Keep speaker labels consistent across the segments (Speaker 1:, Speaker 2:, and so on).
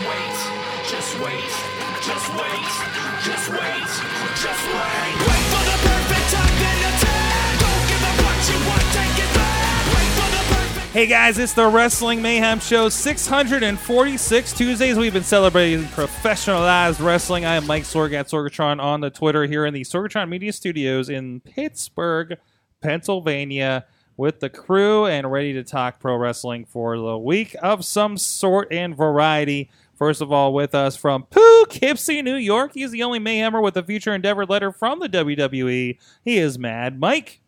Speaker 1: wait, just wait, just wait, just wait, just wait. Wait for the perfect time then attack. Don't give up what you want, take it back. Wait for the perfect.
Speaker 2: Hey guys, it's the Wrestling Mayhem Show 646 Tuesdays. We've been celebrating professionalized wrestling. I am Mike Sorg at Sorgatron on the Twitter here in the Sorgatron Media Studios in Pittsburgh, Pennsylvania, with the crew and ready to talk pro wrestling for the week of some sort and variety. First of all, with us from Poughkeepsie, New York, he's the only Mayhemmer with a future endeavor letter from the WWE. He is Mad Mike.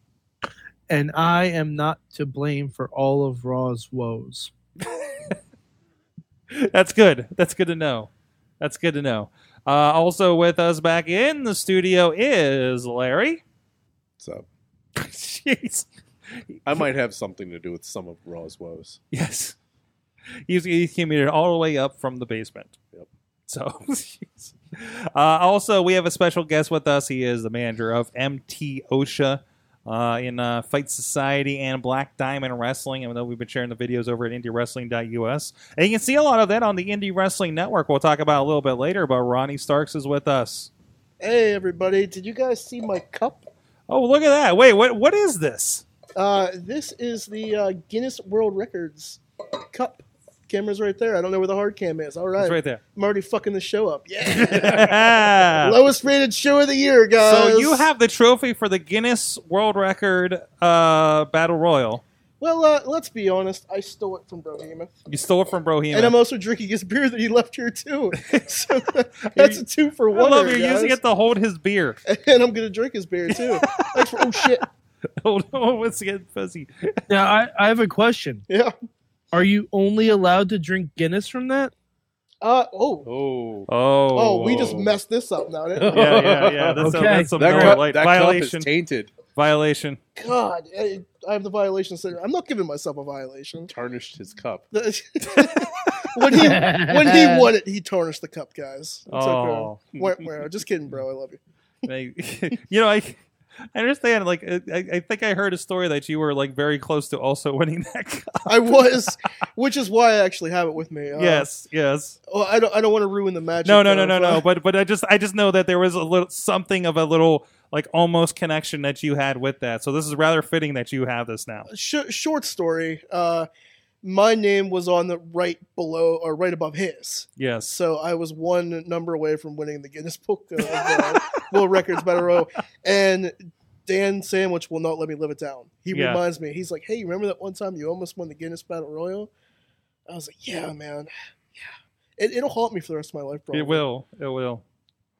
Speaker 3: and I am not to blame for all of Raw's woes.
Speaker 2: That's good. That's good to know. That's good to know. Uh, also with us back in the studio is Larry.
Speaker 4: So
Speaker 2: Jeez.
Speaker 4: I might have something to do with some of Raw's woes.
Speaker 2: Yes. He's, he came in all the way up from the basement.
Speaker 4: Yep.
Speaker 2: So, jeez. uh, also, we have a special guest with us. He is the manager of MT OSHA uh, in uh, Fight Society and Black Diamond Wrestling. And though we've been sharing the videos over at IndieWrestling.us, and you can see a lot of that on the Indie Wrestling Network. We'll talk about it a little bit later. But Ronnie Starks is with us.
Speaker 5: Hey everybody, did you guys see my cup?
Speaker 2: Oh, look at that! Wait, what? What is this?
Speaker 5: Uh, this is the uh, Guinness World Records cup. Camera's right there. I don't know where the hard cam is. All right.
Speaker 2: It's right there.
Speaker 5: I'm already fucking the show up. Yeah. Lowest rated show of the year, guys.
Speaker 2: so you have the trophy for the Guinness World Record uh, Battle Royal.
Speaker 5: Well, uh, let's be honest. I stole it from Bro Heyman.
Speaker 2: You stole it from Brohima.
Speaker 5: And I'm also drinking his beer that he left here too. so that's a two for
Speaker 2: I
Speaker 5: one.
Speaker 2: love
Speaker 5: there,
Speaker 2: you're using
Speaker 5: guys.
Speaker 2: it to hold his beer.
Speaker 5: and I'm gonna drink his beer too. Thanks for- oh shit.
Speaker 2: Hold on, let's get fuzzy.
Speaker 3: Now, I, I have a question.
Speaker 5: Yeah.
Speaker 3: Are you only allowed to drink Guinness from that?
Speaker 5: Uh oh.
Speaker 4: Oh,
Speaker 2: Oh,
Speaker 5: Oh, we just messed this up now. didn't we?
Speaker 2: Yeah, yeah, yeah. That's a,
Speaker 3: Okay.
Speaker 2: that's some
Speaker 4: that,
Speaker 2: Miller
Speaker 4: cup,
Speaker 2: Lite
Speaker 4: that cup is
Speaker 2: violation.
Speaker 4: tainted,
Speaker 2: Violation.
Speaker 5: God, I, I have the violation syndrome. I'm not giving myself a violation.
Speaker 4: tarnished his cup.
Speaker 5: when he when he won it, he tarnished the cup, guys. It's
Speaker 2: Oh,
Speaker 5: okay. Wah, wah. Just kidding, bro. I love you.
Speaker 2: They- you know, I, I understand. Like, I, I think I heard a story that you were like very close to also winning that cup.
Speaker 5: I was, which is why I actually have it with me. Uh,
Speaker 2: yes, yes.
Speaker 5: Oh, I don't. I don't want to ruin the magic.
Speaker 2: No, no, no,
Speaker 5: of,
Speaker 2: no, no.
Speaker 5: uh,
Speaker 2: But but I just I just know that there was a little something of a little like almost connection that you had with that. So this is rather fitting that you have this now.
Speaker 5: sh- short story. Uh, my name was on the right below or right above his,
Speaker 2: Yes.
Speaker 5: so I was one number away from winning the Guinness Book of uh, World Records Battle Row, and. Dan Sandwich will not let me live it down. He
Speaker 2: Yeah.
Speaker 5: reminds me. He's like, "Hey, you remember that one time you almost won the Guinness Battle Royal?" I was like, "Yeah, man, yeah." It, it'll haunt me for the rest of my life, bro.
Speaker 2: It will. It will.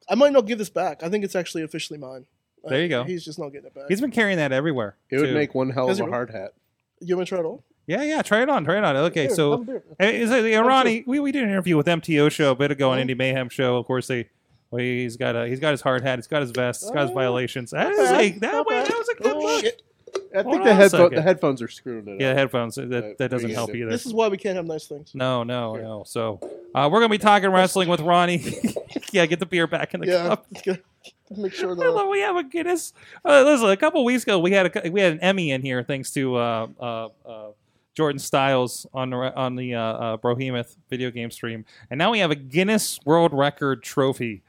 Speaker 5: I might not give this back. I think it's actually officially mine.
Speaker 2: There you go.
Speaker 5: He's just not getting it back.
Speaker 2: He's been carrying that everywhere.
Speaker 4: It would
Speaker 2: too.
Speaker 4: make one hell
Speaker 5: Does
Speaker 4: of
Speaker 5: it
Speaker 4: a
Speaker 5: really?
Speaker 4: hard hat.
Speaker 5: you want to try it all? Oh,
Speaker 2: Yeah, yeah. Try it on. Try it on. Okay,
Speaker 5: Here,
Speaker 2: so
Speaker 5: have a beer.
Speaker 2: Uh, Is it, uh, Ronnie, we, we did an interview with MTO show a bit ago on
Speaker 5: Uh-huh.
Speaker 2: Indie Mayhem show. Of course, they well, he's got a he's got his hard hat, he's got his vest, he's got his
Speaker 5: Oh,
Speaker 2: violations. That
Speaker 5: not
Speaker 2: is
Speaker 5: bad,
Speaker 2: a, that,
Speaker 5: not
Speaker 2: way,
Speaker 5: bad.
Speaker 2: that was a good
Speaker 5: Oh,
Speaker 2: look.
Speaker 5: shit.
Speaker 4: I
Speaker 2: Hold
Speaker 4: think
Speaker 2: on
Speaker 4: the,
Speaker 2: a
Speaker 4: headphone,
Speaker 2: second.
Speaker 4: the headphones are screwed. It
Speaker 2: Yeah,
Speaker 4: up.
Speaker 2: headphones uh, that
Speaker 4: Uh,
Speaker 2: that doesn't
Speaker 4: yeah.
Speaker 2: help either.
Speaker 5: This is why we can't have nice things.
Speaker 2: No, no, no. So uh, we're gonna be talking wrestling with Ronnie. yeah, get the beer back in the
Speaker 5: yeah,
Speaker 2: cup.
Speaker 5: it's good. make sure
Speaker 2: I love
Speaker 5: that.
Speaker 2: we have a Guinness. Uh, listen, a couple weeks ago we had a, cou- we had an Emmy in here thanks to uh, uh, uh, Jordan Stiles on the re- on the uh, uh, Brohemoth video game stream, and now we have a Guinness World Record trophy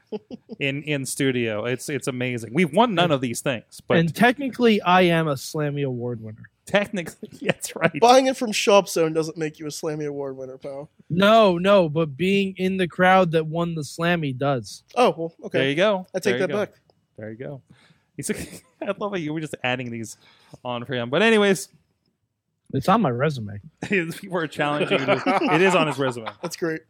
Speaker 2: in in studio. It's it's amazing. We've won none of these things, but
Speaker 3: and technically, I am a Slammy Award winner.
Speaker 2: technically, that's right.
Speaker 5: Buying it from Shop Zone doesn't make you a Slammy Award winner, pal.
Speaker 3: No, no, but being in the crowd that won the Slammy does.
Speaker 5: Oh well,
Speaker 2: There you
Speaker 5: okay.
Speaker 2: go.
Speaker 5: I
Speaker 2: There
Speaker 5: take
Speaker 2: you
Speaker 5: that
Speaker 2: go.
Speaker 5: back.
Speaker 2: There you go. He's I love how you were just adding these on for him. But anyways,
Speaker 3: It's on my resume.
Speaker 2: people are challenging. you to- it is on his resume.
Speaker 5: That's great.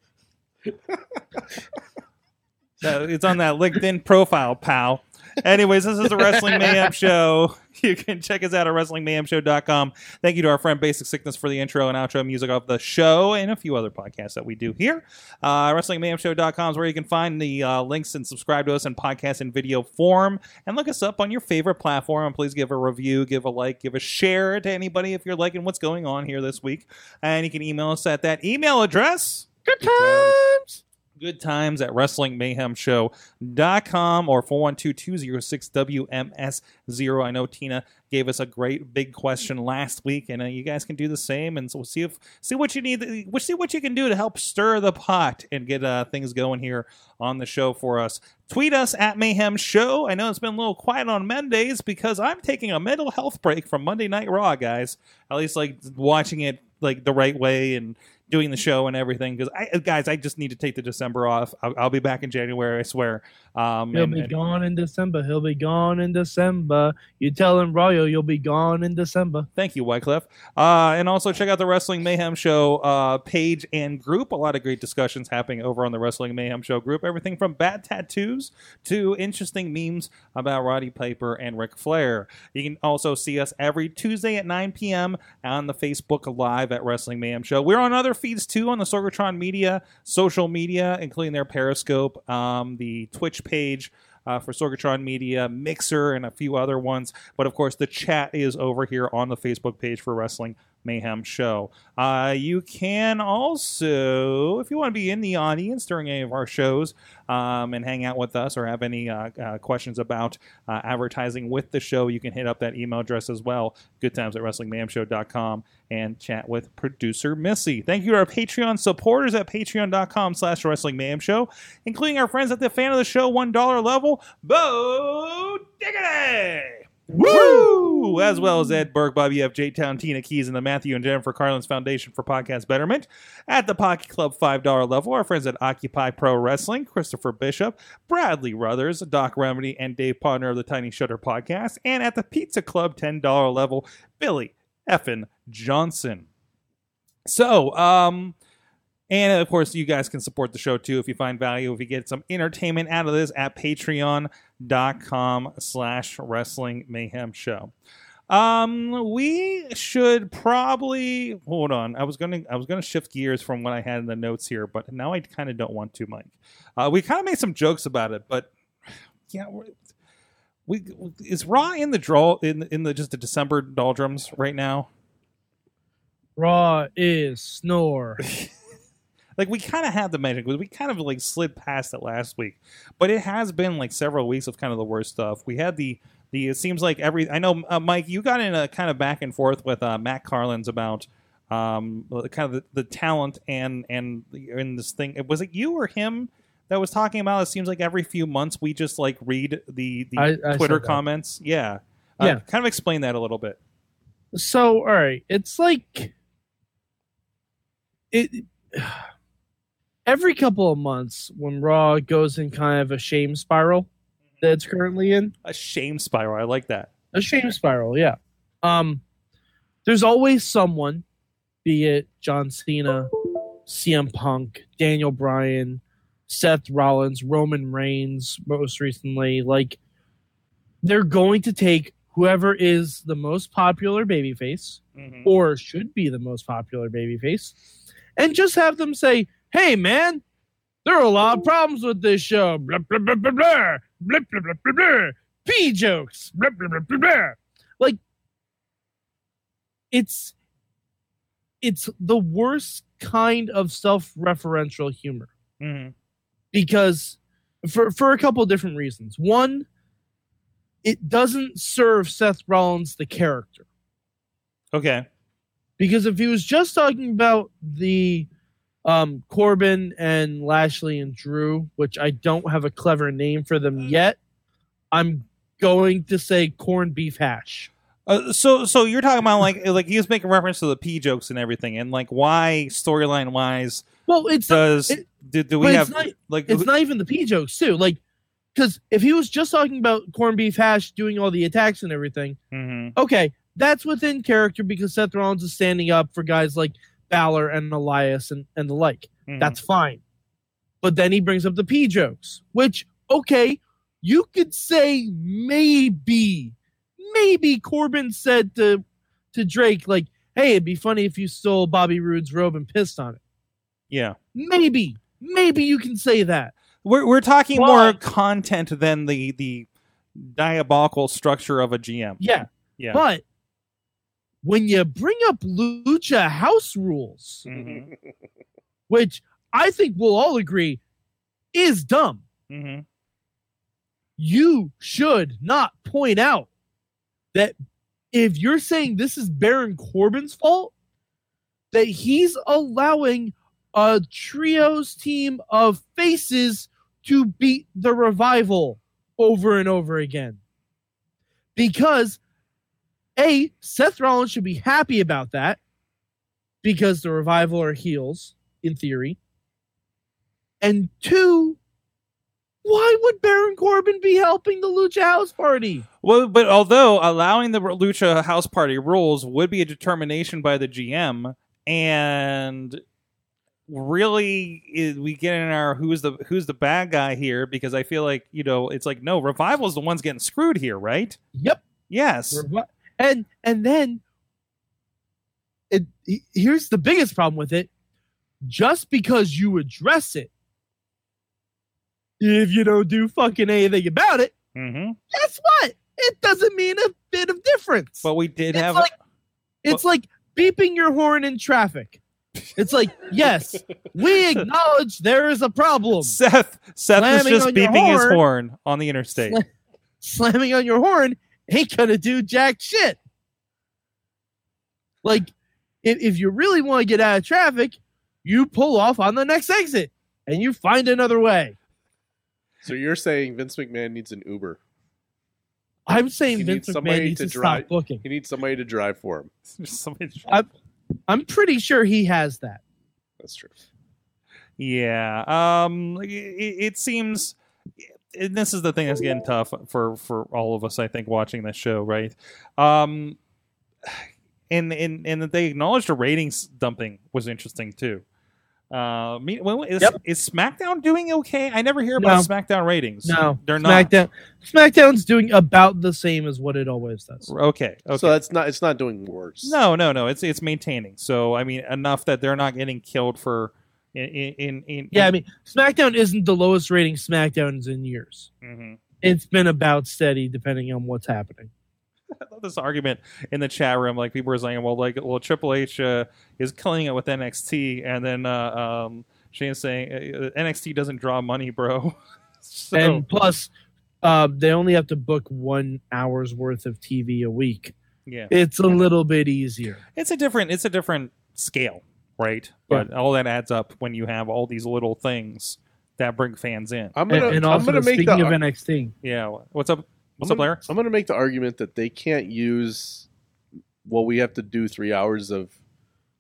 Speaker 2: Uh, It's on that LinkedIn profile, pal. Anyways, this is the Wrestling Mayhem Show. You can check us out at WrestlingMayhemShow.com. Thank you to our friend Basic Sickness for the intro and outro music of the show and a few other podcasts that we do here. Uh, WrestlingMayhemShow.com is where you can find the uh, links and subscribe to us in podcast and video form. And look us up on your favorite platform. And please give a review, give a like, give a share to anybody if you're liking what's going on here this week. And you can email us at that email address good times at wrestlingmayhemshow.com or 412-206-WMS0. I know Tina gave us a great big question last week and uh, you guys can do the same and so we'll see if see what you need we'll see what you can do to help stir the pot and get uh, things going here on the show for us. Tweet us at Mayhem Show. I know it's been a little quiet on Mondays because I'm taking a mental health break from Monday Night Raw, guys. At least like watching it like the right way and doing the show and everything because I guys I just need to take the December off. I'll, I'll be back in January, I swear. Um,
Speaker 3: He'll
Speaker 2: and-
Speaker 3: be
Speaker 2: and-
Speaker 3: gone in December. He'll be gone in December. You tell him, Royo, you'll be gone in December.
Speaker 2: Thank you, Wyclef. Uh, and also check out the Wrestling Mayhem Show uh, page and group. A lot of great discussions happening over on the Wrestling Mayhem Show group. Everything from bad tattoos to interesting memes about Roddy Piper and Ric Flair. You can also see us every Tuesday at 9 p.m. on the Facebook Live at Wrestling Mayhem Show. We're on other feeds too on the Sorgatron Media social media, including their Periscope, um, the Twitch page uh, for Sorgatron Media, Mixer, and a few other ones. But of course, the chat is over here on the Facebook page for Wrestling Mayhem Show. Uh, you can also, if you want to be in the audience during any of our shows um, and hang out with us or have any uh, uh, questions about uh, advertising with the show, you can hit up that email address as well, goodtimes at wrestlingmayhemshow.com and chat with producer Missy. Thank you to our Patreon supporters at patreon.com slash wrestling mayhem show, including our friends at the fan of the show $1 level, Bo Diggity! Woo! As well as Ed Burke, Bobby F. J Town, Tina Keys, and the Matthew and Jennifer Carlin's Foundation for Podcast Betterment. At the Pocket Club $5 level, our friends at Occupy Pro Wrestling, Christopher Bishop, Bradley Ruthers, Doc Remedy, and Dave Podner of the Tiny Shutter Podcast. And at the Pizza Club $10 level, Billy Effin Johnson. So, um, and of course, you guys can support the show too if you find value, if you get some entertainment out of this at patreon.com slash wrestling mayhem show. Um, we should probably hold on. I was gonna I was gonna shift gears from what I had in the notes here, but now I kind of don't want to, Mike. Uh, we kind of made some jokes about it, but yeah, we're, we is Raw in the draw in in the just the December doldrums right now.
Speaker 3: Raw is snore.
Speaker 2: Like we kind of had the magic, we kind of like slid past it last week, but it has been like several weeks of kind of the worst stuff. We had the the it seems like every I know uh, Mike, you got in a kind of back and forth with uh, Matt Carlins about um kind of the, the talent and and in this thing. Was it you or him that was talking about? It seems like every few months we just like read the the
Speaker 3: I- I said
Speaker 2: Twitter
Speaker 3: that.
Speaker 2: comments. Yeah, Uh,
Speaker 3: Yeah.
Speaker 2: Kind of explain that a little bit.
Speaker 3: So, all right, it's like it every couple of months when Raw goes in kind of a shame spiral that it's currently in.
Speaker 2: A shame spiral. I like that.
Speaker 3: A shame spiral, yeah. Um there's always someone, be it John Cena, CM Punk, Daniel Bryan, Seth Rollins, Roman Reigns, most recently, like they're going to take whoever is the most popular babyface
Speaker 2: Mhm.
Speaker 3: or should be the most popular babyface, and just have them say, "Hey, man, there are a lot of problems with this show. Blah blah blah blah blah blah blah blah blah blah. P jokes. Blah blah blah blah blah." Like, it's it's the worst kind of self-referential humor
Speaker 2: Mhm.
Speaker 3: because for for a couple of different reasons. One, it doesn't serve Seth Rollins the character.
Speaker 2: Okay.
Speaker 3: because if he was just talking about the um, Corbin and Lashley and Drew, which I don't have a clever name for them yet, I'm going to say corned beef hash.
Speaker 2: Uh, so so you're talking about like like he was making reference to the p jokes and everything and like why storyline wise
Speaker 3: Well, it's not,
Speaker 2: does
Speaker 3: it-
Speaker 2: do, do
Speaker 3: but
Speaker 2: we
Speaker 3: it's
Speaker 2: have
Speaker 3: not-
Speaker 2: like
Speaker 3: it's not even the pea jokes too. Like, because if he was just talking about corned beef hash doing all the attacks and everything,
Speaker 2: Mhm.
Speaker 3: okay, that's within character because Seth Rollins is standing up for guys like Balor and Elias and, and the like.
Speaker 2: Mhm.
Speaker 3: That's fine. But then he brings up the P jokes, which, okay, you could say maybe, maybe Corbin said to to Drake, like, hey, it'd be funny if you stole Bobby Roode's robe and pissed on it.
Speaker 2: Yeah.
Speaker 3: Maybe, maybe you can say that.
Speaker 2: We're we're talking
Speaker 3: Why?
Speaker 2: more content than the the diabolical structure of a GM.
Speaker 3: Yeah.
Speaker 2: Yeah.
Speaker 3: But when you bring up Lucha house rules,
Speaker 2: Mhm.
Speaker 3: which I think we'll all agree is dumb.
Speaker 2: Mhm.
Speaker 3: you should not point out that if you're saying this is Baron Corbin's fault, that he's allowing a trios team of faces to beat the revival over and over again. Because A, Seth Rollins should be happy about that because the revival are heels in theory. And two, why would Baron Corbin be helping the Lucha House Party?
Speaker 2: Well, but although allowing the Lucha House Party rules would be a determination by the GM, and really i we get in our who's the who's the bad guy here because I feel like you know it's like no revival's the ones getting screwed here, right?
Speaker 3: Yep.
Speaker 2: Yes.
Speaker 3: Revi- And and then it he- here's the biggest problem with it. Just because you address it, if you don't do fucking anything about it,
Speaker 2: Mm-hmm.
Speaker 3: guess what? It doesn't mean a bit of difference.
Speaker 2: But we did
Speaker 3: it's
Speaker 2: have
Speaker 3: like it's like beeping your horn in traffic. It's like, yes, we acknowledge there is a problem.
Speaker 2: Seth. Seth was
Speaker 3: Slamming
Speaker 2: just
Speaker 3: on your
Speaker 2: beeping his
Speaker 3: horn.
Speaker 2: horn on the interstate.
Speaker 3: Sla- slamming on your horn ain't gonna do jack shit. Like, if, if you really want to get out of traffic, you pull off on the next exit and you find another way.
Speaker 4: So you're saying Vince McMahon needs an Uber?
Speaker 3: I'm saying
Speaker 4: You need
Speaker 3: Vince McMahon
Speaker 4: somebody
Speaker 3: needs to,
Speaker 4: to drive.
Speaker 3: stop booking.
Speaker 4: He needs somebody to drive for him.
Speaker 2: Somebody just-
Speaker 3: I- I'm pretty sure he has that.
Speaker 4: That's true.
Speaker 2: Yeah. Um. It, it seems. And this is the thing that's getting tough for for all of us. I think watching this show, right? Um. And and and that they acknowledged the ratings dumping was interesting too. Uh, me, well, is,
Speaker 3: Yep.
Speaker 2: is SmackDown doing okay? I never hear about SmackDown ratings.
Speaker 3: No,
Speaker 2: they're not.
Speaker 3: SmackDown, SmackDown's doing about the same as what it always does.
Speaker 2: Okay. Okay.
Speaker 4: So that's not. It's not doing worse.
Speaker 2: No, no, no. It's it's maintaining. So I mean, enough that they're not getting killed for in in, in
Speaker 3: Yeah, I mean, SmackDown isn't the lowest rating SmackDown's in years.
Speaker 2: Mhm.
Speaker 3: It's been about steady, depending on what's happening.
Speaker 2: I love this argument in the chat room. Like people were saying, well, like well, Triple H uh, is killing it with NXT, and then uh, um, Shane's saying uh, NXT doesn't draw money, bro. so
Speaker 3: and plus uh, they only have to book one hour's worth of tv a week
Speaker 2: yeah,
Speaker 3: it's a little bit easier
Speaker 2: it's a different it's a different scale, right?
Speaker 3: Yeah.
Speaker 2: But all that adds up when you have all these little things that bring fans in.
Speaker 4: I'm
Speaker 3: and,
Speaker 4: gonna.
Speaker 3: and
Speaker 4: I'm
Speaker 3: also
Speaker 4: gonna make
Speaker 3: speaking
Speaker 4: the.
Speaker 3: of nxt
Speaker 2: Yeah, what's up? What's
Speaker 4: I'm
Speaker 2: up,
Speaker 4: gonna-
Speaker 2: Larry?
Speaker 4: I'm going to make the argument that they can't use what we have to do three hours of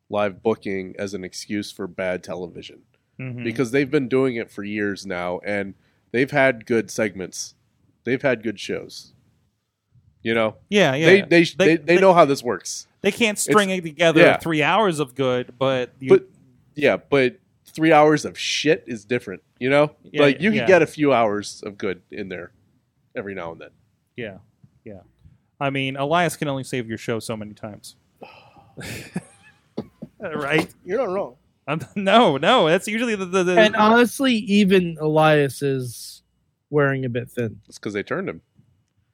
Speaker 4: live booking as an excuse for bad television
Speaker 2: Mhm.
Speaker 4: because they've been doing it for years now and they've had good segments, they've had good shows. You know,
Speaker 2: yeah, yeah,
Speaker 4: they, they, sh-
Speaker 2: They-
Speaker 4: they, they
Speaker 2: they-
Speaker 4: know how this works.
Speaker 2: they can't string it together
Speaker 4: yeah.
Speaker 2: three hours of good, but you,
Speaker 4: But- Yeah, but three hours of shit is different. You know,
Speaker 2: Yeah,
Speaker 4: like you
Speaker 2: yeah.
Speaker 4: can get a few hours of good in there every now and then.
Speaker 2: yeah, yeah. I mean, Elias can only save your show so many times, right?
Speaker 5: You're not wrong.
Speaker 2: Um, no, no, that's usually the, the, the
Speaker 3: and um, honestly even elias is wearing a bit thin
Speaker 4: It's because they turned him.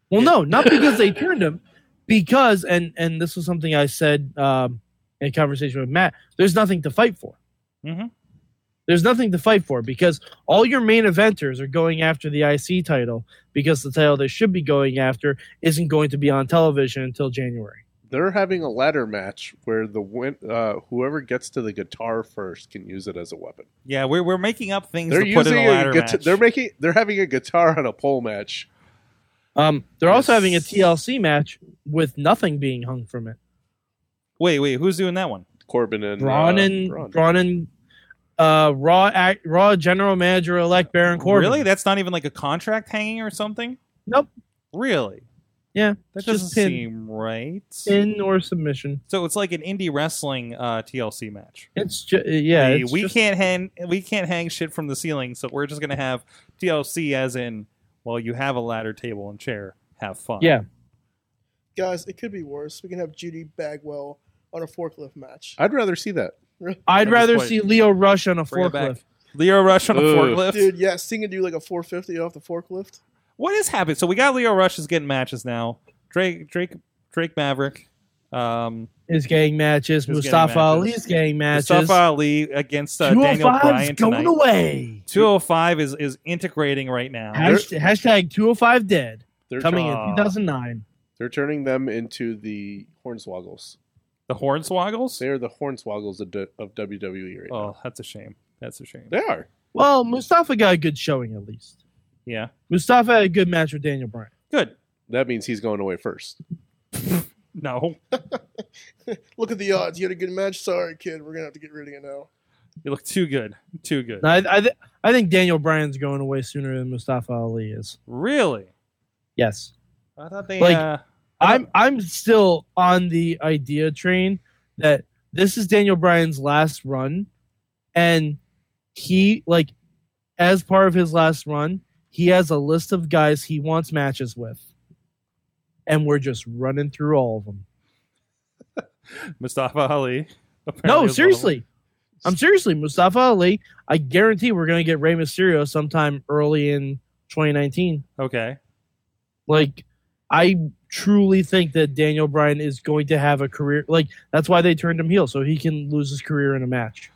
Speaker 3: well no not because they turned him because and and this was something i said um, in a conversation with matt there's nothing to fight for
Speaker 2: Mhm.
Speaker 3: there's nothing to fight for because all your main eventers are going after the IC title because the title they should be going after isn't going to be on television until January.
Speaker 4: they're having a ladder match where the win, uh, whoever gets to the guitar first can use it as a weapon.
Speaker 2: yeah. We're, we're making up things
Speaker 4: They're
Speaker 2: to put in
Speaker 4: using
Speaker 2: a ladder
Speaker 4: guita-
Speaker 2: match.
Speaker 4: They're making. They're having a guitar on a pole match.
Speaker 3: Um, they're also having a
Speaker 4: Yes.
Speaker 3: TLC match with nothing being hung from it.
Speaker 2: wait, wait, who's doing that one?
Speaker 4: Corbin and
Speaker 3: Braun
Speaker 4: uh,
Speaker 3: and
Speaker 4: Braun.
Speaker 3: Braun and uh, Raw act, Raw General Manager elect Baron Corbin.
Speaker 2: Really, that's not even like a contract hanging or something.
Speaker 3: Nope.
Speaker 2: Really,
Speaker 3: Yeah,
Speaker 2: that
Speaker 3: it's
Speaker 2: doesn't
Speaker 3: just pin.
Speaker 2: seem right.
Speaker 3: Pin or submission.
Speaker 2: So it's like an indie wrestling uh, TLC match.
Speaker 3: It's just yeah.
Speaker 2: Hey,
Speaker 3: it's
Speaker 2: we
Speaker 3: just-
Speaker 2: can't hang we can't hang shit from the ceiling, so we're just gonna have TLC as in well, you have a ladder table and chair, have fun.
Speaker 3: Yeah.
Speaker 5: guys, it could be worse. We can have Judy Bagwell on a forklift match.
Speaker 4: I'd rather see that.
Speaker 3: I'd
Speaker 2: At this
Speaker 3: rather
Speaker 2: point.
Speaker 3: see Leo Rush on a
Speaker 2: Bring it back.
Speaker 3: forklift.
Speaker 2: Leo Rush on a
Speaker 4: Ugh.
Speaker 2: forklift.
Speaker 5: Dude, yeah, Sting can do like a 450 off the forklift.
Speaker 2: What is happening? So we got Leo Rush is getting matches now. Drake Drake Drake Maverick. Um,
Speaker 3: His gang
Speaker 2: His
Speaker 3: matches,
Speaker 2: gang
Speaker 3: Mustafa
Speaker 2: matches.
Speaker 3: Ali's gang matches.
Speaker 2: Mustafa Ali against uh, Daniel
Speaker 3: 205's
Speaker 2: Bryan
Speaker 3: going
Speaker 2: tonight.
Speaker 3: away.
Speaker 2: 205 is is integrating right now.
Speaker 3: Hasht- hashtag 205 dead.
Speaker 4: They're
Speaker 3: Coming
Speaker 4: turn-
Speaker 2: Aw.
Speaker 3: in 2009.
Speaker 4: they're turning them into the Hornswoggles.
Speaker 2: the Hornswoggles.
Speaker 4: They are the Hornswoggles of, D- of WWE right now.
Speaker 2: Oh, that's a shame. That's a shame.
Speaker 4: They are.
Speaker 3: Well, Mustafa got a good showing at least.
Speaker 2: Yeah.
Speaker 3: Mustafa had a good match with Daniel Bryan.
Speaker 2: Good.
Speaker 4: That means he's going away first.
Speaker 2: No.
Speaker 5: Look at the odds. You had a good match. Sorry, kid. We're going to have to get rid of you now.
Speaker 2: You look too good. Too good.
Speaker 3: No, I, I, th- I think Daniel Bryan's going away sooner than Mustafa Ali is.
Speaker 2: Really?
Speaker 3: Yes.
Speaker 2: I thought they
Speaker 3: Like-
Speaker 2: uh, I
Speaker 3: I'm I'm still on the idea train that this is Daniel Bryan's last run, and he like as part of his last run, he has a list of guys he wants matches with, and we're just running through all of them.
Speaker 2: Mustafa Ali. apparently
Speaker 3: No,
Speaker 2: was one of them.
Speaker 3: seriously, I'm seriously Mustafa Ali. I guarantee we're gonna get Rey Mysterio sometime early in 2019.
Speaker 2: Okay.
Speaker 3: Like, I truly think that Daniel Bryan is going to have a career. Like, that's why they turned him heel, so he can lose his career in a match.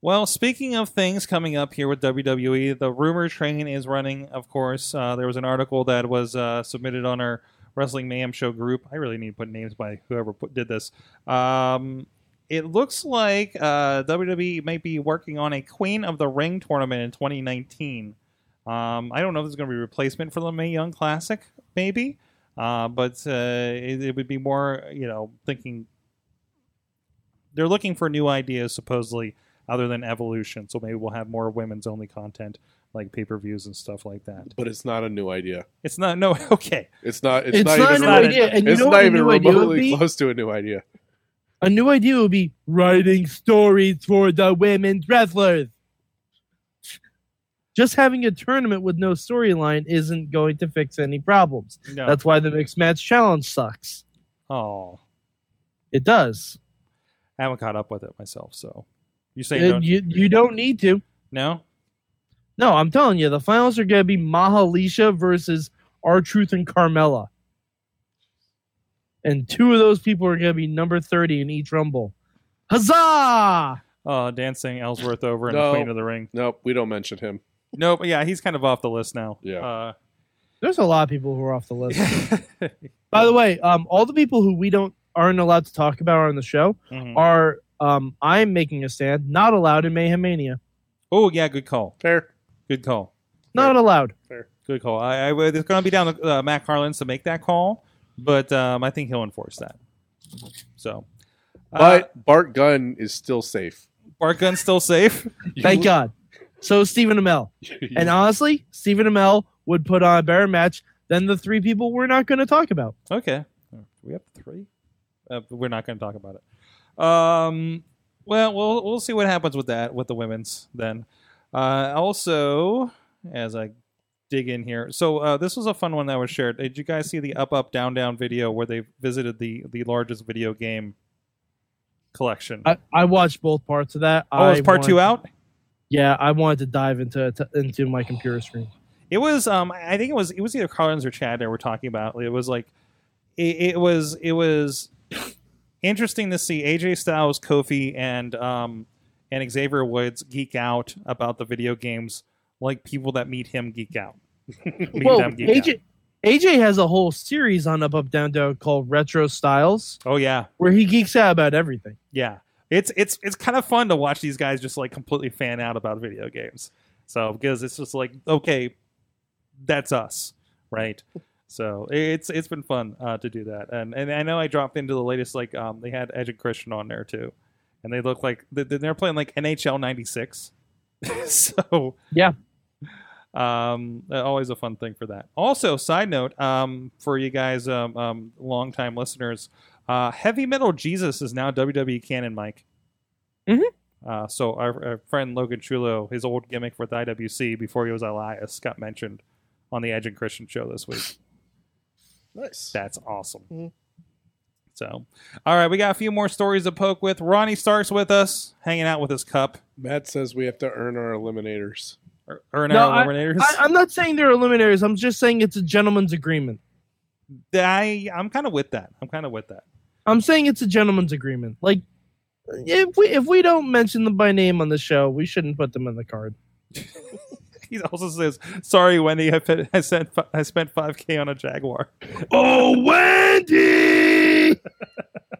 Speaker 2: Well, speaking of things coming up here with WWE, the rumor train is running, of course. Uh, there was an article that was uh, submitted on our Wrestling Mayhem Show group. I really need to put names by whoever put, did this. Um, it looks like uh, WWE might be working on a Queen of the Ring tournament in 2019. Um, I don't know if there's going to be a replacement for the May Young Classic, maybe, uh, but uh, it, it would be more, you know, thinking they're looking for new ideas supposedly other than evolution so maybe we'll have more women's only content like pay-per-views and stuff like that
Speaker 4: But it's not a new idea.
Speaker 2: it's not no okay
Speaker 4: It's not. It's,
Speaker 3: It's,
Speaker 4: not,
Speaker 2: not
Speaker 4: even.
Speaker 3: not, a new idea, and you
Speaker 4: it's
Speaker 3: know
Speaker 4: not
Speaker 3: what a
Speaker 4: even
Speaker 3: new idea would
Speaker 4: remotely
Speaker 3: be?
Speaker 4: close to a new idea.
Speaker 3: A new idea would be writing stories for the women wrestlers. Just having a tournament with no storyline isn't going to fix any problems.
Speaker 2: no
Speaker 3: That's why the mixed match challenge sucks.
Speaker 2: oh
Speaker 3: It does.
Speaker 2: i haven't caught up with it myself so you say
Speaker 3: It-
Speaker 2: don't,
Speaker 3: you, you don't need to.
Speaker 2: no
Speaker 3: No, I'm telling you, the finals are going to be Mahalisha versus R Truth and Carmella. And two of those people are going to be number 30 in each Rumble. Huzzah!
Speaker 2: oh dancing ellsworth over in
Speaker 4: No.
Speaker 2: the queen of the ring
Speaker 4: Nope. We don't mention him.
Speaker 2: nope yeah he's kind of off the list now
Speaker 4: Yeah.
Speaker 2: uh,
Speaker 3: There's a lot of people who are off the list. By the way, um, all the people who we don't aren't allowed to talk about on the show
Speaker 2: mhm.
Speaker 3: are um, I'm making a stand, not allowed in Mayhem Mania.
Speaker 2: oh yeah good call
Speaker 4: Fair.
Speaker 2: good call
Speaker 3: Not allowed.
Speaker 2: good call i, I it's going to be down to uh, matt carlins to make that call but um, i think he'll enforce that so uh,
Speaker 4: But Bart Gunn is still safe.
Speaker 2: Bart Gunn's still safe.
Speaker 3: Thank God. So Stephen Amell. And honestly, Stephen Amell would put on a better match than the three people we're not going to talk about.
Speaker 2: Okay. Do we have three? Uh, we're not going to talk about it. Um, well, we'll we'll see what happens with that with the women's then. Uh, also, as I dig in here, so uh, this was a fun one that was shared. Did you guys see the up up down down video where they visited the the largest video game collection?
Speaker 3: I, I watched both parts of that.
Speaker 2: oh,
Speaker 3: I
Speaker 2: is part two
Speaker 3: want-
Speaker 2: out?
Speaker 3: Yeah, I wanted to dive into it- into my computer screen.
Speaker 2: It was um I think it was it was either Collins or Chad that were talking about. It was like it, it was it was interesting to see AJ Styles, Kofi, and um and Xavier Woods geek out about the video games like people that meet him geek out. meet
Speaker 3: Whoa,
Speaker 2: them geek out.
Speaker 3: AJ, AJ has a whole series on Up Up Down Down called Retro Styles,
Speaker 2: Oh yeah,
Speaker 3: where he geeks out about everything.
Speaker 2: yeah. It's it's it's kind of fun to watch these guys just like completely fan out about video games. So because it's just like okay, that's us, right? So it's it's been fun uh, to do that, and and I know I dropped into the latest like um they had Edge and Christian on there too, and they look like they- they're playing like NHL '96, so
Speaker 3: Yeah.
Speaker 2: um always a fun thing for that. Also, side note um for you guys um, um longtime listeners, uh Heavy Metal Jesus is now WWE canon, Mike.
Speaker 3: Mhm.
Speaker 2: Uh, so our, our friend Logan Chulo, his old gimmick with IWC before he was Elias, got mentioned on the Edge and Christian show this week.
Speaker 5: Nice.
Speaker 3: Mm-hmm.
Speaker 2: That's awesome.
Speaker 5: Mhm.
Speaker 2: So, all right, we got a few more stories to poke with. Ronnie Stark's with us, hanging out with his cup.
Speaker 4: Matt says we have to earn our eliminators.
Speaker 2: Or, or an
Speaker 3: No,
Speaker 2: hour eliminators.
Speaker 3: I, I'm not saying they're eliminators. I'm just saying it's a gentleman's agreement.
Speaker 2: I, I'm kind of with that. I'm kind of with that.
Speaker 3: I'm saying it's a gentleman's agreement. Like if we if we don't mention them by name on the show, we shouldn't put them in the card.
Speaker 2: He also says, "Sorry, Wendy, I, pet, I sent I spent five k on a Jaguar."
Speaker 3: Oh, Wendy!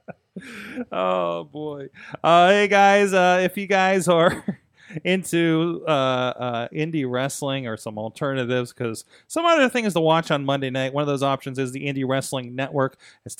Speaker 2: oh boy! Uh, hey guys, uh, if you guys are into uh, uh, indie wrestling or some alternatives, because some other things to watch on Monday night, one of those options is the Indie Wrestling Network. It's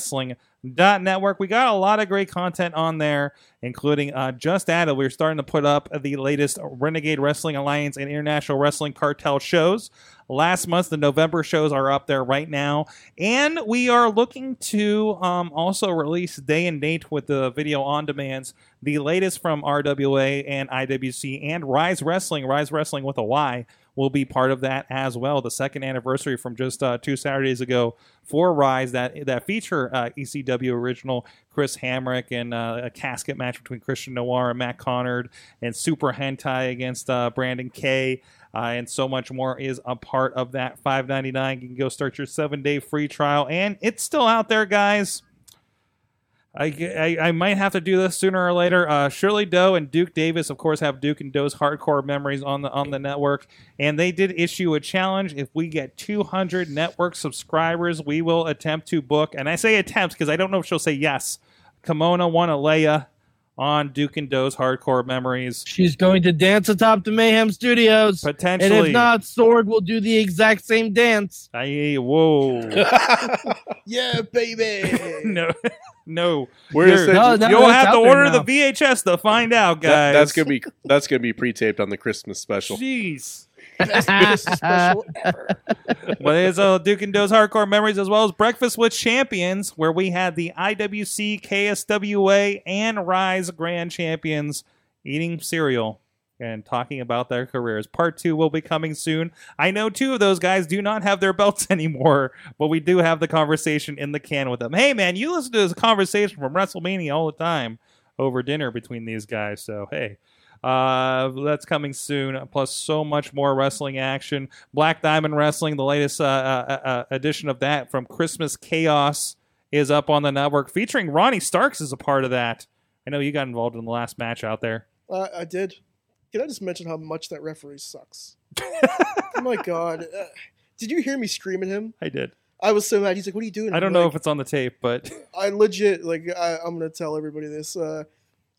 Speaker 2: www.indiewrestling.network. We got a lot of great content on there, including uh, just added. We're starting to put up the latest Renegade Wrestling Alliance and International Wrestling Cartel shows. Last month, the November shows are up there right now. And we are looking to um, also release day and date with the video on demands, the latest from RWA and IWC and Rise Wrestling, Rise Wrestling with a Y, will be part of that as well. The second anniversary from just uh, two Saturdays ago for Rise that that feature uh, ECW original Chris Hamrick and uh, a casket match between Christian Noir and Matt Connard and Super Hentai against uh, Brandon Kay uh, and so much more is a part of that 599 you can go start your seven day free trial and it's still out there guys I, I, I might have to do this sooner or later. Uh, Shirley Doe and Duke Davis, of course, have Duke and Doe's hardcore memories on the on the network, and they did issue a challenge. If we get 200 network subscribers, we will attempt to book. And I say attempt because I don't know if she'll say yes. Kimona Wanalea on Duke and Doe's hardcore memories,
Speaker 3: She's going to dance atop the Mayhem Studios. And
Speaker 2: potentially.
Speaker 3: if not, Sword will do the exact same dance.
Speaker 2: Aye, whoa.
Speaker 5: Yeah, baby.
Speaker 2: no, no.
Speaker 4: Where is
Speaker 2: You're-
Speaker 4: that?
Speaker 3: No, no,
Speaker 2: You'll
Speaker 3: it's
Speaker 2: have to
Speaker 3: out there
Speaker 2: order the
Speaker 3: now.
Speaker 2: VHS to find out, guys.
Speaker 4: That- that's gonna be that's gonna be pre-taped on the Christmas special.
Speaker 2: Jeez.
Speaker 5: That's the best special ever.
Speaker 2: well, there's uh, Duke and Doe's Hardcore Memories as well as Breakfast with Champions, where we had the IWC, KSWA, and Rise Grand Champions eating cereal and talking about their careers. Part two will be coming soon. I know two of those guys do not have their belts anymore, but we do have the conversation in the can with them. Hey, man, you listen to this conversation from WrestleMania all the time over dinner between these guys, so hey. Uh, that's coming soon. Plus, so much more wrestling action. Black Diamond Wrestling, the latest uh, uh, uh, edition of that from Christmas Chaos, is up on the network, featuring Ronnie Starks as a part of that. I know you got involved in the last match out there.
Speaker 5: Uh, I did. Can I just mention how much that referee sucks? oh my god! Uh, did you hear me screaming him?
Speaker 2: I did.
Speaker 5: I was so mad. He's like, "What are you doing?"
Speaker 2: I don't know if it's on the tape, but
Speaker 5: I legit like I, I'm gonna tell everybody this. Uh,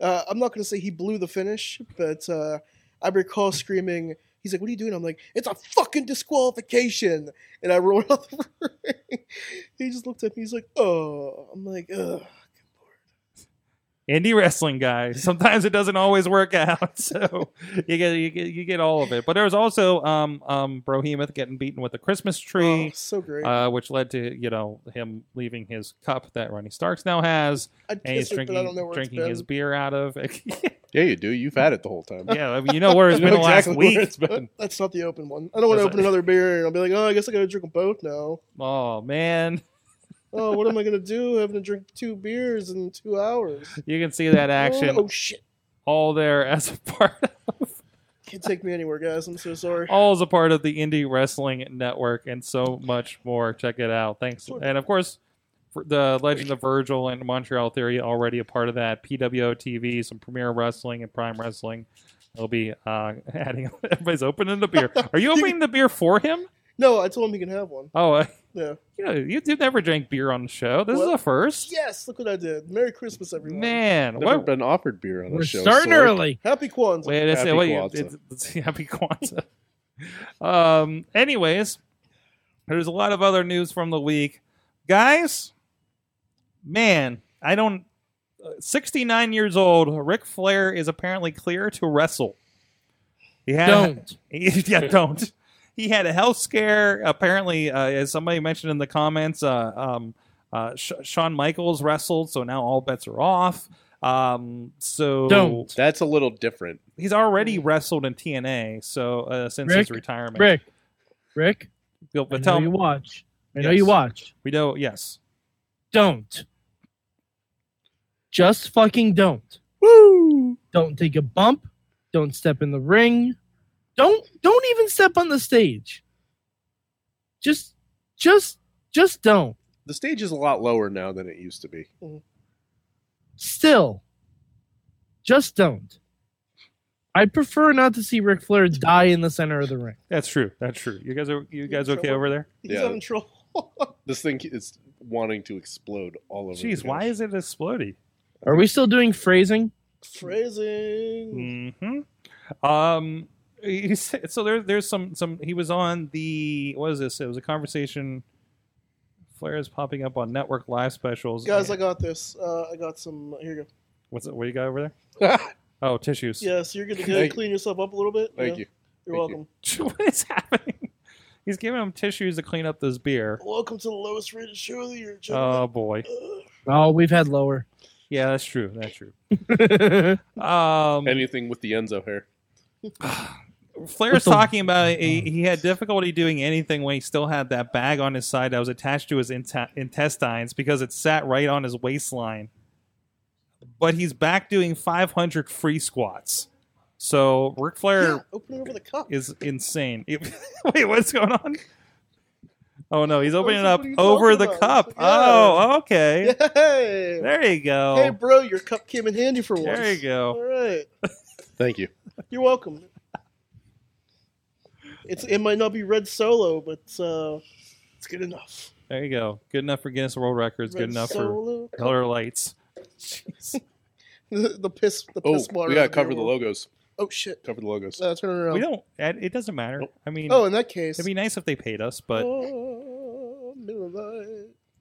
Speaker 5: uh, I'm not gonna say he blew the finish, but uh, I recall screaming. He's like, "What are you doing?" I'm like, "It's a fucking disqualification!" And I rolled out the ring. he just looked at me. He's like, "Oh," I'm like, "Ugh."
Speaker 2: indie wrestling guys. Sometimes it doesn't always work out, so you get you get, you get all of it. But there was also um um Brohemoth getting beaten with a Christmas
Speaker 5: Oh,
Speaker 2: tree.
Speaker 5: so great.
Speaker 2: Uh, which led to you know him leaving his cup that Ronnie Starks now has,
Speaker 5: I'd
Speaker 2: and he's
Speaker 5: kiss it, but I don't
Speaker 2: drinking
Speaker 5: know where
Speaker 2: drinking
Speaker 5: it's been.
Speaker 2: his beer out of.
Speaker 4: Yeah, you do. You've had it the whole time.
Speaker 2: yeah, I mean, you know where it's
Speaker 4: You know
Speaker 2: been
Speaker 4: exactly
Speaker 2: the last
Speaker 4: where
Speaker 2: week.
Speaker 4: it's been.
Speaker 5: That's not the open one. I don't want to
Speaker 2: That's
Speaker 5: open
Speaker 2: it.
Speaker 5: another beer and I'll be like, oh, I guess I gotta drink them both now.
Speaker 2: Oh man,
Speaker 5: Oh, what am I gonna do? Having to drink two beers in two hours.
Speaker 2: you can see that action
Speaker 5: Oh, oh, shit!
Speaker 2: all there as a part.
Speaker 5: Can't take me anywhere, guys. I'm so sorry.
Speaker 2: All as a part of the Indie Wrestling Network and so much more. Check it out. Thanks, and of course, for the Legend of Virgil and Montreal Theory already a part of that. PWO TV, some Premier Wrestling and Prime Wrestling. They'll be uh, adding. Everybody's opening the beer. Are you opening the beer for him?
Speaker 5: No, I told him he can have one.
Speaker 2: Oh, uh,
Speaker 5: Yeah.
Speaker 2: you know, you you never drank beer on the show. This is
Speaker 5: What?
Speaker 2: a first.
Speaker 5: Yes, look what I did. Merry Christmas, everyone.
Speaker 2: Man,
Speaker 4: Never
Speaker 2: what?
Speaker 4: been offered beer on
Speaker 3: We're
Speaker 4: a show.
Speaker 3: starting
Speaker 4: Sorg.
Speaker 3: early.
Speaker 5: Happy Kwanzaa.
Speaker 2: Wait, it's,
Speaker 4: Happy
Speaker 2: what you-
Speaker 4: Kwanzaa.
Speaker 2: it's- it's- happy Kwanzaa. um, anyways, there's a lot of other news from the week, guys. Man, I don't. uh, 69 years old, Ric Flair is apparently clear to wrestle. He had,
Speaker 3: Don't.
Speaker 2: yeah, don't. He had a health scare. Apparently, uh, as somebody mentioned in the comments, uh, um, uh, Sh- Shawn Michaels wrestled, so now all bets are off. Um, so
Speaker 3: Don't.
Speaker 4: That's a little different.
Speaker 2: he's already wrestled in TNA, so uh, since his
Speaker 3: Rick,
Speaker 2: retirement,
Speaker 3: Rick. Rick,
Speaker 2: Yo,
Speaker 3: I
Speaker 2: but
Speaker 3: know
Speaker 2: tell
Speaker 3: you
Speaker 2: him
Speaker 3: watch. I know
Speaker 2: Yes.
Speaker 3: you watch.
Speaker 2: we know. Yes,
Speaker 3: Don't. Just fucking don't.
Speaker 5: Woo!
Speaker 3: Don't take a bump. Don't step in the ring. Don't don't even step on the stage. Just just just don't.
Speaker 4: The stage is a lot lower now than it used to be.
Speaker 3: Still. Just don't. I prefer not to see Ric Flair die in the center of the ring.
Speaker 2: That's true. That's true. You guys are you guys
Speaker 5: Yeah,
Speaker 2: okay
Speaker 5: trouble.
Speaker 2: over there?
Speaker 5: He's
Speaker 4: Yeah.
Speaker 5: having trouble.
Speaker 4: This thing is wanting to explode all over.
Speaker 2: Jeez,
Speaker 4: the
Speaker 2: why
Speaker 4: couch.
Speaker 2: is it exploding?
Speaker 3: Are we still doing phrasing?
Speaker 5: Phrasing.
Speaker 2: Mm-hmm. Um, he said, so there, there's some some. He was on the what is this? It was a conversation. Flair is popping up on network live specials.
Speaker 5: Guys, I got this. Uh, I got some. Here you go.
Speaker 2: what's it? What do you got over there? Oh, tissues.
Speaker 5: Yeah, so you're going to
Speaker 4: Thank-
Speaker 5: clean yourself up a little bit.
Speaker 4: Thank
Speaker 5: Yeah.
Speaker 4: you.
Speaker 5: You're
Speaker 4: Thank you.
Speaker 5: welcome.
Speaker 2: what is happening? He's giving him tissues to clean up this beer.
Speaker 5: Welcome to the lowest rated show of the year,
Speaker 2: Oh
Speaker 5: gentlemen.
Speaker 2: boy.
Speaker 3: Oh, we've had lower.
Speaker 2: Yeah, that's true. That's true.
Speaker 3: That's
Speaker 2: Um,
Speaker 4: Anything with the Enzo hair.
Speaker 2: Flair's
Speaker 3: What's the-
Speaker 2: talking about he, he had difficulty doing anything when he still had that bag on his side that was attached to his inte- intestines because it sat right on his waistline. But he's back doing 500 free squats. So Ric Flair
Speaker 5: Yeah, open it over the cup.
Speaker 2: is insane. It- Wait, what's going on? Oh no, he's opening it up
Speaker 5: what are you
Speaker 2: over
Speaker 5: talking
Speaker 2: the
Speaker 5: about?
Speaker 2: cup.
Speaker 5: Yeah.
Speaker 2: Oh, okay.
Speaker 5: Yay!
Speaker 2: There you go.
Speaker 5: Hey, bro, your cup came in handy for once.
Speaker 2: there you
Speaker 5: All
Speaker 2: go.
Speaker 5: right.
Speaker 4: Thank you.
Speaker 5: You're welcome. It's it might not be red solo, but uh, it's good enough.
Speaker 2: There you go. Good enough for Guinness World Records.
Speaker 5: Red
Speaker 2: Good enough for
Speaker 5: solo.
Speaker 2: color lights.
Speaker 5: The, the piss. The
Speaker 4: Oh,
Speaker 5: piss water.
Speaker 4: we gotta
Speaker 5: of beer
Speaker 4: cover the
Speaker 5: world.
Speaker 4: logos.
Speaker 5: Oh shit!
Speaker 4: Cover the logos.
Speaker 5: Uh, turn it around.
Speaker 2: We don't. It it doesn't matter.
Speaker 4: Nope.
Speaker 2: I mean,
Speaker 5: oh, in that case.
Speaker 2: it'd be nice if they paid us, but
Speaker 5: Oh, Miller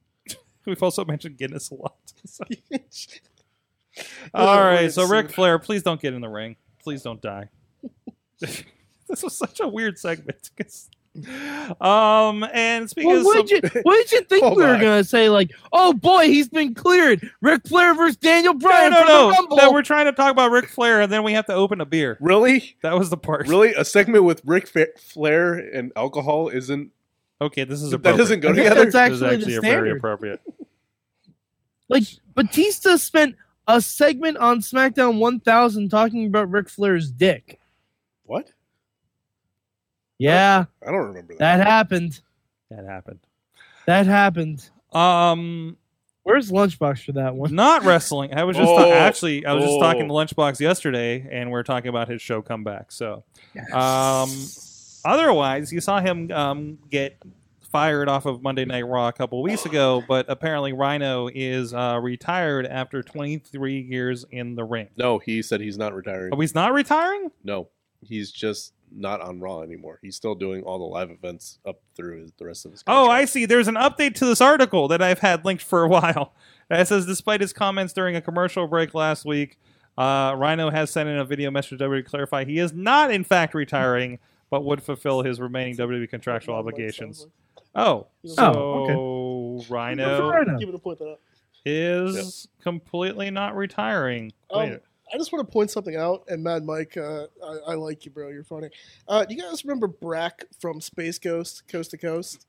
Speaker 5: Lite.
Speaker 2: we've also mentioned Guinness a lot. So- All right, so Ric Flair, please don't get in the ring. Please don't die. this was such a weird segment. 'cause- Um, and speaking
Speaker 3: Well,
Speaker 2: of
Speaker 3: what
Speaker 2: some,
Speaker 3: did you what did you think
Speaker 4: Hold
Speaker 3: we were
Speaker 4: on.
Speaker 3: gonna say? Like, oh boy, he's been cleared. Ric Flair versus Daniel
Speaker 2: no,
Speaker 3: Bryan for the
Speaker 2: no, no,
Speaker 3: Rumble.
Speaker 2: that we're trying to talk about Ric Flair, and then we have to open a beer.
Speaker 4: Really?
Speaker 2: That was the part.
Speaker 4: Really? A segment with Rick Fa- Flair and alcohol isn't
Speaker 2: Okay, this is
Speaker 4: that
Speaker 2: appropriate.
Speaker 4: doesn't go
Speaker 3: I think
Speaker 4: together?
Speaker 3: that's actually,
Speaker 2: this is actually
Speaker 3: the
Speaker 2: a very
Speaker 3: standard.
Speaker 2: appropriate.
Speaker 3: Like Batista spent a segment on SmackDown 1000 talking about Ric Flair's dick.
Speaker 4: What?
Speaker 3: Yeah,
Speaker 4: I don't remember that.
Speaker 3: that happened.
Speaker 2: That happened.
Speaker 3: That happened.
Speaker 2: Um,
Speaker 3: Where's Lunchbox for that one?
Speaker 2: not wrestling. I was just
Speaker 4: Oh.
Speaker 2: actually I was just
Speaker 4: Oh.
Speaker 2: talking to Lunchbox yesterday, and we are talking about his show comeback. So, um, otherwise, you saw him um, get fired off of Monday Night Raw a couple weeks ago, but apparently Rhino is uh, retired after 23 years in the ring.
Speaker 4: no, he said he's not retiring.
Speaker 2: Oh, he's not retiring.
Speaker 4: no, he's just not on Raw anymore. He's still doing all the live events up through his, the rest of his.
Speaker 2: Oh, I
Speaker 4: contract.
Speaker 2: see. There's an update to this article that I've had linked for a while. That says, despite his comments during a commercial break last week, uh, Rhino has sent in a video message to WWE to clarify he is not, in fact, retiring, but would fulfill his remaining WWE contractual obligations. Oh,
Speaker 5: Oh,
Speaker 2: so
Speaker 3: Fair
Speaker 2: Rhino
Speaker 3: enough.
Speaker 5: Give it a point that up.
Speaker 2: is completely not retiring.
Speaker 5: Um,
Speaker 2: Wait.
Speaker 5: I just want to point something out, and Mad Mike, uh, I, I like you, bro. You're funny. Uh, do you guys remember Brack from Space Ghost, Coast to Coast?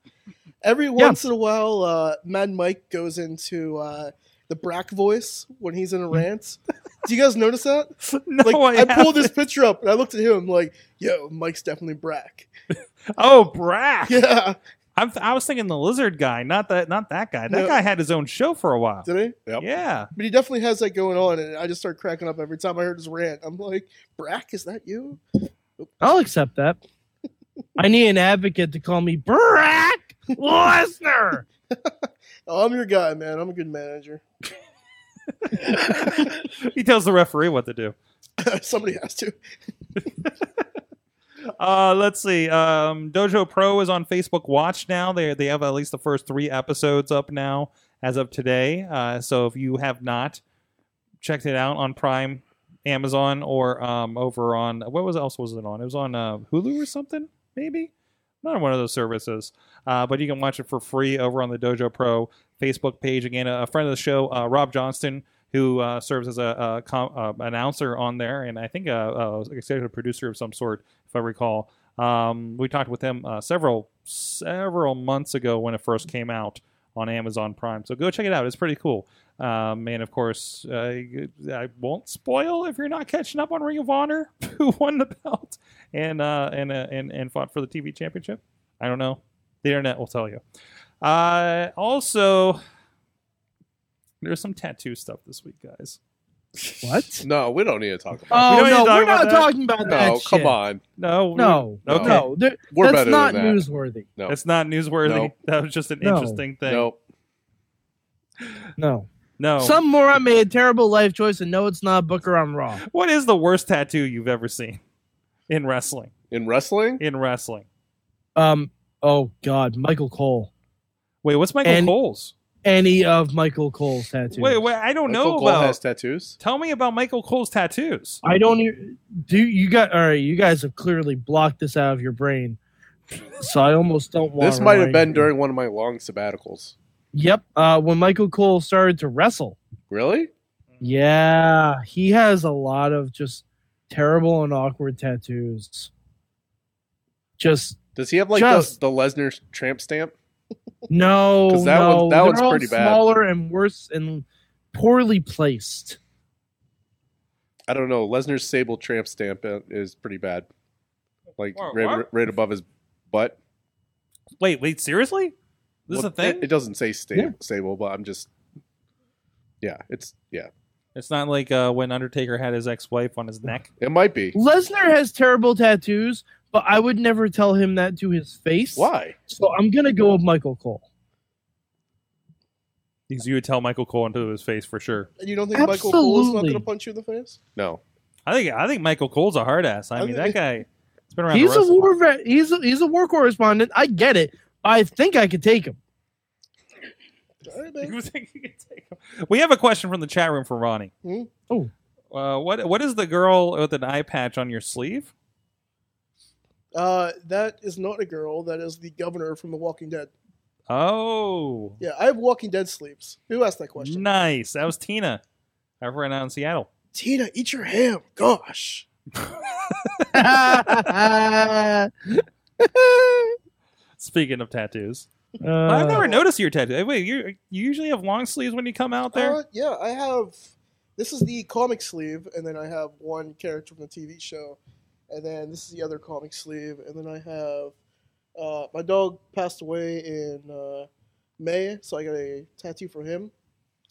Speaker 5: Every once in a while, uh, Mad Mike goes into uh, the Brack voice when he's in a rant. do you guys notice that?
Speaker 2: no,
Speaker 5: Like,
Speaker 2: Oh, I,
Speaker 5: I, pulled
Speaker 2: haven't.
Speaker 5: this picture up, and I looked at him like, "Yo, Mike's definitely Brack."
Speaker 2: Oh, Brack.
Speaker 5: Yeah,
Speaker 2: I'm, I was thinking the lizard guy, not that, not that guy. That
Speaker 5: No.
Speaker 2: guy had his own show for a while.
Speaker 5: did he?
Speaker 4: Yep.
Speaker 2: Yeah.
Speaker 5: But he definitely has that going on, and I just start cracking up every time I heard his rant. I'm like, "Brack, is that you?"
Speaker 3: I'll accept that. I need an advocate to call me Brack Lesnar.
Speaker 5: Oh, I'm your guy, man. I'm a good manager.
Speaker 2: he tells the referee what to do.
Speaker 5: Somebody has to.
Speaker 2: Uh, let's see. Um, Dojo Pro is on Facebook Watch now. They they have at least the first three episodes up now as of today. Uh, so if you have not checked it out on Prime, Amazon, or um, over on what was else was it on? It was on uh, Hulu or something, maybe. Not on one of those services, uh, but you can watch it for free over on the Dojo Pro Facebook page. Again, a, a friend of the show, uh, Rob Johnston, who uh, serves as a, a com- uh, announcer on there, and I think uh, uh, executive producer of some sort if I recall. Um, we talked with him uh, several several months ago when it first came out on Amazon Prime. So go check it out. It's pretty cool. Um, and of course, uh, I won't spoil if you're not catching up on Ring of Honor, who won the belt and uh, and, uh, and and fought for the TV championship. I don't know. The internet will tell you. Uh, also, there's some tattoo stuff this week, guys.
Speaker 3: What?
Speaker 4: No, we don't need to talk about.
Speaker 3: Oh
Speaker 2: We don't need to talk
Speaker 3: no, we're
Speaker 2: about
Speaker 3: not
Speaker 2: that.
Speaker 3: talking about
Speaker 4: it.
Speaker 3: that.
Speaker 4: No, come
Speaker 3: shit.
Speaker 4: on.
Speaker 2: No,
Speaker 3: No,
Speaker 2: we- okay.
Speaker 3: no, there-
Speaker 4: We're
Speaker 3: that's
Speaker 4: better
Speaker 3: not
Speaker 4: than that.
Speaker 3: newsworthy.
Speaker 4: No,
Speaker 2: That's not newsworthy.
Speaker 4: No.
Speaker 2: That was just an
Speaker 3: No.
Speaker 2: interesting thing.
Speaker 4: no.
Speaker 3: No,
Speaker 2: No.
Speaker 3: some moron made a terrible life choice, and no, it's not Booker on Raw.
Speaker 2: what is the worst tattoo you've ever seen in wrestling?
Speaker 4: In wrestling,
Speaker 2: In wrestling.
Speaker 3: Um, oh god, Michael Cole.
Speaker 2: Wait, what's Michael
Speaker 3: And-
Speaker 2: Cole's?
Speaker 3: Any of Michael Cole's tattoos?
Speaker 2: Wait, wait, I don't
Speaker 4: Michael
Speaker 2: know
Speaker 4: Cole
Speaker 2: about.
Speaker 4: has tattoos.
Speaker 2: Tell me about Michael Cole's tattoos.
Speaker 3: I don't e- do you got all right. You guys have clearly blocked this out of your brain, so I almost don't want.
Speaker 4: This might have been during one of my long sabbaticals.
Speaker 3: Yep, uh, when Michael Cole started to wrestle.
Speaker 4: Really?
Speaker 3: Yeah, he has a lot of just terrible and awkward tattoos. Just
Speaker 4: Does he have like
Speaker 3: Just-
Speaker 4: the, the Lesnar tramp stamp?
Speaker 3: no,
Speaker 4: 'Cause that
Speaker 3: no,
Speaker 4: one- that
Speaker 3: they're
Speaker 4: one's
Speaker 3: all
Speaker 4: pretty bad.
Speaker 3: Smaller and worse and poorly placed.
Speaker 4: I don't know. Lesnar's sable tramp stamp uh, is pretty bad. Like
Speaker 2: Whoa,
Speaker 4: right,
Speaker 2: what?
Speaker 4: right above his butt.
Speaker 2: Wait, wait, seriously? This is
Speaker 4: Well,
Speaker 2: a thing?
Speaker 4: It, it doesn't say sta-
Speaker 3: Yeah.
Speaker 4: sable, but I'm just. Yeah, it's yeah.
Speaker 2: it's not like uh, when Undertaker had his ex-wife on his neck.
Speaker 4: It might be.
Speaker 3: Lesnar has terrible tattoos, but I would never tell him that to his face.
Speaker 4: Why?
Speaker 3: So I'm gonna go with Michael Cole.
Speaker 2: Because you would tell Michael Cole into his face for sure.
Speaker 5: And you don't think Michael Cole is not
Speaker 3: Absolutely.
Speaker 5: going to punch you in the face?
Speaker 4: No.
Speaker 2: I think I think Michael Cole's a hard ass. I
Speaker 5: I
Speaker 2: mean, that
Speaker 5: think-
Speaker 2: guy. It's been around.
Speaker 3: He's
Speaker 2: the
Speaker 3: a
Speaker 2: wrestling-
Speaker 3: war vet. He's a, he's a war correspondent. I get it. I think I could take him.
Speaker 5: All right,
Speaker 2: You
Speaker 5: man.
Speaker 2: think you can take him? We have a question from the chat room for Ronnie.
Speaker 5: Hmm?
Speaker 3: Oh.
Speaker 2: Uh, what what is the girl with an eye patch on your sleeve?
Speaker 5: Uh, that is not a girl. That is the governor from The Walking Dead.
Speaker 2: Oh,
Speaker 5: Yeah, I have Walking Dead sleeves. Who asked that question?
Speaker 2: nice. That was Tina, our friend out in uh, Seattle.
Speaker 5: Tina, eat your ham. Gosh.
Speaker 3: Uh,
Speaker 2: Speaking of tattoos, Uh, I've never noticed your tattoo. Wait, you you usually have long sleeves when you come out there.
Speaker 5: Uh, yeah, I have. This is the comic sleeve, and then I have one character from the TV show, and then this is the other comic sleeve, and then I have. Uh, my dog passed away in uh, May, so I got a tattoo for him,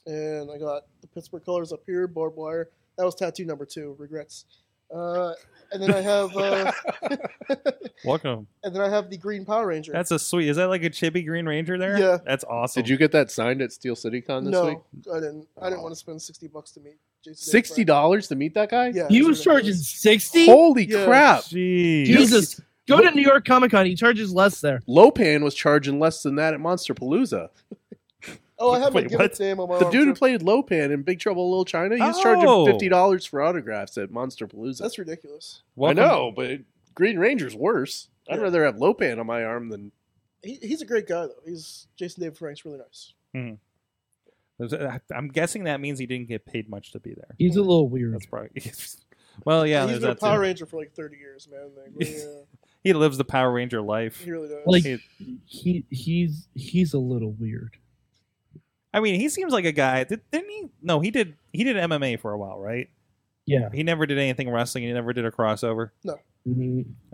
Speaker 5: and I got the Pittsburgh colors up here, barbed wire. That was tattoo number two. Regrets. Uh, and then I have. Uh,
Speaker 2: Welcome.
Speaker 5: and then I have the Green Power Ranger.
Speaker 2: That's a sweet. Is that like a chibi Green Ranger there?
Speaker 5: Yeah.
Speaker 2: that's awesome.
Speaker 4: Did you get that signed at Steel City Con this
Speaker 5: no,
Speaker 4: week?
Speaker 5: I didn't. I didn't
Speaker 4: Oh.
Speaker 5: want to spend sixty bucks to meet Jason.
Speaker 4: Sixty dollars to meet that guy?
Speaker 5: Yeah,
Speaker 3: he
Speaker 5: it's
Speaker 3: was charging
Speaker 5: ridiculous.
Speaker 3: sixty.
Speaker 4: Holy
Speaker 5: Yeah.
Speaker 4: crap!
Speaker 2: Jeez.
Speaker 3: Jesus, go to New York Comic Con. He charges less there.
Speaker 4: Lopan was charging less than that at Monster Palooza.
Speaker 5: Oh, I have my
Speaker 2: Wait,
Speaker 5: give
Speaker 2: what?
Speaker 5: it name on my
Speaker 4: The
Speaker 5: arm,
Speaker 4: dude who
Speaker 5: too.
Speaker 4: played Lopan in Big Trouble in Little China, he's
Speaker 2: Oh.
Speaker 4: charging fifty dollars for autographs at Monster Palooza.
Speaker 5: That's ridiculous.
Speaker 2: Welcome.
Speaker 4: I know, but Green Ranger's worse. I'd
Speaker 5: Yeah.
Speaker 4: rather have Lopan on my arm than
Speaker 5: He, he's a great guy though. He's Jason David Frank's really nice.
Speaker 2: I'm guessing that means he didn't get paid much to be there.
Speaker 3: He's a little weird.
Speaker 2: That's probably. well, yeah.
Speaker 5: he's
Speaker 2: There's
Speaker 5: been a
Speaker 2: that
Speaker 5: Power
Speaker 2: too.
Speaker 5: Ranger for like thirty years, man. Like, yeah,
Speaker 2: He lives the Power Ranger life.
Speaker 5: he really does.
Speaker 3: Like
Speaker 2: He-
Speaker 3: he he's he's a little weird.
Speaker 2: I mean, he seems like a guy. Did, didn't he? No, he did. He did MMA for a while, right?
Speaker 3: Yeah.
Speaker 2: He never did anything wrestling. He never did a crossover.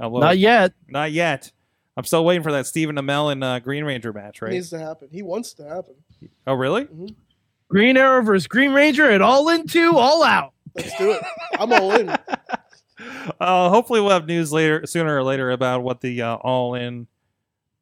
Speaker 2: Although,
Speaker 3: Not yet.
Speaker 2: Oh, Not yet. I'm still waiting for that Stephen Amell and uh, Green Ranger match,
Speaker 5: It
Speaker 2: right?
Speaker 5: needs to happen. He wants to happen.
Speaker 2: oh, really?
Speaker 3: Green Arrow versus Green Ranger at All In Two, All Out.
Speaker 5: Let's do it. I'm all in.
Speaker 2: Uh, hopefully, we'll have news later, sooner or later, about what the uh, All In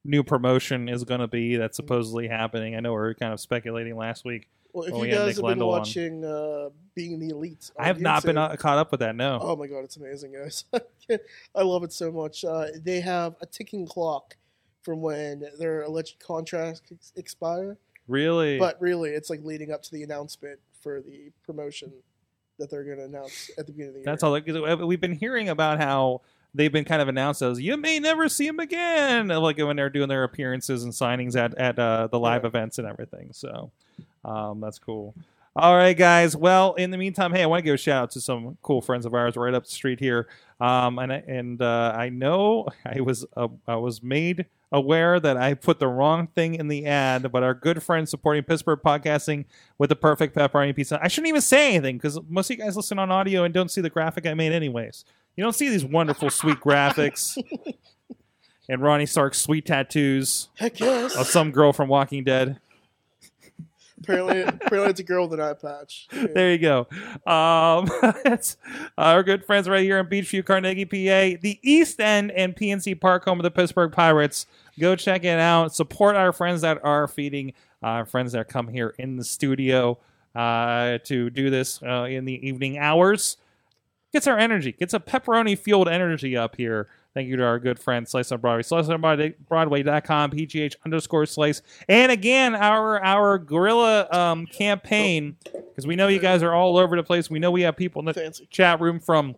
Speaker 2: new promotion is going to be that's
Speaker 5: Mm-hmm.
Speaker 2: supposedly happening. I know we were kind of speculating last week.
Speaker 5: Well, if
Speaker 2: Well, we
Speaker 5: you
Speaker 2: had Oh, Nick
Speaker 5: guys have been
Speaker 2: Lendl on.
Speaker 5: watching uh, Being the Elite, on
Speaker 2: I have not been
Speaker 5: YouTube-
Speaker 2: uh, caught up with that. No.
Speaker 5: Oh my god, it's amazing, guys! I love it so much. Uh, they have a ticking clock from when their alleged contracts ex- expire,
Speaker 2: really?
Speaker 5: but really, it's like leading up to the announcement for the promotion that they're going to announce at the beginning of the year.
Speaker 2: That's all. Like, 'cause we've been hearing about how they've been kind of announced as you may never see him again, like when they're doing their appearances and signings at at uh, the live events and everything. So um, that's cool. All right, guys. Well, in the meantime, hey, I want to give a shout out to some cool friends of ours right up the street here. Um, and I- and uh, I know I was uh, I was made aware that I put the wrong thing in the ad, but our good friends supporting Pittsburgh podcasting with the perfect pepperoni pizza. I shouldn't even say anything because most of you guys listen on audio and don't see the graphic I made, anyways. You don't see these wonderful, sweet graphics and Ronnie Stark's sweet tattoos
Speaker 5: Heck
Speaker 2: of
Speaker 5: yes.
Speaker 2: some girl from Walking Dead.
Speaker 5: apparently, apparently it's a girl with an eye patch. Yeah.
Speaker 2: there you go. Um, that's our good friends right here in Beachview, Carnegie, PA, the East End, and PNC Park, home of the Pittsburgh Pirates. Go check it out. Support our friends that are feeding our friends that come here in the studio uh, to do this uh, in the evening hours. Gets our energy, gets a pepperoni fueled energy up here. Thank you to our good friend Slice on Broadway, slice on Broadway, Broadway.com, PGH underscore slice. And again, our our guerrilla um, campaign because we know you guys are all over the place. We know we have people in the
Speaker 5: Fancy.
Speaker 2: chat room from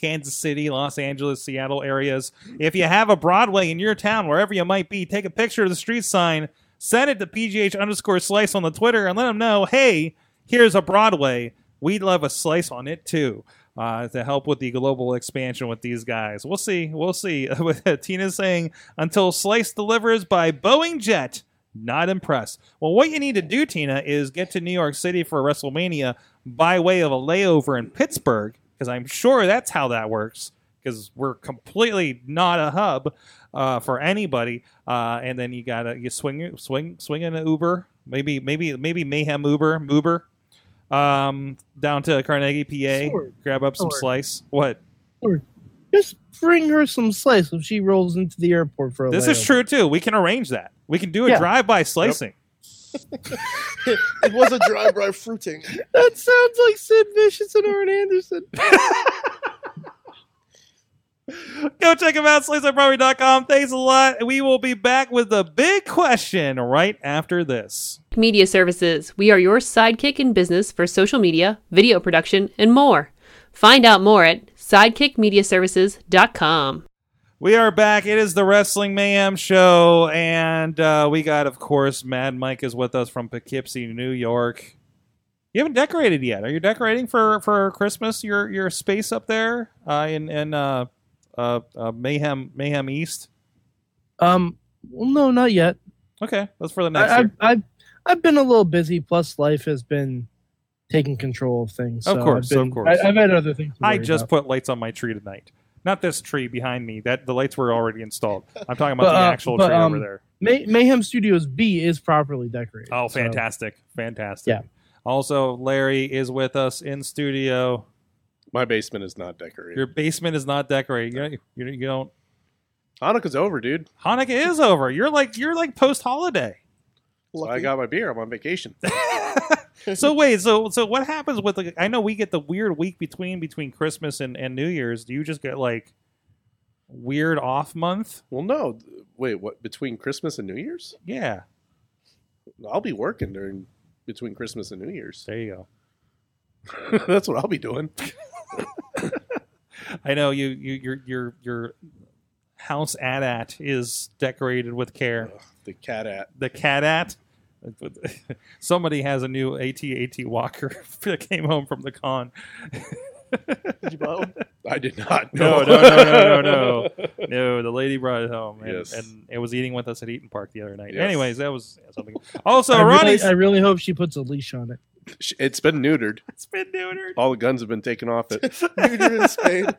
Speaker 2: Kansas City, Los Angeles, Seattle areas. If you have a Broadway in your town, wherever you might be, take a picture of the street sign, send it to PGH underscore slice on the Twitter, and let them know, hey, here's a Broadway. We'd love a slice on it too. Uh, to help with the global expansion with these guys. We'll see. We'll see. With Tina saying, until Slice delivers by Boeing Jet, not impressed. Well, what you need to do, Tina, is get to New York City for WrestleMania by way of a layover in Pittsburgh, because I'm sure that's how that works, because we're completely not a hub uh, for anybody. Uh, and then you gotta you swing swing swing in an Uber, maybe maybe maybe Mayhem Uber, Uber, um, down to Carnegie, PA,
Speaker 3: Sure.
Speaker 2: grab up some
Speaker 3: Sure.
Speaker 2: slice. What?
Speaker 3: Just bring her some slice if she rolls into the airport for a
Speaker 2: This is
Speaker 3: layover.
Speaker 2: true too. We can arrange that. We can do a
Speaker 3: Yeah.
Speaker 2: drive-by slicing.
Speaker 5: It was a dry by fruiting.
Speaker 3: That sounds like Sid Vicious and Arn Anderson.
Speaker 2: Go check them out, sliceonproperty.com. Thanks a lot. We will be back with the big question right after this.
Speaker 6: Media Services. We are your sidekick in business for social media, video production, and more. Find out more at sidekickmediaservices.com.
Speaker 2: We are back. It is the Wrestling Mayhem Show, and uh, we got, of course, Mad Mike is with us from Poughkeepsie, New York. You haven't decorated yet. Are you decorating for for Christmas? Your your space up there uh, in in uh, uh, uh, Mayhem Mayhem East.
Speaker 3: Um, well, no, not yet.
Speaker 2: Okay, that's for the next
Speaker 3: I,
Speaker 2: year.
Speaker 3: I've, I've I've been a little busy. Plus, life has been taking control of things.
Speaker 2: Of
Speaker 3: so
Speaker 2: course,
Speaker 3: I've been-
Speaker 2: of course.
Speaker 3: I, have had other things. to
Speaker 2: I
Speaker 3: worry
Speaker 2: just
Speaker 3: about.
Speaker 2: put lights on my tree tonight. Not this tree behind me. That the lights were already installed. I'm talking about
Speaker 3: But,
Speaker 2: the
Speaker 3: uh,
Speaker 2: actual
Speaker 3: but,
Speaker 2: tree over
Speaker 3: um,
Speaker 2: there.
Speaker 3: May, Mayhem Studios B is properly decorated.
Speaker 2: Oh,
Speaker 3: so-
Speaker 2: fantastic, fantastic.
Speaker 3: Yeah.
Speaker 2: Also, Larry is with us in studio.
Speaker 4: My basement is not decorated.
Speaker 2: Your basement is not decorated. You don't, you, you don't.
Speaker 4: Hanukkah's over, dude.
Speaker 2: Hanukkah is over. You're like you're like post holiday.
Speaker 4: So
Speaker 5: Lucky.
Speaker 4: I got my beer. I'm on vacation.
Speaker 2: so wait, so so what happens with like? I know we get the weird week between between Christmas and and New Year's. Do you just get like weird off month?
Speaker 4: well, no. th- Wait, what? Between Christmas and New Year's?
Speaker 2: Yeah.
Speaker 4: I'll be working during between Christmas and New Year's.
Speaker 2: There you go.
Speaker 4: That's what I'll be doing.
Speaker 2: I know you you your your your house at at is decorated with care.
Speaker 4: The cat at.
Speaker 2: The cat at somebody has a new AT-AT walker that came home from the con.
Speaker 5: Did you buy one?
Speaker 4: I did not.
Speaker 2: No, no,
Speaker 4: know.
Speaker 2: no, no, no, no. No, the lady brought it home, and,
Speaker 4: Yes.
Speaker 2: and it was eating with us at Eaton Park the other night.
Speaker 4: Yes.
Speaker 2: Anyways, that was something. Also,
Speaker 3: I really,
Speaker 2: Ronnie's
Speaker 3: I really hope she puts a leash on it.
Speaker 4: Sh- It's been neutered.
Speaker 2: it's been neutered.
Speaker 4: All the guns have been taken off it.
Speaker 5: Neutered and spayed.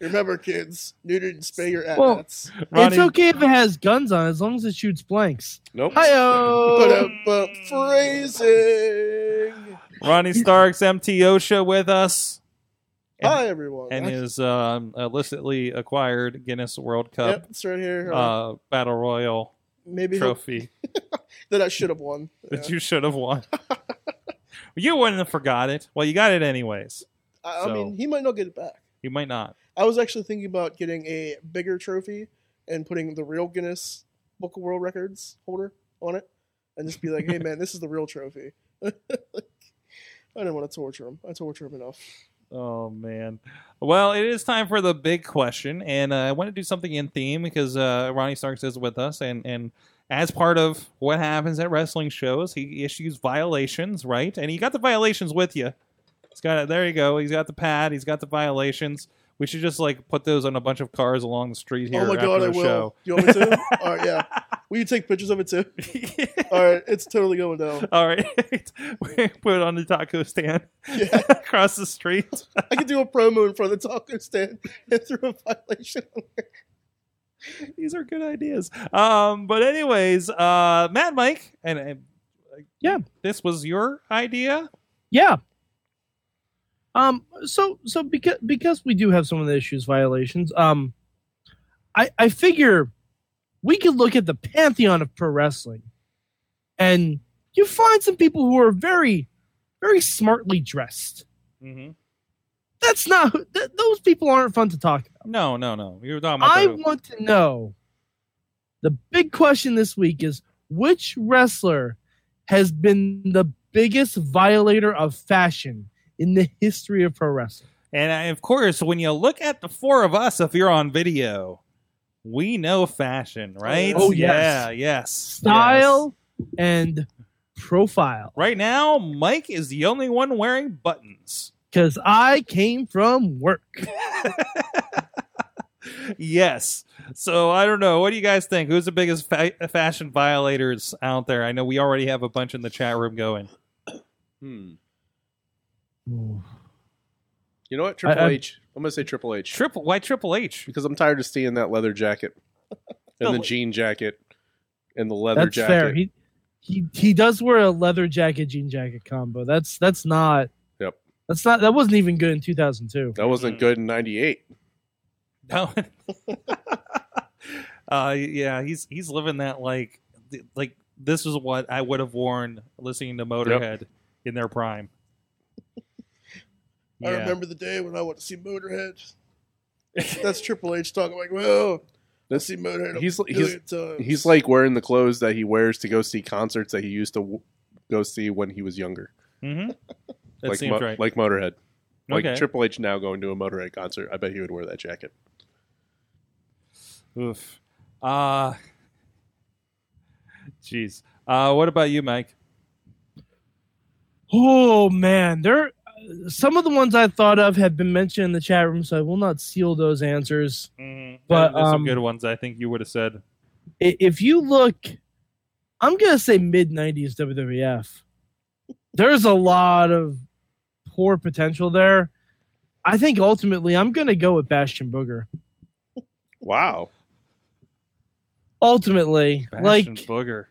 Speaker 5: Remember, kids, neutered and spay your
Speaker 3: Well-
Speaker 5: at-bats.
Speaker 2: Ronnie,
Speaker 3: It's okay if it has guns on, it, as long as it shoots blanks.
Speaker 4: Nope.
Speaker 5: But, uh,
Speaker 3: Hi-oh!
Speaker 2: Mm.
Speaker 5: but phrasing.
Speaker 2: Ronnie Stark's MTO show with us, And-
Speaker 5: Hi, everyone.
Speaker 2: and
Speaker 5: I-
Speaker 2: his um, illicitly acquired Guinness World
Speaker 5: yep,
Speaker 2: Cup
Speaker 5: it's right here. Uh,
Speaker 2: uh, battle royal
Speaker 5: Maybe he'll-
Speaker 2: trophy
Speaker 5: that I should have won.
Speaker 2: that
Speaker 5: Yeah.
Speaker 2: you should have won. you wouldn't have forgot it. Well, you got it anyways.
Speaker 5: I, I
Speaker 2: so-
Speaker 5: mean, he might not get it back.
Speaker 2: You might not.
Speaker 5: I was actually thinking about getting a bigger trophy and putting the real Guinness Book of World Records holder on it, and just be like, "Hey, man, this is the real trophy." I didn't want to torture him. I torture him enough.
Speaker 2: Oh man. Well, it is time for the big question, and uh, I want to do something in theme because uh, Ronnie Starks is with us, and and as part of what happens at wrestling shows, he issues violations, right? And he got the violations with you. He's got it. There you go. He's got the pad. He's got the violations. We should just like put those on a bunch of cars along the street here
Speaker 5: oh my
Speaker 2: after
Speaker 5: god,
Speaker 2: the
Speaker 5: I will.
Speaker 2: show.
Speaker 5: You want me to? All right, yeah. Will you take pictures of it too? All right, it's totally going down.
Speaker 2: All right, we put it on the taco stand
Speaker 5: Yeah.
Speaker 2: across the street.
Speaker 5: I could do a promo in front of the taco stand and throw a violation.
Speaker 2: These are good ideas. Um, but anyways, uh, Matt, Mike, and uh,
Speaker 3: Yeah.
Speaker 2: this was your idea.
Speaker 3: Yeah. Um. So so because because we do have some of the issues violations. Um. I I figure we could look at the pantheon of pro wrestling, and you find some people who are very, very smartly dressed.
Speaker 2: Mm-hmm.
Speaker 3: That's not who- th- those people aren't fun to talk about.
Speaker 2: No, no, no. You're talking about
Speaker 3: I
Speaker 2: the-
Speaker 3: want to know. The big question this week is which wrestler has been the biggest violator of fashion in the history of pro wrestling?
Speaker 2: and I, of course, when you look at the four of us, if you're on video, we know fashion, right?
Speaker 3: Oh, yes.
Speaker 2: yeah, yes, yes.
Speaker 3: Style and profile.
Speaker 2: Right now, Mike is the only one wearing buttons.
Speaker 3: Because I came from work.
Speaker 2: yes. So I don't know. What do you guys think? Who's the biggest fa- fashion violators out there? I know we already have a bunch in the chat room going.
Speaker 4: Hmm. You know what?
Speaker 3: I-
Speaker 4: Triple
Speaker 3: I-
Speaker 4: H. I'm gonna say Triple H
Speaker 2: Triple why Triple H?
Speaker 4: because I'm tired of seeing that leather jacket
Speaker 5: Oh
Speaker 4: and the jean jacket and the leather
Speaker 3: That's
Speaker 4: jacket.
Speaker 3: fair. He, he he does wear a leather jacket jean jacket combo. That's that's not.
Speaker 4: Yep.
Speaker 3: That's not. That wasn't even good in 2002.
Speaker 4: that wasn't good in '98.
Speaker 2: No. uh, yeah, he's he's living that like th- like this is what I would have worn listening to Motorhead in their prime.
Speaker 5: I remember the day when I went to see Motorhead. That's Triple H talking like, "Whoa,
Speaker 4: That's
Speaker 5: let's see Motorhead." a
Speaker 4: he's- he's-
Speaker 5: billion times."
Speaker 4: he's like wearing the clothes that he wears to go see concerts that he used to w- go see when he was younger.
Speaker 2: hmm That
Speaker 4: like
Speaker 2: seems
Speaker 4: Mo-
Speaker 2: right.
Speaker 4: like Motorhead. Like
Speaker 2: okay.
Speaker 4: Triple H now going to a Motorhead concert. I bet he would wear that jacket.
Speaker 2: Oof. Uh Jeez. Uh, what about you, Mike?
Speaker 3: Oh man, there. Some of the ones I thought of have been mentioned in the chat room, so I will not seal those answers.
Speaker 4: Mm-hmm.
Speaker 3: But,
Speaker 2: there's some
Speaker 3: um,
Speaker 2: good ones. I think you would have said.
Speaker 3: I- If you look, I'm gonna say mid '90s WWF. There's a lot of poor potential there. I think ultimately I'm gonna go with Bastion Booger.
Speaker 4: Wow.
Speaker 3: Ultimately,
Speaker 2: Bastion
Speaker 3: like
Speaker 2: Booger.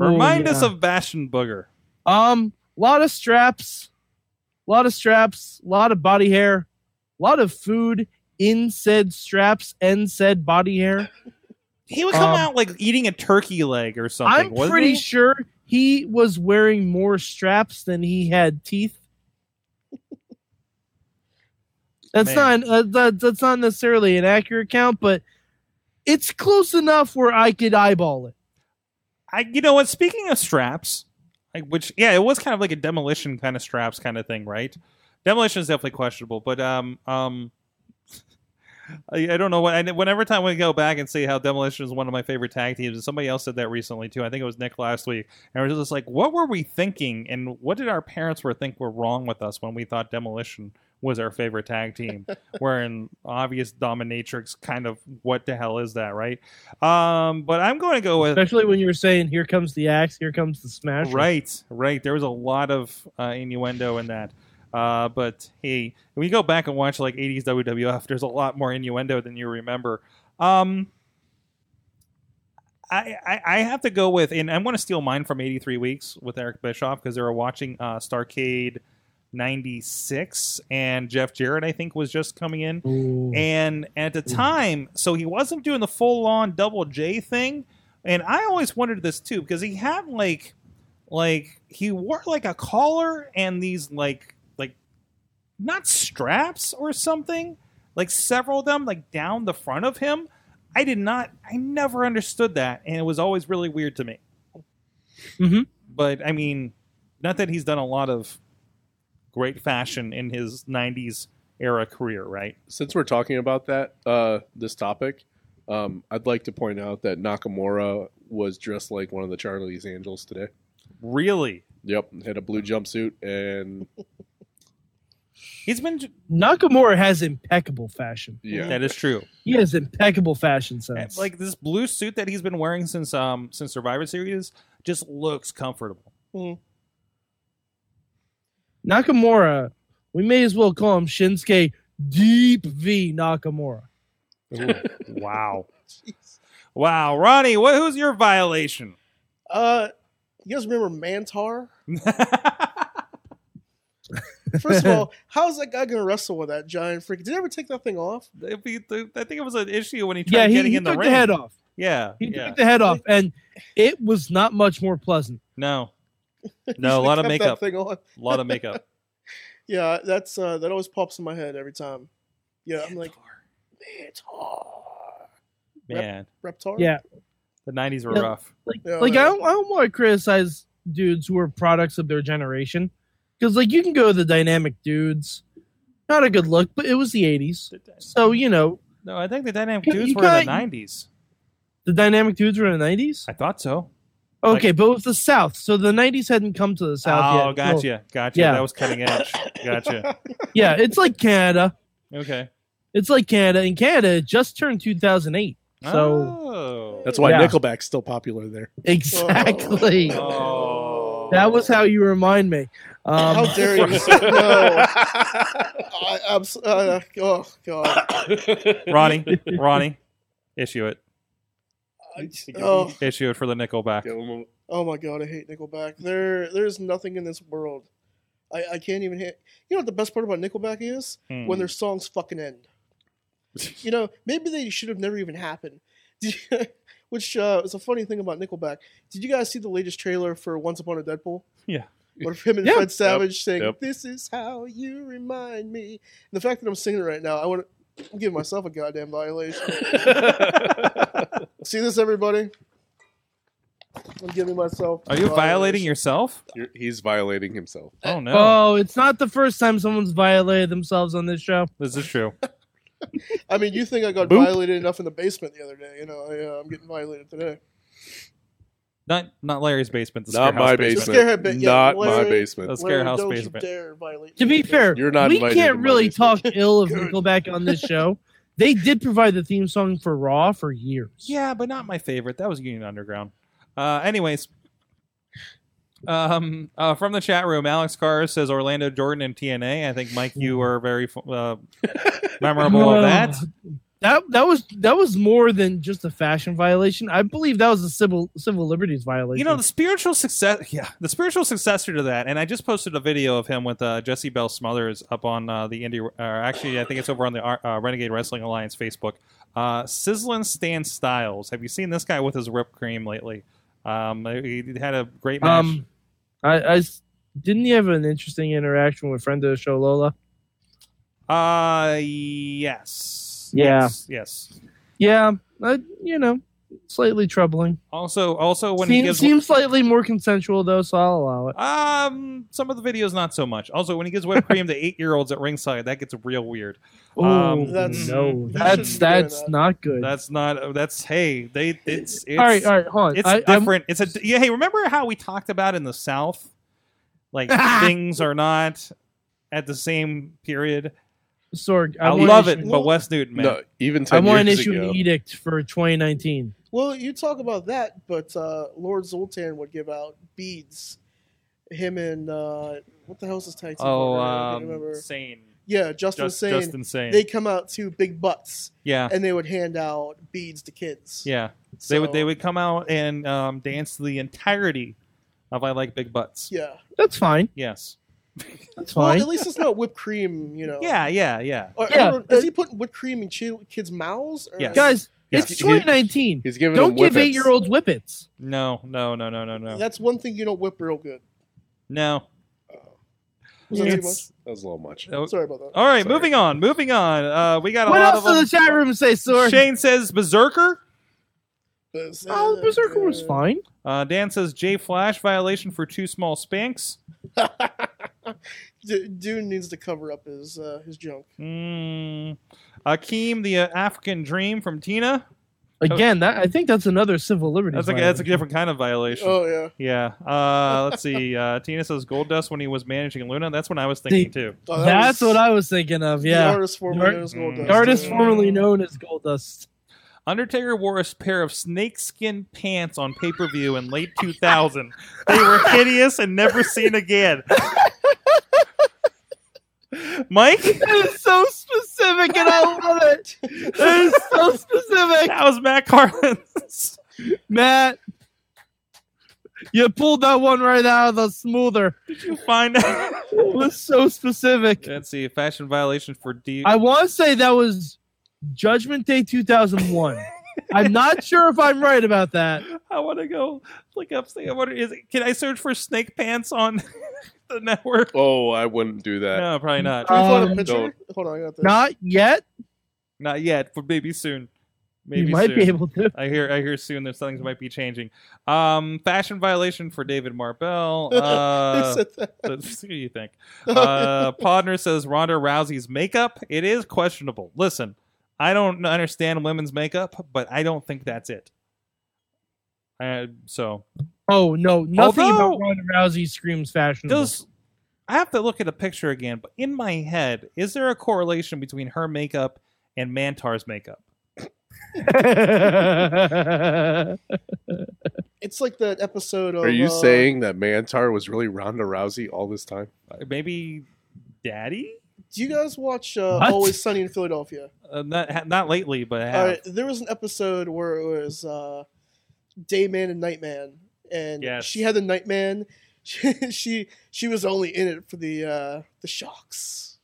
Speaker 3: oh,
Speaker 2: Remind us
Speaker 3: yeah.
Speaker 2: of Bastion Booger.
Speaker 3: um, a lot of straps, a lot of straps, a lot of body hair, a lot of food in said straps and said body hair.
Speaker 2: He would come
Speaker 3: Um,
Speaker 2: out like eating a turkey leg or something.
Speaker 3: I'm
Speaker 2: wasn't
Speaker 3: pretty
Speaker 2: he?
Speaker 3: sure he was wearing more straps than he had teeth. That's
Speaker 2: Man.
Speaker 3: not uh, that, that's not necessarily an accurate count, but it's close enough where I could eyeball it.
Speaker 2: I, you know what? Speaking of straps, like which, yeah, it was kind of like a demolition kind of straps kind of thing, right? Demolition is definitely questionable, but um, um, I, I don't know what. I, whenever time we go back and see how demolition is one of my favorite tag teams, and somebody else said that recently too. I think it was Nick last week, and we're just like, what were we thinking, and what did our parents were think were wrong with us when we thought demolition was our favorite tag team? We're in obvious dominatrix kind of what the hell is that, right? Um, but I'm going to go with
Speaker 3: Especially when you were saying, "Here comes the axe, here comes the smash."
Speaker 2: Right, right. There was a lot of uh, innuendo in that. Uh, but hey, when you go back and watch like 80s WWF, there's a lot more innuendo than you remember. Um, I, I, I have to go with, and I'm going to steal mine from 83 Weeks with Eric Bischoff because they were watching uh, Starcade 96, and Jeff Jarrett, I think, was just coming in. And at the time, so he wasn't doing the full on double J thing. And I always wondered this too because he had like, like he wore like a collar and these like, like, not straps or something, like several of them like down the front of him. I did not, I never understood that, and it was always really weird to me.
Speaker 3: Mhm.
Speaker 2: But I mean, not that he's done a lot of great fashion in his '90s era career, right?
Speaker 4: Since we're talking about that, uh, this topic, um, I'd like to point out that Nakamura was dressed like one of the Charlie's Angels today.
Speaker 2: Really?
Speaker 4: Yep, had a blue jumpsuit and
Speaker 2: He's been.
Speaker 3: Nakamura has impeccable fashion.
Speaker 4: yeah,
Speaker 2: That is true.
Speaker 3: He has impeccable fashion sense.
Speaker 2: Like this blue suit that he's been wearing since um since Survivor Series just looks comfortable.
Speaker 3: Nakamura, we may as well call him Shinsuke Deep V Nakamura.
Speaker 2: wow. Wow, Ronnie, what who's your violation?
Speaker 5: Uh, you guys remember Mantar? First of all, how's that guy gonna wrestle with that giant freak? Did he ever take that thing off?
Speaker 2: If he- th- I think it was an issue when he tried
Speaker 3: Yeah, he,
Speaker 2: getting
Speaker 3: he
Speaker 2: in the
Speaker 3: took
Speaker 2: ring.
Speaker 3: the head off.
Speaker 2: Yeah,
Speaker 3: He
Speaker 2: yeah.
Speaker 3: took the head off, and it was not much more pleasant.
Speaker 2: no,
Speaker 5: He
Speaker 2: no, a
Speaker 5: should've
Speaker 2: lot of
Speaker 5: kept that
Speaker 2: makeup, a
Speaker 5: thing on.
Speaker 2: lot of makeup.
Speaker 5: Yeah, that's uh, that always pops in my head every time. Yeah, I'm like Mantar,
Speaker 2: man,
Speaker 5: Reptar.
Speaker 3: Yeah,
Speaker 2: the '90s were
Speaker 3: Yeah.
Speaker 2: rough.
Speaker 5: Yeah,
Speaker 3: like
Speaker 5: that-
Speaker 3: I don't, I don't want to criticize dudes who are products of their generation because like you can go to the dynamic dudes, not a good look, but it was the '80s, so you know
Speaker 2: No, I think the dynamic
Speaker 3: You-
Speaker 2: dudes
Speaker 3: you
Speaker 2: were in the
Speaker 3: got-
Speaker 2: '90s.
Speaker 3: the dynamic dudes were in the '90s.
Speaker 2: I thought so.
Speaker 3: Okay, but it was the South, so the '90s hadn't come to the South yet.
Speaker 2: oh, gotcha, gotcha.
Speaker 3: Yeah.
Speaker 2: That was cutting edge. Gotcha.
Speaker 3: So, yeah, it's like Canada.
Speaker 2: Okay.
Speaker 3: It's like Canada. In Canada, it just turned 2008. So
Speaker 2: oh.
Speaker 4: that's why
Speaker 3: Yeah.
Speaker 4: Nickelback's still popular there.
Speaker 3: exactly.
Speaker 2: Oh.
Speaker 3: That was how you remind me. Um,
Speaker 5: How dare you? say- no, I, I'm, s- uh, oh god.
Speaker 2: Ronnie. Ronnie, issue it.
Speaker 5: Oh,
Speaker 2: Issue it for the Nickelback.
Speaker 5: oh my god, I hate Nickelback. There, there's nothing in this world. I, I can't even hit. You know what the best part about Nickelback is
Speaker 2: Hmm.
Speaker 5: when their songs fucking end. You know, maybe they should have never even happened. Did you- Which uh, is a funny thing about Nickelback. Did you guys see the latest trailer for Once Upon a Deadpool?
Speaker 2: Yeah.
Speaker 5: What if him and
Speaker 3: Yeah.
Speaker 5: Fred Savage saying,
Speaker 4: Yep.
Speaker 5: "This is how you remind me." And the fact that I'm singing it right now, I want to I'm giving myself a goddamn violation. See this, everybody? I'm giving myself.
Speaker 2: Are you
Speaker 5: a
Speaker 2: violating
Speaker 5: violation.
Speaker 2: yourself?
Speaker 4: You're- He's violating himself.
Speaker 2: Oh no,
Speaker 3: Oh, it's not the first time someone's violated themselves on this show.
Speaker 2: this is true.
Speaker 5: I mean, you think I got
Speaker 2: Boop.
Speaker 5: violated enough in the basement the other day? You know, I, uh, I'm getting violated today.
Speaker 2: Not not Larry's basement. The
Speaker 4: Not
Speaker 2: Scarehouse
Speaker 4: my
Speaker 5: The
Speaker 4: basement.
Speaker 5: scare bit, yeah,
Speaker 4: Not my
Speaker 5: Larry-
Speaker 4: basement.
Speaker 2: The
Speaker 5: Larry,
Speaker 2: Scarehouse
Speaker 5: don't
Speaker 2: basement.
Speaker 5: You dare violate
Speaker 3: To be
Speaker 5: me.
Speaker 3: fair,
Speaker 4: You're not
Speaker 3: we
Speaker 4: invited to
Speaker 3: can't
Speaker 4: my
Speaker 3: really talk
Speaker 4: basement.
Speaker 3: ill of
Speaker 5: Good.
Speaker 3: Nickelback on this show. They did provide the theme song for Raw for years.
Speaker 2: Yeah, but not my favorite. That was Union Underground. Uh, anyways, um, uh, from the chat room, Alex Carr says Orlando Jordan and TNA. I think Mike, you were very uh, memorable of that.
Speaker 3: Um, That that was that was more than just a fashion violation. I believe that was a civil civil liberties violation.
Speaker 2: You know the spiritual success. Yeah, the spiritual successor to that. And I just posted a video of him with uh, Jesse Bell Smothers up on uh, the indie. Or actually, I think it's over on the Ar- uh, Renegade Wrestling Alliance Facebook. Uh, Sizzlin' Stan Styles. Have you seen this guy with his whipped cream lately? Um, he he had a great match.
Speaker 3: um, I, I s- didn't he have an interesting interaction with friend of the show Lola.
Speaker 2: Uh yes.
Speaker 3: Yeah.
Speaker 2: Yes. yes.
Speaker 3: Yeah, I, you know, slightly troubling.
Speaker 2: Also also when he
Speaker 3: Seem-
Speaker 2: gives
Speaker 3: seems slightly more consensual though, so I'll allow it.
Speaker 2: um some of the videos not so much. Also when he gives whipped cream to 8-year-olds at ringside, that gets real weird.
Speaker 3: Oh
Speaker 2: Um,
Speaker 5: That's-
Speaker 3: no,
Speaker 2: you
Speaker 3: that's
Speaker 5: shouldn't be doing
Speaker 3: that's
Speaker 5: that.
Speaker 3: not good.
Speaker 2: That's not uh, that's hey, they it's it's
Speaker 3: all right, all right, hold on.
Speaker 2: it's
Speaker 3: I, I'm-
Speaker 2: different. it's a yeah, hey, remember how we talked about in the south like things are not at the same period.
Speaker 3: Sorg, I,
Speaker 2: I,
Speaker 3: want
Speaker 2: love
Speaker 3: an
Speaker 2: it,
Speaker 3: issue-
Speaker 2: but West Newton man.
Speaker 4: No, even
Speaker 3: I
Speaker 4: ten
Speaker 3: want an
Speaker 4: years
Speaker 3: issue
Speaker 4: ago.
Speaker 3: an edict for 2019.
Speaker 5: Well, you talk about that, but uh, Lord Zoltan would give out beads. Him and uh, what the hell's his tag team?
Speaker 2: Oh,
Speaker 5: partner? I can't
Speaker 2: um,
Speaker 5: remember.
Speaker 2: sane.
Speaker 5: yeah, Justin
Speaker 2: Just,
Speaker 5: Sane.
Speaker 2: just insane.
Speaker 5: They come out to big butts
Speaker 2: yeah,
Speaker 5: and they would hand out beads to kids.
Speaker 2: yeah. They would
Speaker 5: So,
Speaker 2: they would come out and um, dance the entirety of I Like Big Butts.
Speaker 5: Yeah.
Speaker 3: That's fine.
Speaker 2: Yes.
Speaker 3: That's
Speaker 5: Well,
Speaker 3: fine.
Speaker 5: at least it's not whipped cream, you know.
Speaker 2: Yeah, yeah, yeah.
Speaker 5: Or,
Speaker 3: Yeah,
Speaker 5: I don't know, is he putting whipped cream in chi- kids' mouths? Or
Speaker 2: Yes.
Speaker 3: Guys,
Speaker 2: Yeah.
Speaker 3: it's 2019.
Speaker 4: He's giving
Speaker 3: Don't
Speaker 4: him
Speaker 3: give
Speaker 4: whippets.
Speaker 3: eight year olds whippets.
Speaker 2: No, no, no, no, no, no.
Speaker 5: that's one thing you don't whip real good.
Speaker 2: No.
Speaker 5: Was that too
Speaker 2: It's-
Speaker 4: That was a little much.
Speaker 2: oh,
Speaker 5: much? Sorry about that.
Speaker 2: All right,
Speaker 4: Sorry.
Speaker 2: moving on, moving on. Uh, we got a
Speaker 3: What
Speaker 2: lot
Speaker 3: else
Speaker 2: of
Speaker 3: does the
Speaker 2: them.
Speaker 3: chat room say, Sorg?
Speaker 2: Shane says Berserker.
Speaker 3: Oh, Berserker was fine.
Speaker 2: Uh, Dan says J Flash violation for two small spanks.
Speaker 5: D- Dune needs to cover up his uh, his junk.
Speaker 2: Hmm. Mm. Akeem, the uh, African Dream from Tina.
Speaker 3: Again, that I think that's another civil liberties.
Speaker 2: That's like that's a
Speaker 3: violation.
Speaker 2: different kind of violation.
Speaker 5: Oh yeah.
Speaker 2: Yeah. Uh, let's see. Uh, Tina says Gold Dust when he was managing Luna. That's when I was thinking too.
Speaker 5: Oh, that
Speaker 3: That's
Speaker 5: was
Speaker 3: what I was thinking of.
Speaker 5: The
Speaker 3: Yeah,
Speaker 5: artist formerly
Speaker 3: The art-
Speaker 5: known as Goldust.
Speaker 3: the artist formerly known as Goldust.
Speaker 2: Undertaker wore a pair of snakeskin pants on pay per view in late 2000. They were hideous and never seen again. Mike,
Speaker 3: That is so specific, and I love it. That is so specific,
Speaker 2: that was Matt Carlin's.
Speaker 3: Matt. You pulled that one right out of the smoother.
Speaker 2: You find out.
Speaker 3: It was so specific.
Speaker 2: Let's see. Fashion violation for D.
Speaker 3: I want to say that was Judgment Day 2001. I'm not sure if I'm right about that.
Speaker 2: I want to go look up. Say, I wonder, is it, can I search for snake pants on the network?
Speaker 4: Oh, I wouldn't do that.
Speaker 2: No, probably not.
Speaker 5: Can we find
Speaker 3: Um,
Speaker 5: a picture?
Speaker 4: Don't.
Speaker 5: Hold on, I got this.
Speaker 3: Not yet.
Speaker 2: Not yet, but maybe soon. Maybe
Speaker 3: you might
Speaker 2: soon.
Speaker 3: be able to.
Speaker 2: I hear. I hear soon that things might be changing. Um, fashion violation for David Marbell. Uh,
Speaker 5: They said that.
Speaker 2: what do you think? Uh, Podner says Ronda Rousey's makeup. It is questionable. Listen, I don't understand women's makeup, but I don't think that's it. Uh, so
Speaker 3: Oh no, nothing
Speaker 2: Although-
Speaker 3: about Ronda Rousey screams fashionable.
Speaker 2: does I have to look at a picture again? But in my head, is there a correlation between her makeup and Mantar's makeup?
Speaker 5: It's like that episode of.
Speaker 4: Are you
Speaker 5: uh,
Speaker 4: saying that Mantar was really Ronda Rousey all this time?
Speaker 2: Uh, Maybe Daddy.
Speaker 5: Do you guys watch uh,
Speaker 3: What?
Speaker 5: Always Sunny in Philadelphia?
Speaker 2: Uh, not ha- not lately, but I have.
Speaker 5: All right, there was an episode where it was uh, Dayman and Nightman, and
Speaker 2: Yes.
Speaker 5: she had the Nightman. She, she she was only in it for the uh, the shocks.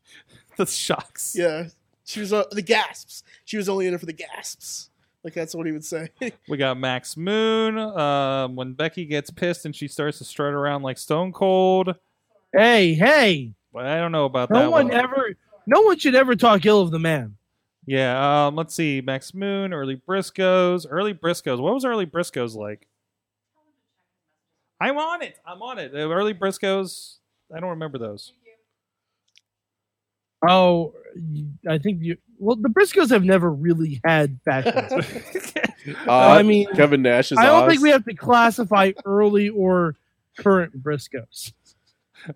Speaker 2: the shocks.
Speaker 5: Yeah, she was uh, the gasps. She was only in it for the gasps. Like that's what he would say.
Speaker 2: We got Max Moon. Um, when Becky gets pissed and she starts to strut around like Stone Cold.
Speaker 3: hey, hey!
Speaker 2: But I don't know about
Speaker 3: No
Speaker 2: that
Speaker 3: one
Speaker 2: one.
Speaker 3: ever, no one should ever talk ill of the man.
Speaker 2: yeah. Um, let's see. Max Moon. Early Briscoes. Early Briscoes. What was early Briscoes like? I'm on it. I'm on it. Uh, Early Briscoes. I don't remember those.
Speaker 3: Oh, I think you. Well, the Briscoes have never really had fashion. I
Speaker 4: Oz,
Speaker 3: mean,
Speaker 4: Uh, Kevin Nash is.
Speaker 3: I don't
Speaker 4: Oz.
Speaker 3: think we have to classify early or current Briscoes.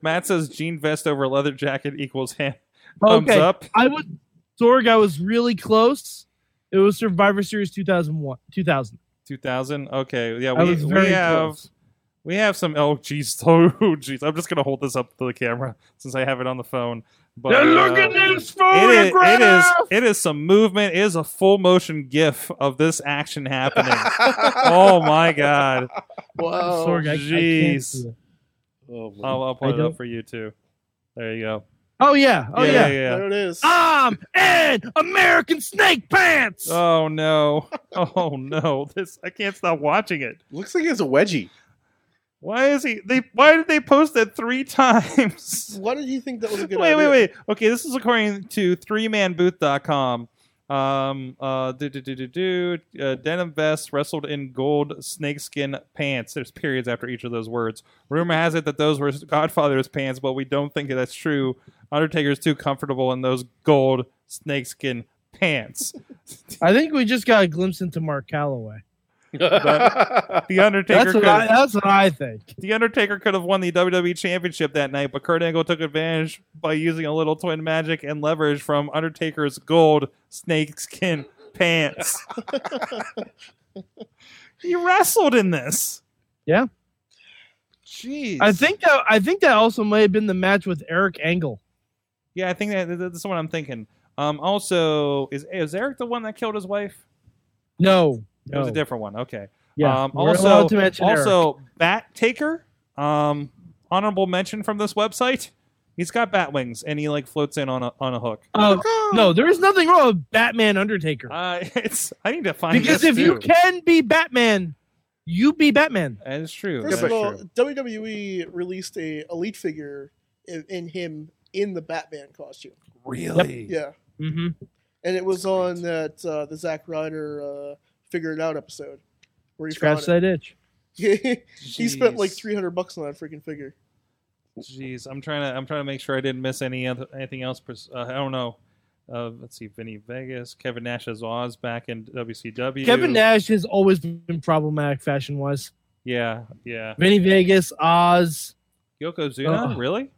Speaker 2: Matt says jean vest over leather jacket equals hand. Thumbs
Speaker 3: Okay,
Speaker 2: up.
Speaker 3: I would. Zorg, I was really close. It was Survivor Series 2001, 2000.
Speaker 2: 2000. Okay. Yeah.
Speaker 3: I
Speaker 2: We,
Speaker 3: was very
Speaker 2: we have.
Speaker 3: close.
Speaker 2: We have some. Oh, jeez. Oh, jeez. I'm just gonna hold this up to the camera since I have it on the phone. But
Speaker 3: Now look
Speaker 2: uh,
Speaker 3: at this
Speaker 2: It is, it
Speaker 3: photograph.
Speaker 2: is. It is some movement. It is a full motion GIF of this action happening. oh my god.
Speaker 5: wow.
Speaker 3: Sorg, I- I can't
Speaker 2: jeez.
Speaker 3: see it.
Speaker 4: Oh, my-
Speaker 2: I'll, I'll put
Speaker 3: I
Speaker 2: it up
Speaker 3: don't-
Speaker 2: for you too. There you go.
Speaker 3: Oh yeah. Oh yeah.
Speaker 2: yeah.
Speaker 5: There it is.
Speaker 3: I'm an American Snake Pants.
Speaker 2: Oh no. Oh no. This. I can't stop watching it.
Speaker 4: Looks like it's a wedgie.
Speaker 2: Why is he? They. Why did they post that three times?
Speaker 5: Why did he think that was a good
Speaker 2: wait,
Speaker 5: idea?
Speaker 2: wait, wait. Okay, this is according to 3manbooth.com. Um, uh, do, do, do, do, do, uh, denim vest wrestled in gold snakeskin pants. There's periods after each of those words. Rumor has it that those were Godfather's pants, but we don't think that's true. Undertaker's too comfortable in those gold snakeskin pants.
Speaker 3: I think we just got a glimpse into Mark Calloway.
Speaker 2: The Undertaker
Speaker 3: Uh, That's
Speaker 2: could
Speaker 3: what, I, that's what I think.
Speaker 2: The Undertaker could have won the WWE Championship that night, but Kurt Angle took advantage by using a little twin magic and leverage from Undertaker's gold snakeskin pants. he wrestled in this.
Speaker 3: Yeah.
Speaker 2: Jeez.
Speaker 3: I think that I think that also may have been the match with Eric Engel.
Speaker 2: Yeah, I think that, that- that's what I'm thinking. Um, also, is is Eric the one that killed his wife?
Speaker 3: No,
Speaker 2: It was a
Speaker 3: no.
Speaker 2: different one. Okay.
Speaker 3: yeah.
Speaker 2: Um,
Speaker 3: we're
Speaker 2: also,
Speaker 3: allowed to mention Eric.
Speaker 2: also Bat Taker. Um, honorable mention from this website. He's got bat wings, and he like floats in on a on a hook. Oh,
Speaker 3: Uh, no, there is nothing wrong with Batman Undertaker
Speaker 2: Uh, it's I need to find
Speaker 3: because
Speaker 2: this
Speaker 3: if you
Speaker 2: too.
Speaker 3: can be Batman, you be Batman.
Speaker 2: that is true.
Speaker 5: First
Speaker 2: That
Speaker 5: of
Speaker 2: is
Speaker 5: all,
Speaker 2: true.
Speaker 5: WWE released a elite figure in, in him in the Batman costume.
Speaker 2: really,
Speaker 5: Yeah,
Speaker 3: Mm-hmm.
Speaker 5: and it was on that uh, the Zack Ryder uh, figure it out episode where he
Speaker 3: Scratch
Speaker 5: found
Speaker 3: that itch.
Speaker 5: it. he spent like
Speaker 2: Jeez.
Speaker 5: three hundred bucks on that freaking figure.
Speaker 2: Jeez, I'm trying to I'm trying to make sure I didn't miss any other, anything else. pers- Uh, I don't know. of let's see, Vinny Vegas, Kevin Nash as Oz back in WCW.
Speaker 3: Kevin Nash has always been problematic fashion wise.
Speaker 2: Yeah, yeah.
Speaker 3: Vinny Vegas, Oz.
Speaker 2: Yokozuna,
Speaker 3: Oh.
Speaker 2: really?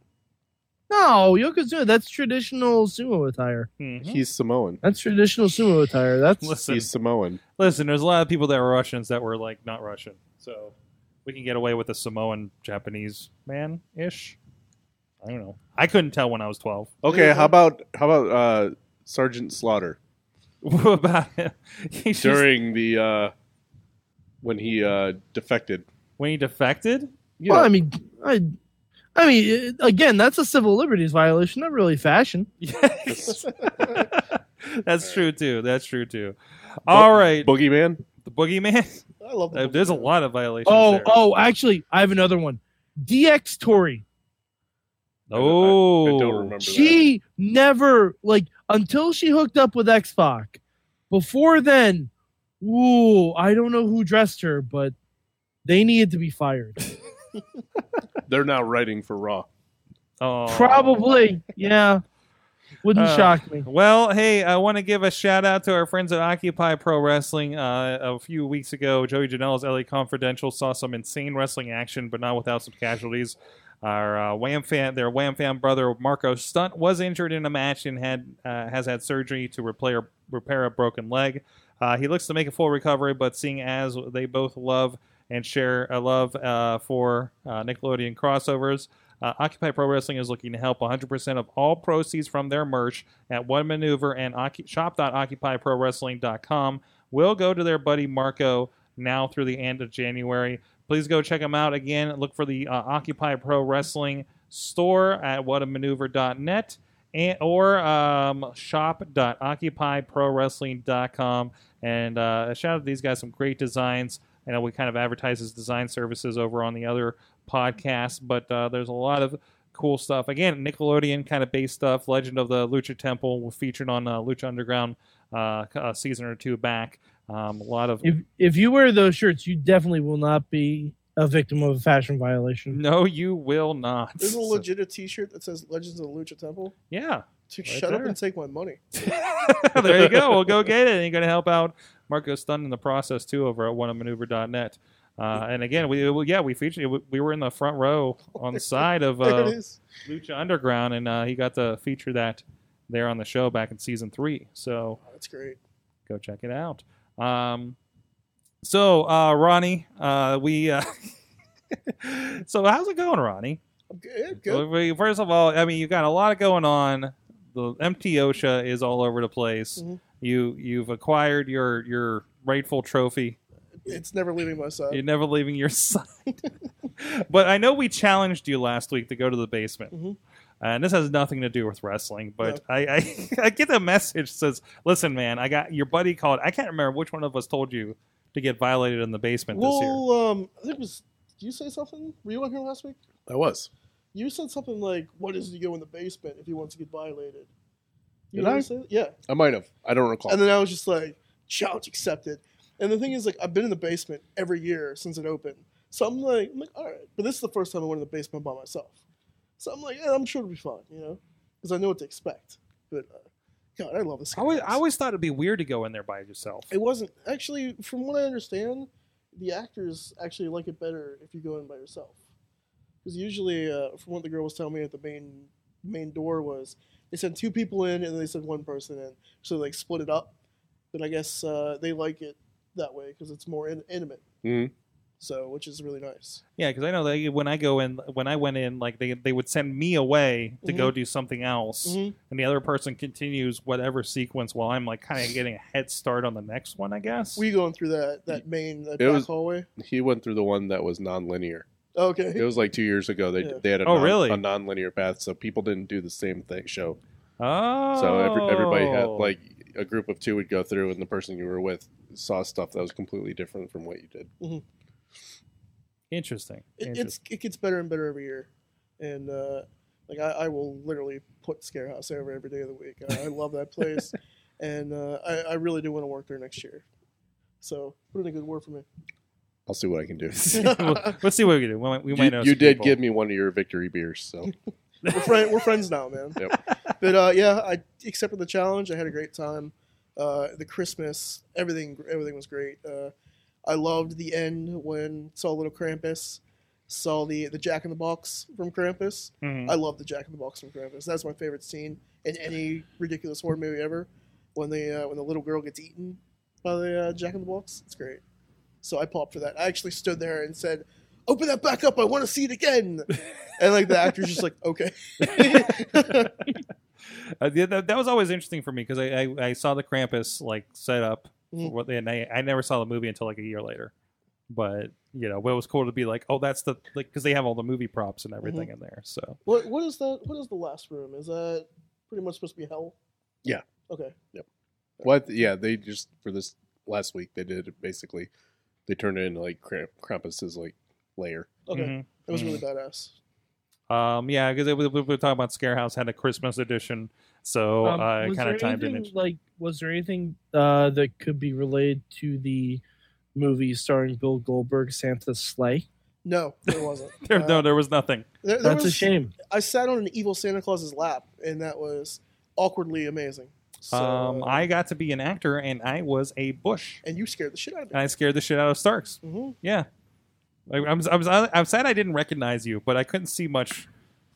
Speaker 3: No, Yokozuna, that's traditional sumo attire.
Speaker 2: Mhm.
Speaker 4: He's Samoan.
Speaker 3: That's traditional sumo attire. That's
Speaker 2: Listen,
Speaker 4: He's Samoan.
Speaker 2: listen. There's a lot of people that were Russians that were like not Russian, so we can get away with a Samoan Japanese man ish. I don't know. I couldn't tell when I was twelve.
Speaker 4: Okay, how about how about uh, Sergeant Slaughter
Speaker 2: what about him? He's just-
Speaker 4: during the uh, when he uh, defected?
Speaker 2: when he defected?
Speaker 4: Yeah,
Speaker 3: well, I mean, I, I mean, it- again, that's a civil liberties violation, not really fashion.
Speaker 2: Yes. That's true too. That's true too. All right,
Speaker 4: Boogeyman.
Speaker 2: the boogeyman.
Speaker 5: I love
Speaker 2: Uh,
Speaker 5: that.
Speaker 2: There's a lot of violations.
Speaker 3: Oh,
Speaker 2: there.
Speaker 3: oh, actually, I have another one. DX Tori.
Speaker 4: I
Speaker 2: oh,
Speaker 4: don't remember.
Speaker 3: She never like until she hooked up with X Pac. Before then, ooh, I don't know who dressed her, but they needed to be fired.
Speaker 4: that. They're now writing for Raw.
Speaker 2: Oh.
Speaker 3: Probably, yeah. Wouldn't
Speaker 2: Uh,
Speaker 3: shock me.
Speaker 2: Well, hey, I want to give a shout out to our friends at Occupy Pro Wrestling. Uh, a few weeks ago, Joey Janela's LA Confidential saw some insane wrestling action, but not without some casualties. Our uh, Wham fan, their Wham fan brother Marco Stunt was injured in a match and had uh, has had surgery to repair repair a broken leg. Uh, he looks to make a full recovery, but seeing as they both love and share a love uh, for uh, Nickelodeon crossovers, uh, Occupy Pro Wrestling is looking to help 100% of all proceeds from their merch at One Maneuver and ocu- shop.occupyprowrestling.com will go to their buddy Marco now through the end of January. Please go check them out again. Look for the uh, Occupy Pro Wrestling store at whatamaneuver.net and, or um, shop.occupyprowrestling.com. And uh, a shout out to these guys, some great designs. I know we kind of advertise his design services over on the other podcast, but uh, there's a lot of cool stuff. Again, Nickelodeon kind of based stuff. Legend of the Lucha Temple was featured on uh, Lucha Underground uh, a season or two back. Um, a lot of
Speaker 3: If if you wear those shirts, you definitely will not be a victim of a fashion violation.
Speaker 2: no, you will not.
Speaker 5: There's a legit a T-shirt that says "Legends of the Lucha Temple."
Speaker 2: yeah,
Speaker 5: Dude,
Speaker 2: Right
Speaker 5: shut up
Speaker 2: there.
Speaker 5: and take my money.
Speaker 2: there you go. We'll go get it. And you're going to help out Marco Stun in the process too over at oneomaneuver.net. Uh, and again, we we- yeah we featured we- we were in the front row on the side of
Speaker 5: There
Speaker 2: uh,
Speaker 5: it is.
Speaker 2: Lucha Underground, and uh, he got to feature that there on the show back in season three. So
Speaker 5: Oh, that's great.
Speaker 2: go check it out. Um, so uh, Ronnie, uh, we uh, so how's it going, Ronnie?
Speaker 5: I'm good. yeah, good.
Speaker 2: Well, we- First of all, I mean, you got a lot of going on. The MT OSHA is all over the place.
Speaker 5: Mhm.
Speaker 2: You you've acquired your your rightful trophy.
Speaker 5: It's never leaving my side.
Speaker 2: You're never leaving your side. but I know we challenged you last week to go to the basement.
Speaker 5: Mhm.
Speaker 2: And this has nothing to do with wrestling, but I, I I get a message says, "Listen, man, I got your buddy called. I can't remember which one of us told you to get violated in the basement this year."
Speaker 5: well, um, I think it was. Did you say something? Were you on here last week?
Speaker 4: I was.
Speaker 5: You said something like, "What is to go in the basement if he wants to get violated?" You
Speaker 4: Did
Speaker 5: know what
Speaker 4: I? Oh.
Speaker 5: said? Yeah.
Speaker 4: I might have. I don't recall.
Speaker 5: And then I was just like, challenge accepted. And the thing is, like, I've been in the basement every year since it opened. So I'm like, I'm like, all right. But this is the first time I went in the basement by myself. So I'm like, yeah, I'm sure it'll be fine, you know, because I know what to expect. But uh, God, I love this.
Speaker 2: I always,
Speaker 5: guy.
Speaker 2: I always thought it'd be weird to go in there by yourself.
Speaker 5: It wasn't actually, from what I understand, the actors actually like it better if you go in by yourself. Because usually, uh, from what the girl was telling me at the main main door was, they sent two people in and then they sent one person in, so they like split it up. But I guess uh, they like it that way because it's more in- intimate.
Speaker 4: Mhm.
Speaker 5: So, which is really nice.
Speaker 2: Yeah, because I know that when I go in, when I went in, like they they would send me away to
Speaker 4: Mm-hmm.
Speaker 2: go do something else, and the other person continues whatever sequence while I'm like kind of getting a head start on the next one, I guess.
Speaker 5: We going through that that main that
Speaker 4: It
Speaker 5: back
Speaker 4: was-
Speaker 5: hallway.
Speaker 4: he went through the one that was non-linear.
Speaker 5: Okay.
Speaker 4: It was like two years ago. They
Speaker 5: Yeah.
Speaker 4: they had a,
Speaker 2: Oh,
Speaker 4: non,
Speaker 2: really?
Speaker 4: a non-linear path, so people didn't do the same thing show.
Speaker 2: oh,
Speaker 4: So every, everybody had like a group of two would go through, and the person you were with saw stuff that was completely different from what you did.
Speaker 2: interesting.
Speaker 5: it,
Speaker 2: interesting.
Speaker 5: it's it gets better and better every year, and uh, like I, I will literally put Scare House over every day of the week. I, I love that place, and uh, I, I really do want to work there next year. So put in a good word for me.
Speaker 4: I'll see what I can do.
Speaker 2: Well, let's see what we can do. We might, we
Speaker 4: you
Speaker 2: might know.
Speaker 4: you
Speaker 2: some
Speaker 4: did
Speaker 2: people.
Speaker 4: give me one of your victory beers, so
Speaker 5: We're, friend, we're friends now, man.
Speaker 4: Yep.
Speaker 5: but uh, yeah, I accepted the challenge. I had a great time. Uh, the Christmas, everything, everything was great. Uh, I loved the end when saw little Krampus, saw the the Jack in the Box from Krampus.
Speaker 2: Mhm.
Speaker 5: I love the Jack in the Box from Krampus. That's my favorite scene in any ridiculous horror movie ever. When the uh, when the little girl gets eaten by the uh, Jack in the Box, it's great. So I popped for that. I actually stood there and said, "Open that back up! I want to see it again." and like the actor's just like, "Okay."
Speaker 2: Uh, yeah, that, that was always interesting for me because I, I, I saw the Krampus like set up, for
Speaker 5: Mhm.
Speaker 2: what they, and I, I never saw the movie until like a year later. But you know, but it was cool to be like, oh, that's the like because they have all the movie props and
Speaker 5: Mm-hmm.
Speaker 2: everything in there. So
Speaker 5: What what is that? What is the last room? Is that pretty much supposed to be hell?
Speaker 4: Yeah.
Speaker 5: Okay.
Speaker 4: What? Yeah, they just for this last week they did it basically. They turned it into like Kramp- Krampus's like lair.
Speaker 5: Okay.
Speaker 2: Mhm.
Speaker 5: That was really badass.
Speaker 3: Mm-hmm.
Speaker 2: Um, yeah, because we, we were talking about Scare House had a Christmas edition, so uh,
Speaker 3: Um,
Speaker 2: I
Speaker 3: was
Speaker 2: kind
Speaker 3: there
Speaker 2: of timed
Speaker 3: anything,
Speaker 2: it. in.
Speaker 3: Like, was there anything uh, that could be related to the movie starring Bill Goldberg, Santa's Sleigh?
Speaker 5: No, there wasn't.
Speaker 2: There,
Speaker 5: Uh,
Speaker 2: no, there was nothing.
Speaker 5: there- there
Speaker 3: That's a
Speaker 5: was-
Speaker 3: shame.
Speaker 5: I sat on an evil Santa Claus's lap, and that was awkwardly amazing. So, uh,
Speaker 2: um, I got to be an actor, and I was a bush,
Speaker 5: and you scared the shit out of
Speaker 2: and
Speaker 5: me.
Speaker 2: I scared the shit out of Starks.
Speaker 5: hmm
Speaker 2: Yeah, I, I'm, I'm, I'm sad I didn't recognize you, but I couldn't see much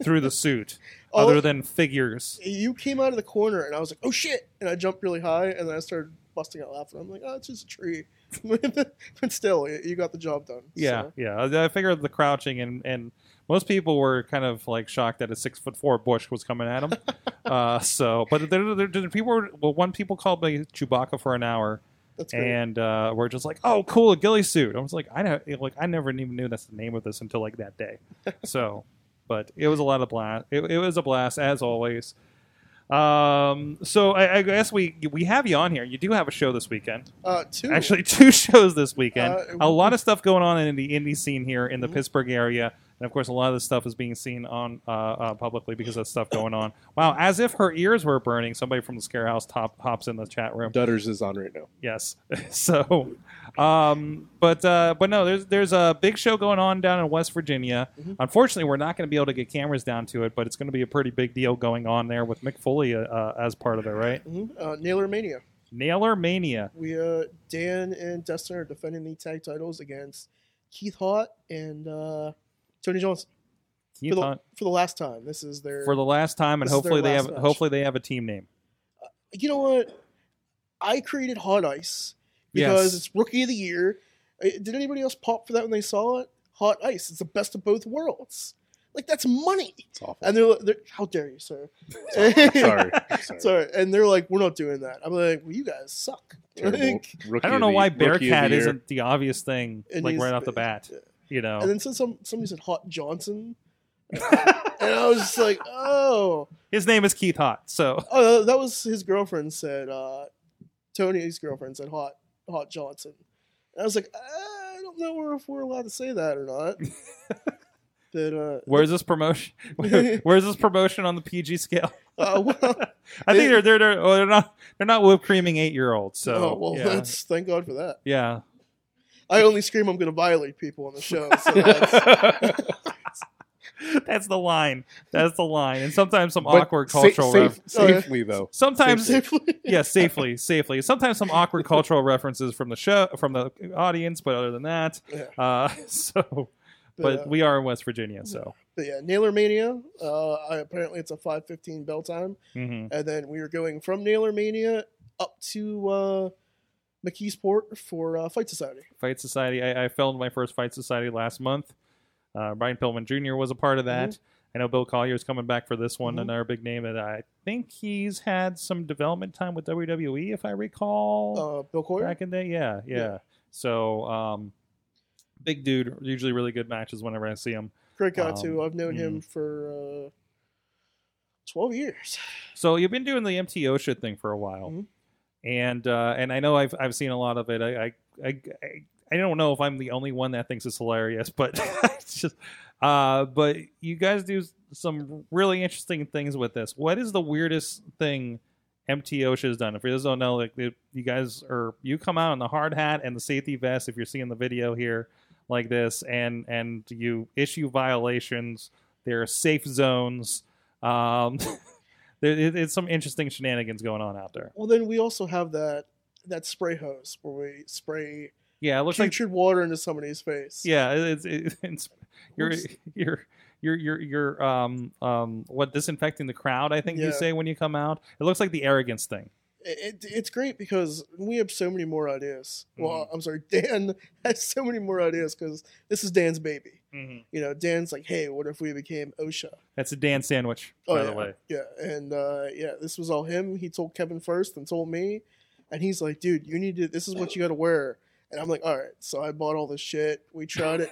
Speaker 2: through the suit
Speaker 5: Oh.
Speaker 2: other than figures.
Speaker 5: you came out of the corner, and I was like, "Oh shit!" And I jumped really high, and then I started busting out laughing. I'm like, "Oh, it's just a tree," but still, y- you got the job done.
Speaker 2: Yeah,
Speaker 5: So,
Speaker 2: yeah. I, I figured the crouching and and most people were kind of like shocked that a six foot four bush was coming at them. uh, so, but there, there, there people were well. One people called me Chewbacca for an hour,
Speaker 5: that's great.
Speaker 2: and uh, we're just like, "Oh, cool, a ghillie suit." I was like, "I know, like, I never even knew that's the name of this until like that day." so, but it was a lot of blast. It, it was a blast as always. Um, so I, I guess we we have you on here. You do have a show this weekend.
Speaker 5: uh, two
Speaker 2: Actually, two shows this weekend.
Speaker 5: Uh,
Speaker 2: a lot of stuff going on in the indie scene here in the
Speaker 5: Mhm.
Speaker 2: Pittsburgh area. And of course, a lot of this stuff is being seen on uh, uh, publicly because of stuff going on. Wow, as if her ears were burning. Somebody from the Scare House top hops in the chat room.
Speaker 4: Dutters is on right now.
Speaker 2: Yes. so, um, but uh, but no, there's there's a big show going on down in West Virginia.
Speaker 5: Mhm.
Speaker 2: Unfortunately, we're not going to be able to get cameras down to it, but it's going to be a pretty big deal going on there with Mick Foley uh, uh, as part of it, right?
Speaker 5: Mhm. uh, Nailer Mania.
Speaker 2: Nailer Mania.
Speaker 5: We uh Dan and Dustin are defending the tag titles against Keith Hart and uh Tony Jones
Speaker 2: Keith
Speaker 5: for the,
Speaker 2: Hunt
Speaker 5: for the last time. This is their
Speaker 2: for the last time, and
Speaker 5: This is their
Speaker 2: hopefully they
Speaker 5: last
Speaker 2: have
Speaker 5: match.
Speaker 2: hopefully they have a team name.
Speaker 5: You know what? I created Hot Ice
Speaker 2: Yes.
Speaker 5: because it's rookie of the year. Uh, Did anybody else pop for that when they saw it? Hot Ice. It's the best of both worlls. Like that's money.
Speaker 4: It's awful.
Speaker 5: And they're, they're how dare you, sir?
Speaker 4: sorry, sorry.
Speaker 5: Sorry. And they're like, we're not doing that. I'm like, well, you guys suck.
Speaker 4: Terrible.
Speaker 5: Like,
Speaker 4: Rookie
Speaker 2: I don't
Speaker 4: of
Speaker 2: know
Speaker 4: the-
Speaker 2: why
Speaker 4: rookie of
Speaker 2: Bearcat
Speaker 4: the year.
Speaker 2: isn't the obvious thing,
Speaker 5: It
Speaker 2: like
Speaker 5: needs
Speaker 2: right
Speaker 5: to
Speaker 2: off the
Speaker 5: be.
Speaker 2: bat. Oh. You know,
Speaker 5: And then since some somebody said Hot Johnson, and I was just like, oh,
Speaker 2: his name is Keith Hot. So
Speaker 5: oh, that was his girlfriend said. Uh, Tony's girlfriend said Hot Hot Johnson. And I was like, I don't know if we're allowed to say that or not. but uh,
Speaker 2: where's this promotion? where's this promotion on the PG scale?
Speaker 5: uh, well,
Speaker 2: I think
Speaker 5: It-
Speaker 2: they're they're they're, oh, they're not they're not whipped creaming eight year olds. So
Speaker 5: oh, well,
Speaker 2: yeah.
Speaker 5: that's thank God for that.
Speaker 2: yeah.
Speaker 5: I only scream I'm going to violate people on the show. So that's,
Speaker 2: that's the line. That's the line. And sometimes some
Speaker 4: But
Speaker 2: awkward
Speaker 4: sa-
Speaker 2: cultural.
Speaker 4: safe-
Speaker 2: ref-
Speaker 5: Oh, yeah.
Speaker 4: safely though.
Speaker 2: sometimes
Speaker 5: safely.
Speaker 2: yeah, safely, safely. Sometimes some awkward cultural references from the show from the audience, but other than that,
Speaker 5: Yeah.
Speaker 2: uh, so. But
Speaker 5: uh,
Speaker 2: we are in West Virginia, so.
Speaker 5: but yeah, Nailor Mania. Uh, I, apparently, it's a 5:15 bell time.
Speaker 2: hmm
Speaker 5: and then we were going from Nailor Mania up to uh, McKeesport for uh, Fight Society.
Speaker 2: Fight Society. I, I filmed my first Fight Society last month. Uh, Brian Pillman Jr. was a part of that. I know Bill Collier is coming back for this one,
Speaker 5: Mhm.
Speaker 2: another big name that I think he's had some development time with WWE, if I recall.
Speaker 5: Uh, Bill Coyer.
Speaker 2: back in the yeah, yeah.
Speaker 5: Yeah.
Speaker 2: So, um, big dude. Usually really good matches whenever I see him.
Speaker 5: Great guy too.
Speaker 2: um,
Speaker 5: I've known him for uh, twelve years.
Speaker 2: So you've been doing the MT OSHA thing for a while,
Speaker 5: Mhm.
Speaker 2: and uh, and I know I've I've seen a lot of it. I I, I I I don't know if I'm the only one that thinks it's hilarious, but it's just. Uh, but you guys do some really interesting things with this. What is the weirdest thing MT OSHA has done? If you guys don't know, like if you guys are you come out in the hard hat and the safety vest. If you're seeing the video here like this, and and you issue violations. There are safe zones. Um, There, it, it's some interesting shenanigans going on out there.
Speaker 5: Well, then we also have that that spray hose where we spray
Speaker 2: Yeah, it looks like
Speaker 5: putrid water into somebody's face.
Speaker 2: yeah, it- it's it, it's you're you're you're you're you're um um what disinfecting the crowd. I think you
Speaker 5: Yeah.
Speaker 2: say when you come out. It looks like the arrogance thing.
Speaker 5: It, it- it's great because we have so many more ideas.
Speaker 2: Mm.
Speaker 5: Well, I'm sorry, Dan has so many more ideas because this is Dan's baby.
Speaker 2: Mm-hmm.
Speaker 5: You know, Dan's like, hey, what if we became OSHA?
Speaker 2: That's a Dan sandwich, by
Speaker 5: Oh, yeah.
Speaker 2: the way.
Speaker 5: Yeah, and uh, yeah, this was all him. He told Kevin first and told me. And he's like, dude, you need to, this is what you got to wear. And I'm like, all right. So I bought all this shit. We tried it.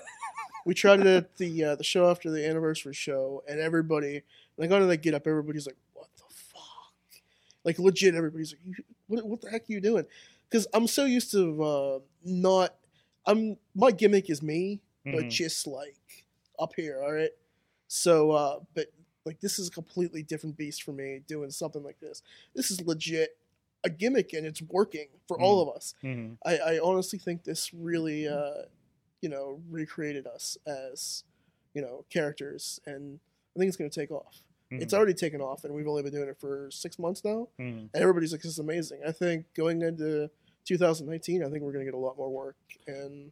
Speaker 5: we tried it at the uh, the show after the anniversary show. And everybody, when I got in that get up, everybody's like, what the fuck? Like, legit, everybody's like, you, what, what the heck are you doing? Because I'm so used to uh, not, I'm, my gimmick is me, but
Speaker 2: Mhm.
Speaker 5: just like up here, all right? So, uh, but like this is a completely different beast for me doing something like this. This is legit a gimmick and it's working for all of us.
Speaker 2: Mhm.
Speaker 5: I, I honestly think this really, uh, you know, recreated us as, you know, characters, and I think it's going to take off.
Speaker 2: mm-hmm, Mm.
Speaker 5: It's already taken off, and we've only been doing it for six months now,
Speaker 2: Mhm.
Speaker 5: and everybody's like, "This is amazing." I think going into 2019, I think we're going to get a lot more work, and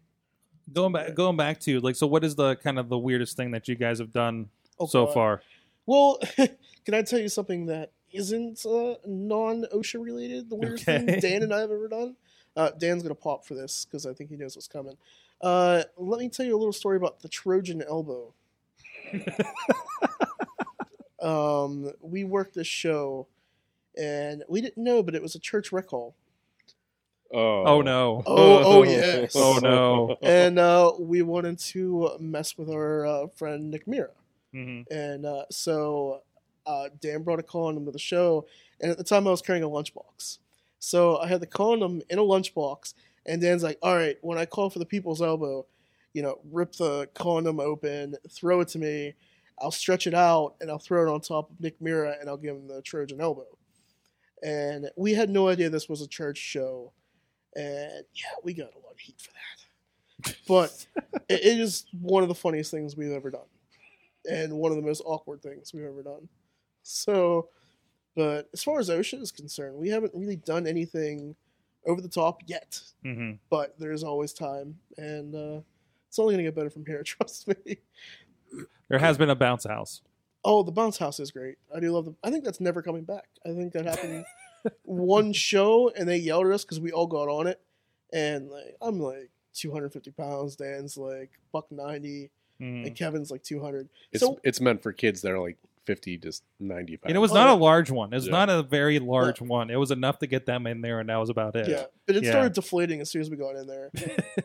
Speaker 2: Going back, going back to like, so what is the kind of the weirdest thing that you guys have done
Speaker 5: Oh,
Speaker 2: so
Speaker 5: God.
Speaker 2: far?
Speaker 5: Well, can I tell you something that isn't uh, non-OSHA related? The weirdest
Speaker 2: Okay.
Speaker 5: thing Dan and I have ever done. Uh, Dan's gonna pop for this because I think he knows what's coming. Uh, let me tell you a little story about the Trojan elbow. um, we worked this show, and we didn't know, but it was a church rec hall.
Speaker 2: Oh, no!
Speaker 5: Oh, oh yes.
Speaker 2: Oh, no.
Speaker 5: And uh, we wanted to mess with our uh, friend Nick Mira.
Speaker 2: Mhm.
Speaker 5: and uh, so uh, Dan brought a condom to the show, and at the time I was carrying a lunchbox, so I had the condom in a lunchbox, and Dan's like, "All right, when I call for the people's elbow, you know, rip the condom open, throw it to me, I'll stretch it out, and I'll throw it on top of Nick Mira, and I'll give him the Trojan elbow." And we had no idea this was a church show, and yeah, we got a lot of heat for that, but it- it is one of the funniest things we've ever done and one of the most awkward things we've ever done. So, but as far as OSHA is concerned, we haven't really done anything over the top yet.
Speaker 2: Mhm.
Speaker 5: But there's always time, and uh, it's only going to get better from here. Trust me.
Speaker 2: There has been a bounce house.
Speaker 5: Oh, the bounce house is great. I do love them. I think that's never coming back. I think that happened one show, and they yelled at us because we all got on it. And like, I'm like 250 pounds. Dan's like buck 90,
Speaker 2: Mhm.
Speaker 5: and Kevin's like 200.
Speaker 4: It's
Speaker 5: so
Speaker 4: it's meant for kids that are like fifty to ninety pounds.
Speaker 2: And it was
Speaker 5: Oh,
Speaker 2: not
Speaker 5: yeah.
Speaker 2: a large one. It was
Speaker 4: Yeah.
Speaker 2: not a very large one. It was enough to get them in there, and that was about it.
Speaker 5: Yeah, but it
Speaker 2: Yeah.
Speaker 5: started deflating as soon as we got in there,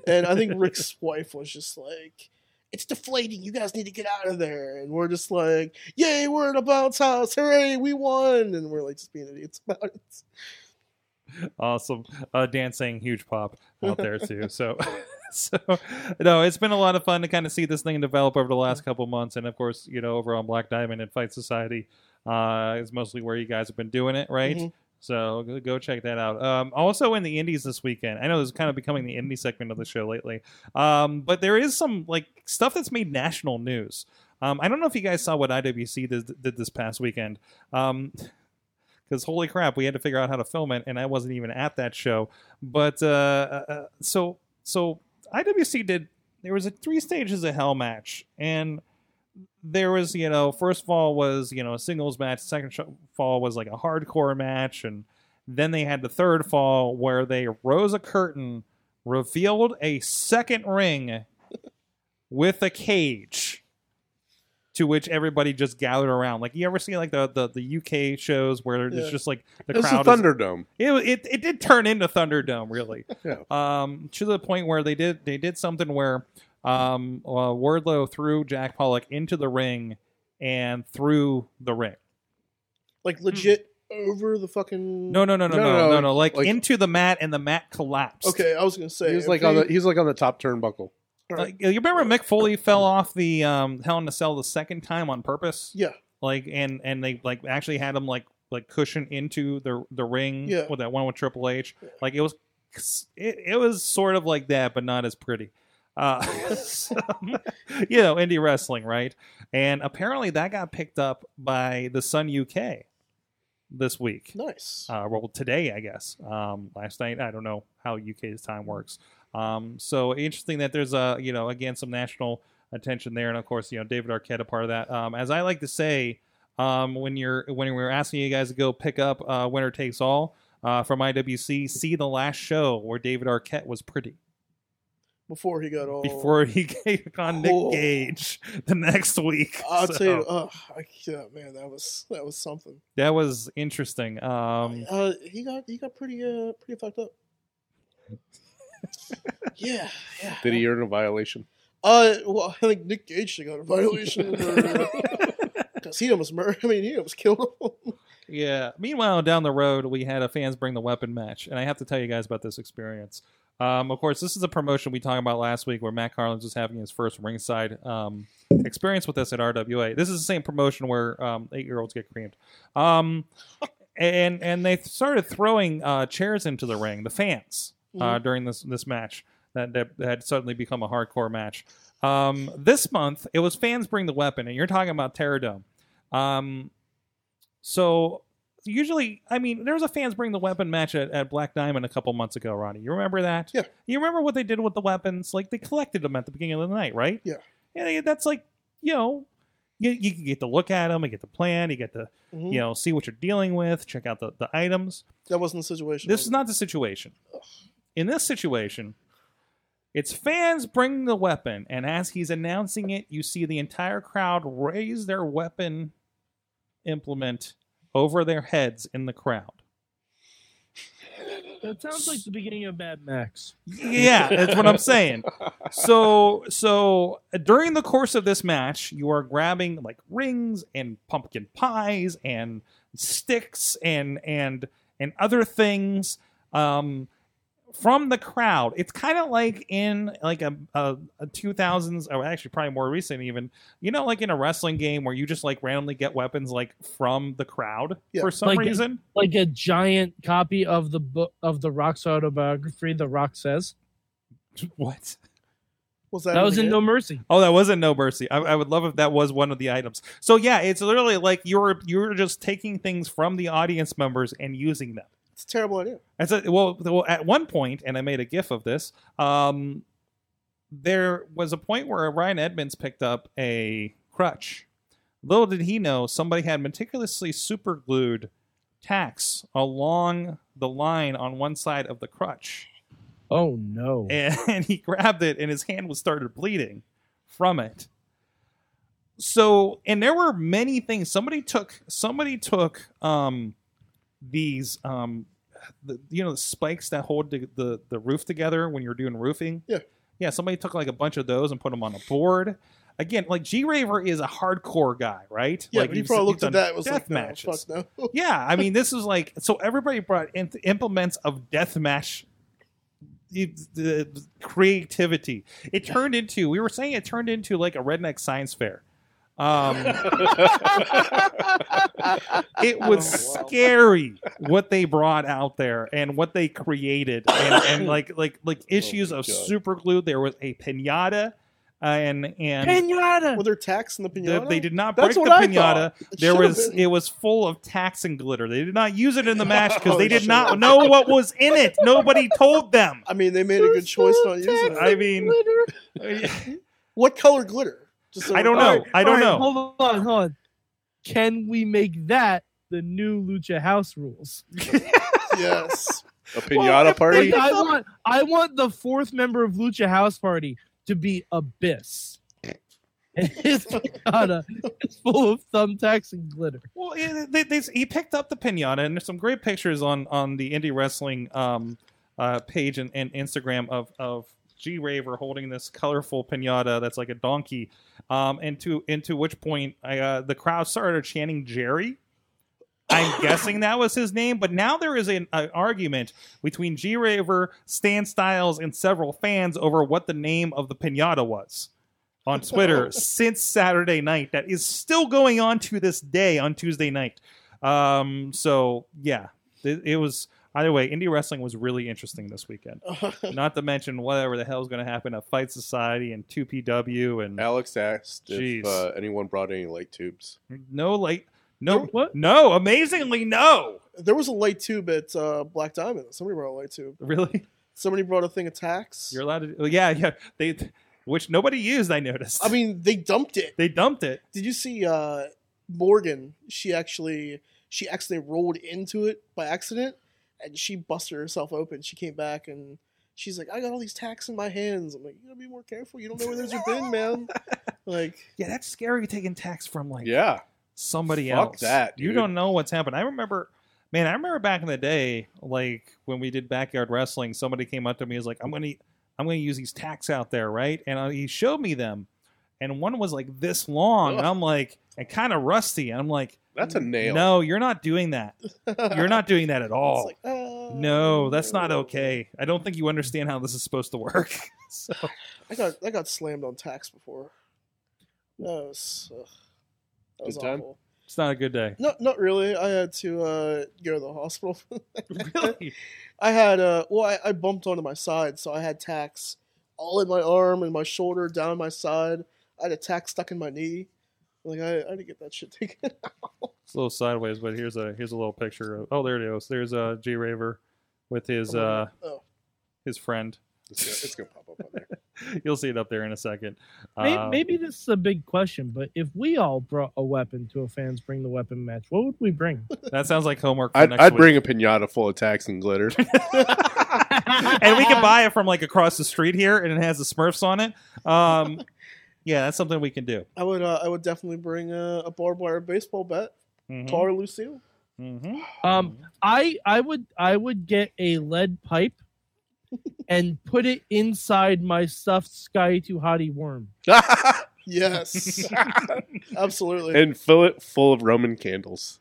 Speaker 5: and I think Rick's wife was just like, "It's deflating. You guys need to get out of there." And we're just like, "Yay, we're in a bounce house! Hooray, we won!" And we're like just being idiots about it.
Speaker 2: Awesome. Uh, Dan saying huge pop out there too. So, so no, it's been a lot of fun to kind of see this thing develop over the last couple months, and of course, you know, over on Black Diamond and Fight Society uh, is mostly where you guys have been doing it, right?
Speaker 5: Mhm.
Speaker 2: So go- go check that out. Um, also in the indies this weekend, I know this is kind of becoming the indie segment of the show lately, um, but there is some like stuff that's made national news. Um, I don't know if you guys saw what IWC did, did this past weekend. Um, because holy crap, we had to figure out how to film it, and I wasn't even at that show. But uh, uh, so so IWC did. There was a three stages of hell match, and there was you know first fall was you know a singles match, second sh- fall was like a hardcore match, and then they had the third fall where they rose a curtain, revealed a second ring with a cage to which everybody just gathered around. Like you ever see like the the, the UK shows where it's
Speaker 5: Yeah.
Speaker 2: just like the
Speaker 4: This is
Speaker 2: crowd is-
Speaker 4: Thunderdome.
Speaker 2: it, it it did turn into Thunderdome, really.
Speaker 4: Yeah.
Speaker 2: Um, to the point where they did they did something where um, uh, Wardlow threw Jack Pollock into the ring and through the ring.
Speaker 5: Like legit over the fucking.
Speaker 2: No, no, no, no, no,
Speaker 4: No,
Speaker 2: no, no,
Speaker 4: no,
Speaker 2: Like,
Speaker 4: like-
Speaker 2: into the mat, and the mat collapsed.
Speaker 5: Okay, I was gonna say
Speaker 4: He was
Speaker 5: if
Speaker 4: like on
Speaker 5: we-
Speaker 4: the he was like on the top turnbuckle.
Speaker 2: Like, you remember Mick Foley fell off the um, Hell in a Cell the second time on purpose,
Speaker 5: yeah,
Speaker 2: like and and they like actually had him like like cushion into the the ring
Speaker 5: Yeah.
Speaker 2: with that one with Triple H. Like it was it, it was sort of like that, but not as pretty. Uh, so, you know, indie wrestling, right? And apparently that got picked up by the Sun UK this week.
Speaker 5: Nice.
Speaker 2: Uh, well, today, I guess. Um, last night, I don't know how UK's
Speaker 5: Mm.
Speaker 2: time works. Um, so interesting that there's a you know again some national attention there, and of course you know David Arquette a part of that. Um, as I like to say, um, when you're when we're asking you guys to go pick up uh, Winner Takes All uh, from IWC, see the last show where David Arquette was pretty
Speaker 5: Before he got all.
Speaker 2: before he gave on Nick
Speaker 5: Oh.
Speaker 2: Gage the next week.
Speaker 5: I'll
Speaker 2: So
Speaker 5: tell you, oh, I, yeah, man, that was that was something.
Speaker 2: that was interesting. Um,
Speaker 5: uh, he got he got pretty uh pretty fucked up. yeah, yeah.
Speaker 4: Did he earn a violation?
Speaker 5: Uh, well, I think Nick Gage should got a violation because he almost murdered. I mean, he almost killed him.
Speaker 2: Yeah. Meanwhile, down the road, we had a fans bring the weapon match, and I have to tell you guys about this experience. Um, of course, this is a promotion we talked about last week, where Matt Carlins was having his first ringside um, experience with us at RWA. This is the same promotion where um, eight-year-olds get creamed, um, and and they started throwing uh, chairs into the ring, the fans, uh, during this this match that, that had suddenly become a hardcore match. Um, this month, it was fans bring the weapon, and you're talking about Terradome. Um, so usually, I mean, there was a fans bring the weapon match at, at Black Diamond a couple months ago, Ronnie. You remember that?
Speaker 5: Yeah.
Speaker 2: You remember what they did with the weapons? Like they collected them at the beginning of the night, right?
Speaker 5: Yeah.
Speaker 2: And they- that's like, you know, you, you can get to look at them, you get to plan, you get to,
Speaker 5: Mhm.
Speaker 2: you know, see what you're dealing with, check out the, the items.
Speaker 5: That wasn't the situation.
Speaker 2: This is not the situation. In this situation, it's fans bringing the weapon, and as he's announcing it, you see the entire crowd raise their weapon implement over their heads in the crowd.
Speaker 3: That sounds like the beginning of Mad Max.
Speaker 2: Yeah, that's what I'm saying. So, so during the course of this match, you are grabbing like rings and pumpkin pies and sticks and and and other things um from the crowd. It's kind of like in like a, a, a 2000s or actually probably more recent even. You know like in a wrestling game where you just like randomly get weapons like from the crowd
Speaker 5: Yeah.
Speaker 2: for some
Speaker 3: Like-
Speaker 2: reason.
Speaker 3: Like a giant copy of the book of the Rock's autobiography, The Rock Says.
Speaker 2: What?
Speaker 5: was
Speaker 3: That was in No Mercy.
Speaker 2: Oh, that wasn't no mercy. I, I would love if that was one of the items. So yeah, it's literally like you're you're just taking things from the audience members and using them.
Speaker 5: It's a terrible idea.
Speaker 2: As a, well, well, at one point, and I made a gif of this. Um, there was a point where Ryan Edmonds picked up a crutch. Little did he know, somebody had meticulously superglued tacks along the line on one side of the crutch
Speaker 3: Oh no.
Speaker 2: and he grabbed it and his hand was started bleeding from it so and there were many things somebody took somebody took um these um the, you know the spikes that hold the, the the roof together when you're doing roofing
Speaker 5: Yeah.
Speaker 2: yeah somebody took like a bunch of those and put them on a board again like g raver is a hardcore guy right
Speaker 5: Yeah,
Speaker 2: like
Speaker 5: but he
Speaker 2: you've-
Speaker 5: probably
Speaker 2: you've
Speaker 5: looked
Speaker 2: done
Speaker 5: at that. and Was
Speaker 2: death
Speaker 5: like, no,
Speaker 2: matches
Speaker 5: fuck no.
Speaker 2: yeah, I mean, this is like so. Everybody brought in implements of deathmatch it- the creativity. It turned into. We were saying it turned into like a redneck science fair. Um, it was
Speaker 5: Oh,
Speaker 2: scary what they brought out there and what they created and, and like like
Speaker 5: Oh,
Speaker 2: like issues
Speaker 4: my
Speaker 2: of
Speaker 4: God.
Speaker 2: super glue. There was a pinata uh, and and.
Speaker 5: Were
Speaker 3: Pinata.
Speaker 5: there tax in the
Speaker 2: the-
Speaker 5: pinata?
Speaker 2: they did not break
Speaker 5: That's
Speaker 2: the
Speaker 5: what I
Speaker 2: pinata.
Speaker 5: thought. It
Speaker 2: There
Speaker 5: should've
Speaker 2: was
Speaker 5: been.
Speaker 2: it was full of tax and glitter. They did not use it in the match because
Speaker 5: Oh,
Speaker 2: they did
Speaker 5: shit.
Speaker 2: not know what was in it. Nobody told them.
Speaker 5: I mean, they made a good choice not using it.
Speaker 2: I mean,
Speaker 5: what color glitter? Just so
Speaker 2: I don't know. I don't know.
Speaker 3: Hold on, hold on. Can we make that the new Lucha House rules?
Speaker 5: Yes.
Speaker 4: A
Speaker 2: Well,
Speaker 4: pinata
Speaker 2: if
Speaker 4: party?
Speaker 2: they-
Speaker 3: I want I want the fourth member of Lucha House Party to be Abyss. And his pinata is full of thumbtacks and glitter.
Speaker 2: Well, yeah, they, they, he picked up the pinata, and there's some great pictures on on the indie wrestling um, uh, page and, and Instagram of of G Raver holding this colorful pinata that's like a donkey. Um, and to into which point I, uh, the crowd started chanting Jerry. I'm guessing that was his name, but now there is an, an argument between G Raver, Stan Styles, and several fans over what the name of the pinata was on Twitter since Saturday night that is still going on to this day on Tuesday night. Um, so yeah, it, it was either way. Indie wrestling was really interesting this weekend. Not to mention whatever the hell is going to happen at Fight Society and 2PW and
Speaker 4: Alex asked
Speaker 2: Jeez.
Speaker 4: if uh, anyone brought any light tubes.
Speaker 2: no light. No,
Speaker 3: What?
Speaker 2: no, amazingly, no.
Speaker 5: There was a light tube at uh, Black Diamond. Somebody brought a light tube.
Speaker 2: Really?
Speaker 5: Somebody brought a thing of tax.
Speaker 2: You're allowed to? well, Yeah, yeah. They, which nobody used. I noticed.
Speaker 5: I mean, they dumped it.
Speaker 2: they dumped it.
Speaker 5: Did you see uh, Morgan? She actually she accidentally rolled into it by accident, and she busted herself open. She came back and she's like, "I got all these tacks in my hands." I'm like, "You gotta be more careful. You don't know where those have been, man." Like,
Speaker 2: Yeah, that's scary taking tax from like
Speaker 4: Yeah.
Speaker 2: somebody
Speaker 4: Fuck
Speaker 2: else.
Speaker 4: that,
Speaker 2: you
Speaker 4: dude.
Speaker 2: don't know what's happened. I remember, man. I remember back in the day, like when we did backyard wrestling. Somebody came up to me, and was like, "I'm gonna, e, I'm gonna use these tacks out there, right?" And I, he showed me them, and one was like this long, and
Speaker 4: Ugh.
Speaker 2: I'm like, and kind of rusty. And I'm like,
Speaker 4: That's a nail.
Speaker 2: "No, you're not doing that. You're not doing that at all."
Speaker 5: It's like, uh,
Speaker 2: no, that's not okay. I don't think you understand how this is supposed to work. so
Speaker 5: I got I got slammed on tax before. That was, ugh, that was
Speaker 4: Good time?
Speaker 5: awful.
Speaker 2: it's not a good day.
Speaker 5: No, not really. I had to uh, go to the hospital.
Speaker 2: Really?
Speaker 5: I had uh well I, I bumped onto my side, so I had tacks all in my arm and my shoulder, down my side. I had a tack stuck in my knee. Like I, I had to get that shit taken.
Speaker 2: It's a little sideways, but here's a here's a little picture of. Oh, there it is. There's uh, G Raver with his uh,
Speaker 5: Oh.
Speaker 2: his friend.
Speaker 4: It's gonna, it's gonna pop up on there.
Speaker 2: You'll see it up there in a second.
Speaker 3: Maybe,
Speaker 2: Uh,
Speaker 3: maybe this is a big question, but if we all brought a weapon to a fans bring the weapon match, what would we bring?
Speaker 2: that sounds like homework. For
Speaker 4: I'd,
Speaker 2: next
Speaker 4: I'd
Speaker 2: week.
Speaker 4: bring a pinata full of tacks and glitter.
Speaker 2: and we can buy it from like across the street here, and it has the Smurfs on it. Um, yeah, that's something we can do.
Speaker 5: I would uh, I would definitely bring a, a barbed wire baseball bat.
Speaker 2: Mhm.
Speaker 4: Hmm?
Speaker 5: Tar Lucille.
Speaker 2: Mhm.
Speaker 3: Um, I I would I would get a lead pipe and put it inside my stuffed Sky Too Hottie worm.
Speaker 5: Yes. Absolutely.
Speaker 4: and fill it full of Roman candles.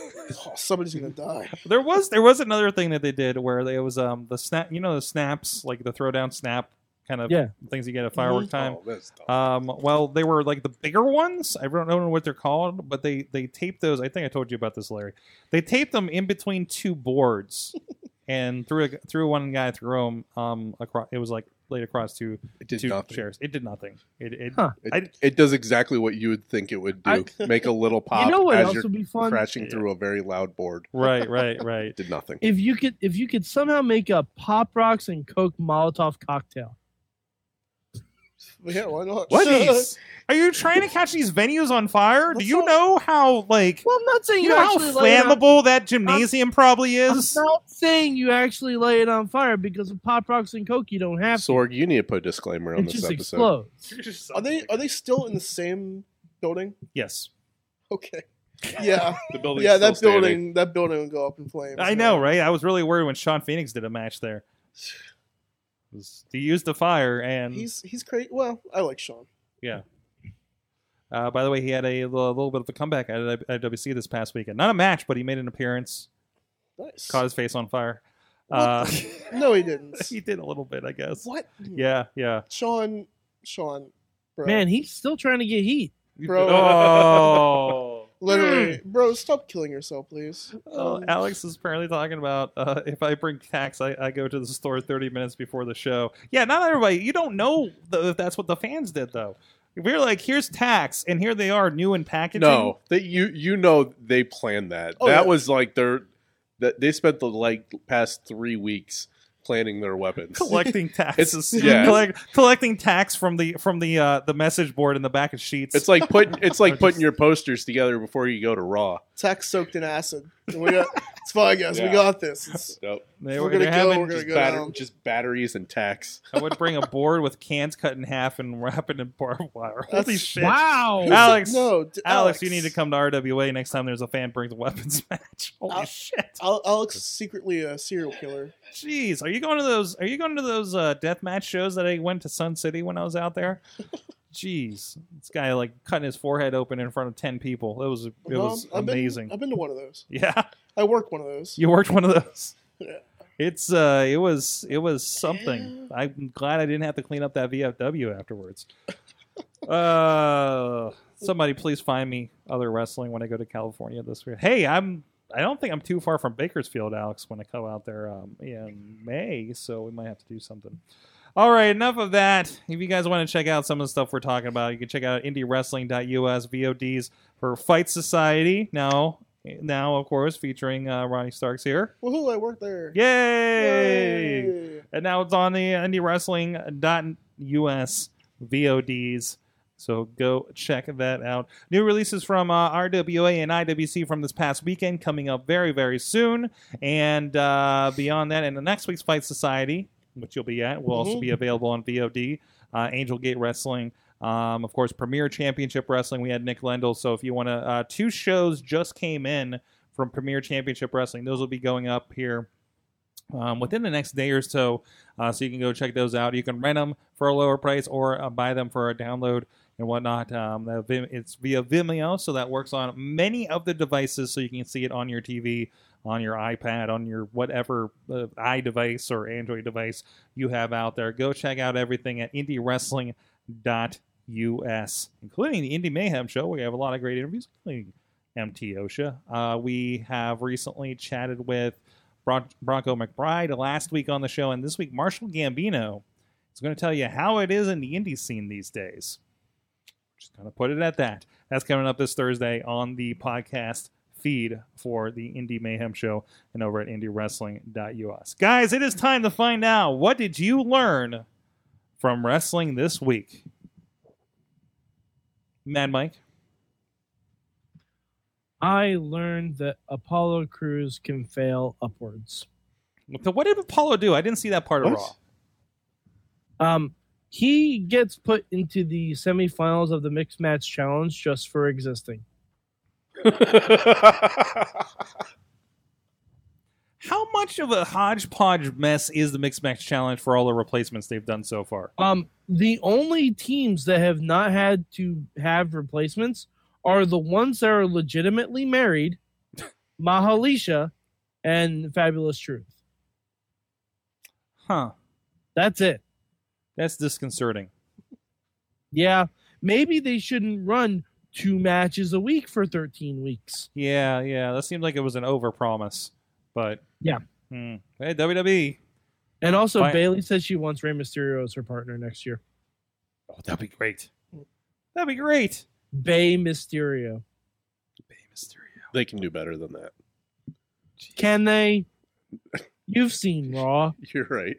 Speaker 5: Oh, somebody's gonna die.
Speaker 2: There was there was another thing that they did where they, it was um the snap. You know the snaps like the throwdown snap kind of
Speaker 3: Yeah.
Speaker 2: things you get at firework time.
Speaker 4: Oh, that's dumb.
Speaker 2: Um, well, they were like the bigger ones. I don't know what they're called, but they they taped those. I think I told you about this, Larry. They taped them in between two boards, and threw a, threw one guy through them. Um, across it was like laid across two
Speaker 4: it did
Speaker 2: two
Speaker 4: nothing.
Speaker 2: chairs. It did nothing. It, it
Speaker 3: Huh.
Speaker 4: It,
Speaker 2: I-
Speaker 4: it does exactly what you would think it would do. Make a little pop
Speaker 3: you know what
Speaker 4: as
Speaker 3: else
Speaker 4: you're
Speaker 3: would be fun?
Speaker 4: crashing through a very loud board.
Speaker 2: right, right, right.
Speaker 4: It did nothing.
Speaker 3: If you could if you could somehow make a Pop Rocks and Coke Molotov cocktail.
Speaker 5: But yeah, why not?
Speaker 2: What is? Are you trying to catch these venues on fire? Do
Speaker 5: That's
Speaker 2: you
Speaker 5: all-
Speaker 2: know how like
Speaker 3: Well, I'm not saying
Speaker 2: you
Speaker 3: you,
Speaker 2: know how
Speaker 3: actually lay it on-
Speaker 2: flammable that gymnasium probably
Speaker 3: I'm
Speaker 2: is?
Speaker 3: not saying you actually lay it on fire because of Pop Rocks and Coke. You don't have to.
Speaker 4: Sorg, you need to put a disclaimer on
Speaker 3: It
Speaker 4: this
Speaker 3: just
Speaker 4: episode.
Speaker 3: explodes.
Speaker 5: Are they are they still in the same building?
Speaker 2: Yes,
Speaker 5: Okay. Yeah.
Speaker 4: The building's
Speaker 5: yeah,
Speaker 4: still
Speaker 5: that building
Speaker 4: standing.
Speaker 5: that building would go up in flames.
Speaker 2: I
Speaker 5: man.
Speaker 2: know, right? I was really worried when Sean Phoenix did a match there. It was- He used the fire, and
Speaker 5: He's he's crazy. Well, I like Sean.
Speaker 2: uh, by the way, he had a little, little bit of a comeback at IWC this past weekend. Not a match, but he made an appearance,
Speaker 5: Nice.
Speaker 2: caught his face on fire. Uh,
Speaker 5: no, he didn't.
Speaker 2: he did a little bit, I guess.
Speaker 5: what?
Speaker 2: Yeah, yeah.
Speaker 5: Sean, Sean, bro.
Speaker 3: Man, he's still trying to get heat.
Speaker 5: Bro.
Speaker 2: Oh.
Speaker 5: literally, bro, stop killing yourself, please. Um,
Speaker 2: Oh, Alex is apparently talking about uh, if I bring tax, I, I go to the store 30 minutes before the show. Yeah, not everybody. You don't know the, if that's what the fans did, though. If we are like, here's tax, and here they are, new in packaging.
Speaker 4: No, that you you know they planned that.
Speaker 5: Oh,
Speaker 4: that
Speaker 5: yeah.
Speaker 4: was like their that they spent the like past three weeks planning their weapons.
Speaker 2: collecting taxes.
Speaker 4: It's- yeah.
Speaker 2: Collect- collecting tax from the from the uh, the message board in the back of sheets.
Speaker 4: It's like putting it's like putting your posters together before you go to Raw.
Speaker 5: Tax soaked in acid. And we got, it's fine, guys.
Speaker 4: Yeah.
Speaker 5: We got this. It's-
Speaker 4: Nope.
Speaker 2: they
Speaker 5: we're
Speaker 2: were
Speaker 5: gonna
Speaker 2: gonna
Speaker 5: go,
Speaker 2: have it-
Speaker 5: we're gonna
Speaker 4: Just,
Speaker 5: go
Speaker 4: batter-
Speaker 5: down.
Speaker 4: just batteries and tax.
Speaker 2: I would bring a board with cans cut in half and wrap it in barbed wire. Holy
Speaker 5: That's-
Speaker 2: shit!
Speaker 3: Wow.
Speaker 2: Al- Alex,
Speaker 5: no, d-
Speaker 2: Alex, you need to come to RWA next time there's a fan brings a weapons match. Holy
Speaker 5: Al-
Speaker 2: shit!
Speaker 5: Al- Alex is secretly a serial killer.
Speaker 2: Jeez, are you going to those? Are you going to those uh, death match shows that I went to Sun City when I was out there? Jeez, this guy like cutting his forehead open in front of ten people. It was it
Speaker 5: Well,
Speaker 2: was
Speaker 5: I've been-
Speaker 2: amazing.
Speaker 5: I've been to one of those.
Speaker 2: yeah.
Speaker 5: I work one of those.
Speaker 2: You worked one of those.
Speaker 5: Yeah.
Speaker 2: It's uh, it was it was something. I'm glad I didn't have to clean up that VFW afterwards. uh, somebody please find me other wrestling when I go to California this year. Hey, I'm I don't think I'm too far from Bakersfield, Alex, when I come out there um, in May, so we might have to do something. All right, enough of that. If you guys want to check out some of the stuff we're talking about, you can check out indiewrestling.us VODs for Fight Society. Now, now of course, featuring uh, Ronnie Starks here.
Speaker 5: Woohoo! I work there.
Speaker 2: Yay!
Speaker 5: Yay.
Speaker 2: And now it's on the indiewrestling.us VODs. So go check that out. New releases from uh, RWA and IWC from this past weekend coming up very, very soon. And uh, beyond that, in the next week's Fight Society, which you'll be at, will also
Speaker 5: Mhm.
Speaker 2: be available on VOD. Uh, Angel Gate Wrestling, um, of course, Premier Championship Wrestling. We had Nick Lendl. So if you want to, uh, two shows just came in from Premier Championship Wrestling. Those will be going up here um, within the next day or so. Uh, so you can go check those out. You can rent them for a lower price or uh, buy them for a download and whatnot. Um, the Vim- it's via Vimeo, so that works on many of the devices, so you can see it on your TV, on your iPad, on your whatever uh, iDevice or Android device you have out there. Go check out everything at indiewrestling.us, including the Indie Mayhem Show. We have a lot of great interviews, including MT OSHA. Uh, we have recently chatted with Bron- Bronco McBride last week on the show, and this week Marshall Gambino is going to tell you how it is in the indie scene these days. Just going to put it at that. That's coming up this Thursday on the podcast feed for the Indie Mayhem Show and over at indiewrestling.us. Guys, it is time to find out what did you learn from wrestling this week? Mad Mike.
Speaker 3: I learned that Apollo Crews can fail upwards.
Speaker 2: So what did Apollo do? I didn't see that part of
Speaker 4: What?
Speaker 2: Raw.
Speaker 3: Um, he gets put into the semifinals of the mixed match challenge just for existing.
Speaker 2: How much of a hodgepodge mess is the Mixed Match Challenge for all the replacements they've done so far?
Speaker 3: Um, the only teams that have not had to have replacements are the ones that are legitimately married, Mahalisha and Fabulous Truth.
Speaker 2: Huh.
Speaker 3: That's it.
Speaker 2: That's disconcerting.
Speaker 3: Yeah, maybe they shouldn't run two matches a week for 13 weeks.
Speaker 2: Yeah, yeah. That seemed like it was an overpromise, but
Speaker 3: Yeah.
Speaker 2: Hmm. Hey, WWE.
Speaker 3: And also,
Speaker 2: Fine.
Speaker 3: Bailey says she wants Rey Mysterio as her partner next year.
Speaker 2: Oh, that'd be great. That'd be great.
Speaker 3: Bay Mysterio.
Speaker 4: they can do better than that.
Speaker 3: Can they? You've seen Raw.
Speaker 4: You're right.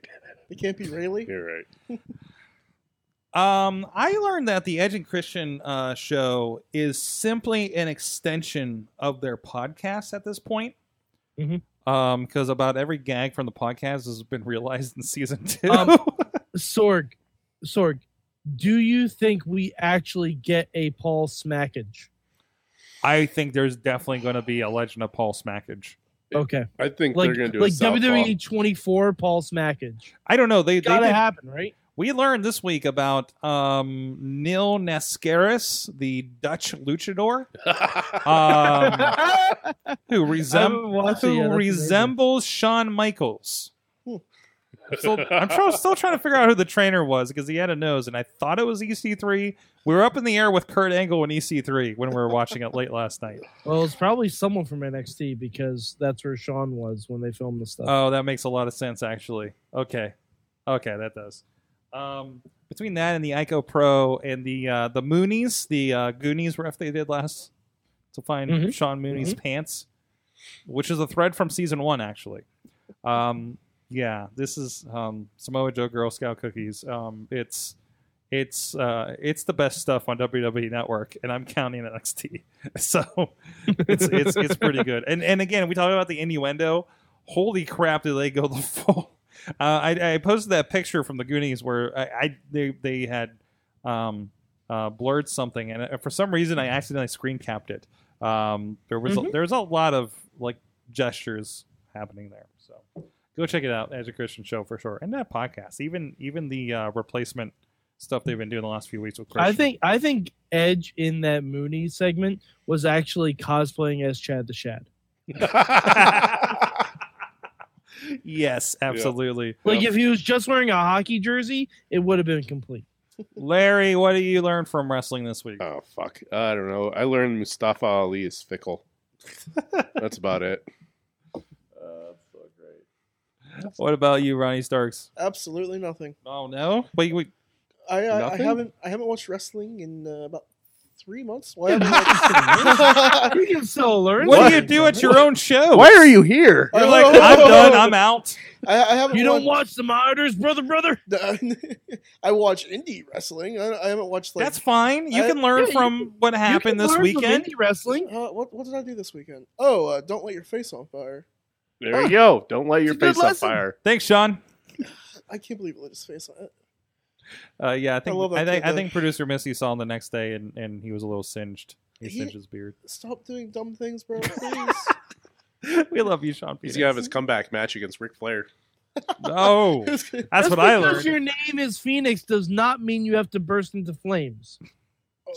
Speaker 5: It can't be Rayleigh.
Speaker 4: You're right.
Speaker 2: Um, I learned that the Edge and Christian uh, show is simply an extension of their podcast at this point.
Speaker 3: Mhm.
Speaker 2: Um, because about every gag from the podcast has been realized in season two.
Speaker 3: Um, Sorg, Sorg, do you think we actually get a Paul smackage?
Speaker 2: I think there's definitely going to be a Legend of Paul smackage.
Speaker 3: Okay,
Speaker 4: I think
Speaker 3: like
Speaker 4: they're going to do
Speaker 3: like
Speaker 4: a southpaw.
Speaker 3: WWE 24 Paul smackage.
Speaker 2: I don't know. They, they
Speaker 3: Gotta
Speaker 2: did-
Speaker 3: happen, right?
Speaker 2: we learned this week about um, Neil Nascaris, the Dutch luchador, um, who resem-
Speaker 3: haven't watched it
Speaker 2: who
Speaker 3: yet. That's amazing.
Speaker 2: resembles Shawn Michaels. So I'm tr- still trying to figure out who the trainer was because he had a nose, and I thought it was EC3. We were up in the air with Kurt Angle and EC3 when we were watching it late last night.
Speaker 3: Well, it's probably someone from NXT because that's where Sean was when they filmed the stuff.
Speaker 2: Oh, that makes a lot of sense, actually. Okay, okay, that does. Um, between that and the Ico Pro and the uh, the Moonies, the uh, Goonies ref they did last to find
Speaker 3: Mhm.
Speaker 2: Sean Mooney's pants, which is a thread from season one, actually. Um, yeah, this is um, Samoa Joe Girl Scout cookies. Um, it's it's uh, it's the best stuff on WWE Network, and I'm counting NXT. So it's it's it's pretty good. And and again, we talked about the innuendo. Holy crap! Did they go the full? Uh, I, I posted that picture from the Goonies where I, I they they had um, uh, blurred something, and uh, for some reason I accidentally screen capped it. Um, there was a, there was a lot of like gestures happening there. So go check it out, Education Show for sure, and that podcast, even even the uh, replacement stuff they've been doing the last few weeks with Christian.
Speaker 3: I think I think Edge in that Mooney segment was actually cosplaying as Chad the Shad. E
Speaker 2: yes, absolutely.
Speaker 3: Like if he was just wearing a hockey jersey, it would have been complete.
Speaker 2: Larry, what do you learn from wrestling this week?
Speaker 4: oh fuck! I don't know. I learned Mustafa Ali is fickle. That's about it.
Speaker 2: What about you, Ronnie Starks?
Speaker 5: Absolutely nothing.
Speaker 2: Oh no, but you,
Speaker 5: I I, I
Speaker 4: Nothing?
Speaker 5: haven't I haven't watched wrestling in uh, about three months. Why? am
Speaker 3: Yeah.
Speaker 5: I-
Speaker 3: You can still learn.
Speaker 2: what do you
Speaker 3: something.
Speaker 2: do at your own show?
Speaker 7: Why are you here?
Speaker 2: You're like, I'm done. I'm out.
Speaker 5: I, I haven't.
Speaker 3: You don't
Speaker 5: watched-
Speaker 3: watch the monitors, brother, brother.
Speaker 5: I watch indie wrestling. I, I haven't watched like
Speaker 2: That's fine. You
Speaker 5: I-
Speaker 2: can learn
Speaker 3: yeah, you
Speaker 2: from what
Speaker 3: You
Speaker 2: happened
Speaker 3: can
Speaker 2: this
Speaker 3: learn from
Speaker 2: weekend.
Speaker 3: indie wrestling.
Speaker 5: Uh, what what did I do this weekend? Oh, uh, don't let your face on fire.
Speaker 4: There you go. Don't let your
Speaker 3: It's a good
Speaker 4: face on
Speaker 3: lesson.
Speaker 4: fire.
Speaker 2: Thanks, Sean.
Speaker 5: I can't believe it lit his face on it.
Speaker 2: Uh, yeah, I think
Speaker 5: love that
Speaker 2: I, think
Speaker 5: kid,
Speaker 2: I
Speaker 5: though.
Speaker 2: think producer Missy saw him the next day, and, and he was a little singed. He
Speaker 5: He-
Speaker 2: singed his beard.
Speaker 5: Stop doing dumb things, bro. Please.
Speaker 2: we love you, Sean.
Speaker 4: He's
Speaker 2: Phoenix.
Speaker 4: gonna have his comeback match against Ric Flair.
Speaker 2: No, that's, what I
Speaker 3: because
Speaker 2: learned.
Speaker 3: Your name is Phoenix does not mean you have to burst into flames.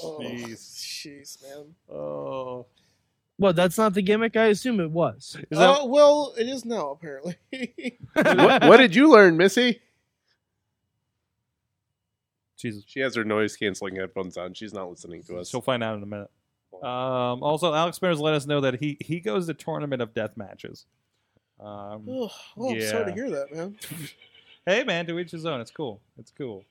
Speaker 5: oh,
Speaker 4: Jeez.
Speaker 5: jeez, man.
Speaker 2: Oh,
Speaker 3: Well, that's not the gimmick. I assume it was.
Speaker 2: Is that-
Speaker 5: Uh, well, it is now apparently.
Speaker 2: Oh.
Speaker 4: what, what did you learn, Missy?
Speaker 2: Jesus.
Speaker 4: She has her noise canceling headphones on. She's not listening to us.
Speaker 2: She'll find out in a minute. Um, also, Alex Spears let us know that he he goes to tournament of death matches. Um,
Speaker 5: oh, well, I'm sorry to
Speaker 2: Yeah.
Speaker 5: hear that, man.
Speaker 2: hey man, to each his own. It's cool. It's cool.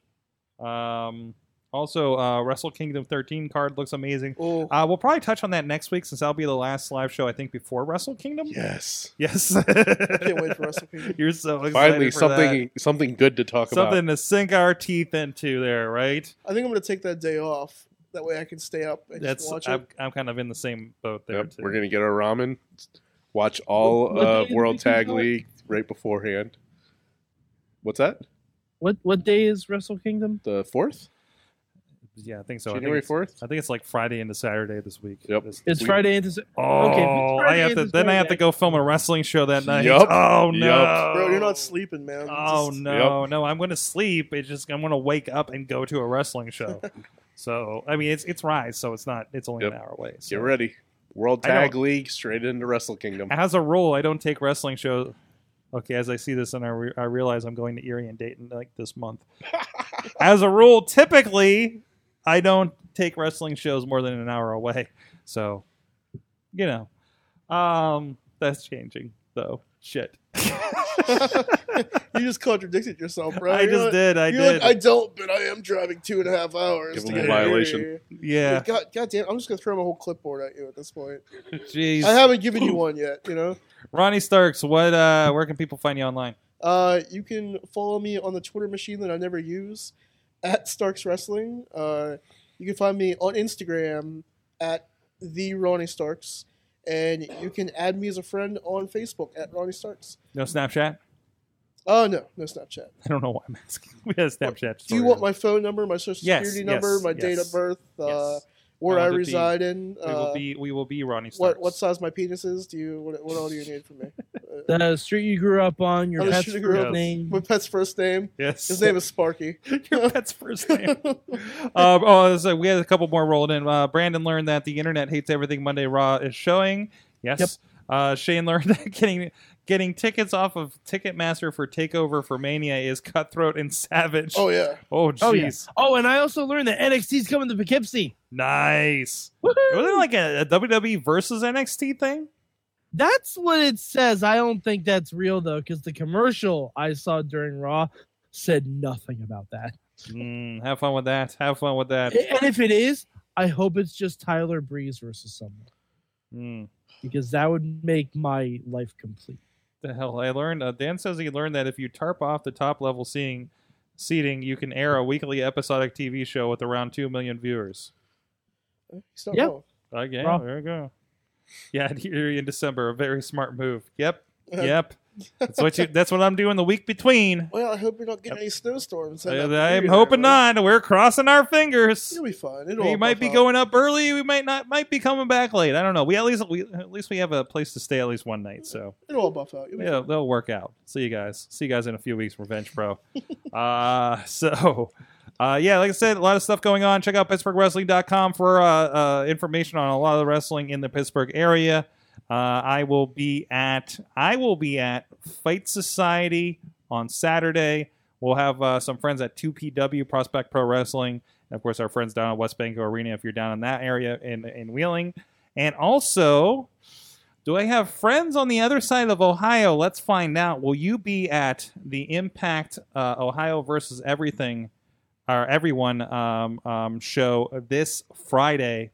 Speaker 2: Um, also, uh, Wrestle Kingdom 13 card looks amazing.
Speaker 5: Oh,
Speaker 2: Uh, we'll probably touch on that next week since that'll be the last live show I think before Wrestle Kingdom.
Speaker 4: yes.
Speaker 2: Yes.
Speaker 5: can't wait for Wrestle Kingdom.
Speaker 2: You're so excited
Speaker 4: Finally,
Speaker 2: for
Speaker 4: something something good to talk
Speaker 2: that. something to sink our teeth into there, right?
Speaker 5: I think I'm gonna take that day off. That way I can stay up and
Speaker 2: That's
Speaker 5: just watch
Speaker 2: I'm,
Speaker 5: it.
Speaker 2: I'm kind of in the same boat there
Speaker 4: about. Yep,
Speaker 2: too.
Speaker 4: we're gonna get our ramen. Watch all
Speaker 3: What-
Speaker 4: of
Speaker 3: what day is
Speaker 4: World
Speaker 3: Wrestle
Speaker 4: Tag
Speaker 3: Kingdom?
Speaker 4: League right beforehand. What's that?
Speaker 3: What what day is Wrestle Kingdom?
Speaker 4: The fourth?
Speaker 2: yeah, I think so. I think
Speaker 4: January
Speaker 2: it's-
Speaker 4: fourth?
Speaker 2: I think it's like Friday into Saturday this week.
Speaker 4: Yep.
Speaker 2: This-
Speaker 3: It's
Speaker 4: We-
Speaker 3: Friday into. Sa-
Speaker 2: Oh,
Speaker 3: Okay, if it's Friday,
Speaker 2: I have to.
Speaker 3: it's
Speaker 2: Then I have to
Speaker 3: Friday.
Speaker 2: go film a wrestling show that night.
Speaker 4: Yup.
Speaker 2: Oh
Speaker 4: Yup.
Speaker 2: no,
Speaker 5: Bro, you're not sleeping, man.
Speaker 2: Oh
Speaker 5: Just-
Speaker 2: no, no, I'm going to sleep. It's just I'm going to wake up and go to a wrestling show. so I mean, it's it's rise, so it's not. It's only an
Speaker 4: Yep.
Speaker 2: hour away. So.
Speaker 4: Get ready. World
Speaker 2: I don't-
Speaker 4: Tag League straight into Wrestle Kingdom.
Speaker 2: As a rule, I don't take wrestling shows. Okay, as I see this and I, re- I realize I'm going to Erie and Dayton like this month. as a rule, typically I don't take wrestling shows more than an hour away. So, you know, um, that's changing though. Shit,
Speaker 5: You just contradicted yourself, bro.
Speaker 2: I
Speaker 5: You're
Speaker 2: just
Speaker 5: like-
Speaker 2: did. I
Speaker 5: you're
Speaker 2: did.
Speaker 5: like, I don't, but I am driving two and a half hours.
Speaker 4: Give
Speaker 5: to
Speaker 4: him
Speaker 5: get
Speaker 4: a
Speaker 5: here."
Speaker 4: violation.
Speaker 2: yeah,
Speaker 5: God, God damn, I'm just gonna throw my whole clipboard at you at this point.
Speaker 2: jeez.
Speaker 5: I haven't given you one yet, you know.
Speaker 2: Ronnie Starks, what? Uh, where can people find you online?
Speaker 5: Uh, you can follow me on the Twitter machine that I never use, at Starks Wrestling. Uh, you can find me on Instagram at the Ronnie Starks, and you can add me as a friend on Facebook at Ronnie Starks.
Speaker 2: No Snapchat.
Speaker 5: Oh no, no Snapchat.
Speaker 2: I don't know why I'm asking. We had a Snapchat.
Speaker 5: Do you
Speaker 2: story.
Speaker 5: want my phone number, my social
Speaker 2: Yes,
Speaker 5: security
Speaker 2: yes,
Speaker 5: number, my date
Speaker 2: yes.
Speaker 5: of birth, uh,
Speaker 2: Yes.
Speaker 5: where
Speaker 2: I
Speaker 5: I,
Speaker 2: want to be-
Speaker 5: reside in?
Speaker 2: We will
Speaker 5: Uh,
Speaker 2: be. We will be Ronnie Starks.
Speaker 5: what what size my penis is? Do you what, what all do you need from me? Uh,
Speaker 3: The street you grew up on, your
Speaker 5: Oh, the
Speaker 3: pet's
Speaker 5: street I grew
Speaker 3: first
Speaker 2: up-
Speaker 3: name.
Speaker 5: my pet's first name.
Speaker 2: Yes.
Speaker 5: His name is Sparky.
Speaker 2: Your pet's first name. um, oh, so we had a couple more rolled in. Uh, Brandon learned that the internet hates everything Monday Raw is showing. Yes.
Speaker 3: Yep.
Speaker 2: Uh, Shane learned that getting getting tickets off of Ticketmaster for Takeover for Mania is cutthroat and savage.
Speaker 5: Oh yeah.
Speaker 2: oh, jeez.
Speaker 3: Oh yes. Oh, and I also learned that NXT's coming to Poughkeepsie.
Speaker 2: Nice.
Speaker 3: Woohoo!
Speaker 2: Wasn't it like a, a WWE versus NXT thing?
Speaker 3: That's what it says. I don't think that's real though, because the commercial I saw during Raw said nothing about that.
Speaker 2: Mm, have fun with that. Have fun with that.
Speaker 3: And if it is, I hope it's just Tyler Breeze versus someone,
Speaker 2: Mm.
Speaker 3: because that would make my life complete.
Speaker 2: the hell I learned. Uh, Dan says he learned that if you tarp off the top level seating, seating, you can air a weekly episodic TV show with around two million viewers.
Speaker 5: He's not
Speaker 3: Yeah.
Speaker 5: wrong.
Speaker 2: Again,
Speaker 3: Wow.
Speaker 2: there you go. Yeah, and here in December, a very smart move. Yep, yep. That's what you. That's what I'm doing the week between.
Speaker 5: Well, I hope you're not getting any snowstorms.
Speaker 2: I,
Speaker 5: in that
Speaker 2: am
Speaker 5: period,
Speaker 2: hoping
Speaker 5: man.
Speaker 2: not. We're crossing our fingers.
Speaker 5: You'll be fine. It'll
Speaker 2: We
Speaker 5: all
Speaker 2: might
Speaker 5: pop
Speaker 2: be
Speaker 5: out.
Speaker 2: going up early. We might not. Might be coming back late. I don't know. We at least we at least we have a place to stay at least one night. So
Speaker 5: It'll all buff out. You'll be
Speaker 2: Yeah, they'll work out. See you guys. See you guys in a few weeks, Revenge Pro. uh, so, uh, yeah, like I said, a lot of stuff going on. Check out PittsburghWrestling.com for uh, uh, information on a lot of the wrestling in the Pittsburgh area. Uh, I will be at I will be at Fight Society on Saturday. We'll have uh, some friends at 2PW Prospect Pro Wrestling, and of course our friends down at West Banco Arena if you're down in that area in in Wheeling, and also Do I have friends on the other side of Ohio? Let's find out. Will you be at the Impact uh, Ohio versus Everything or Everyone um, um, show this Friday?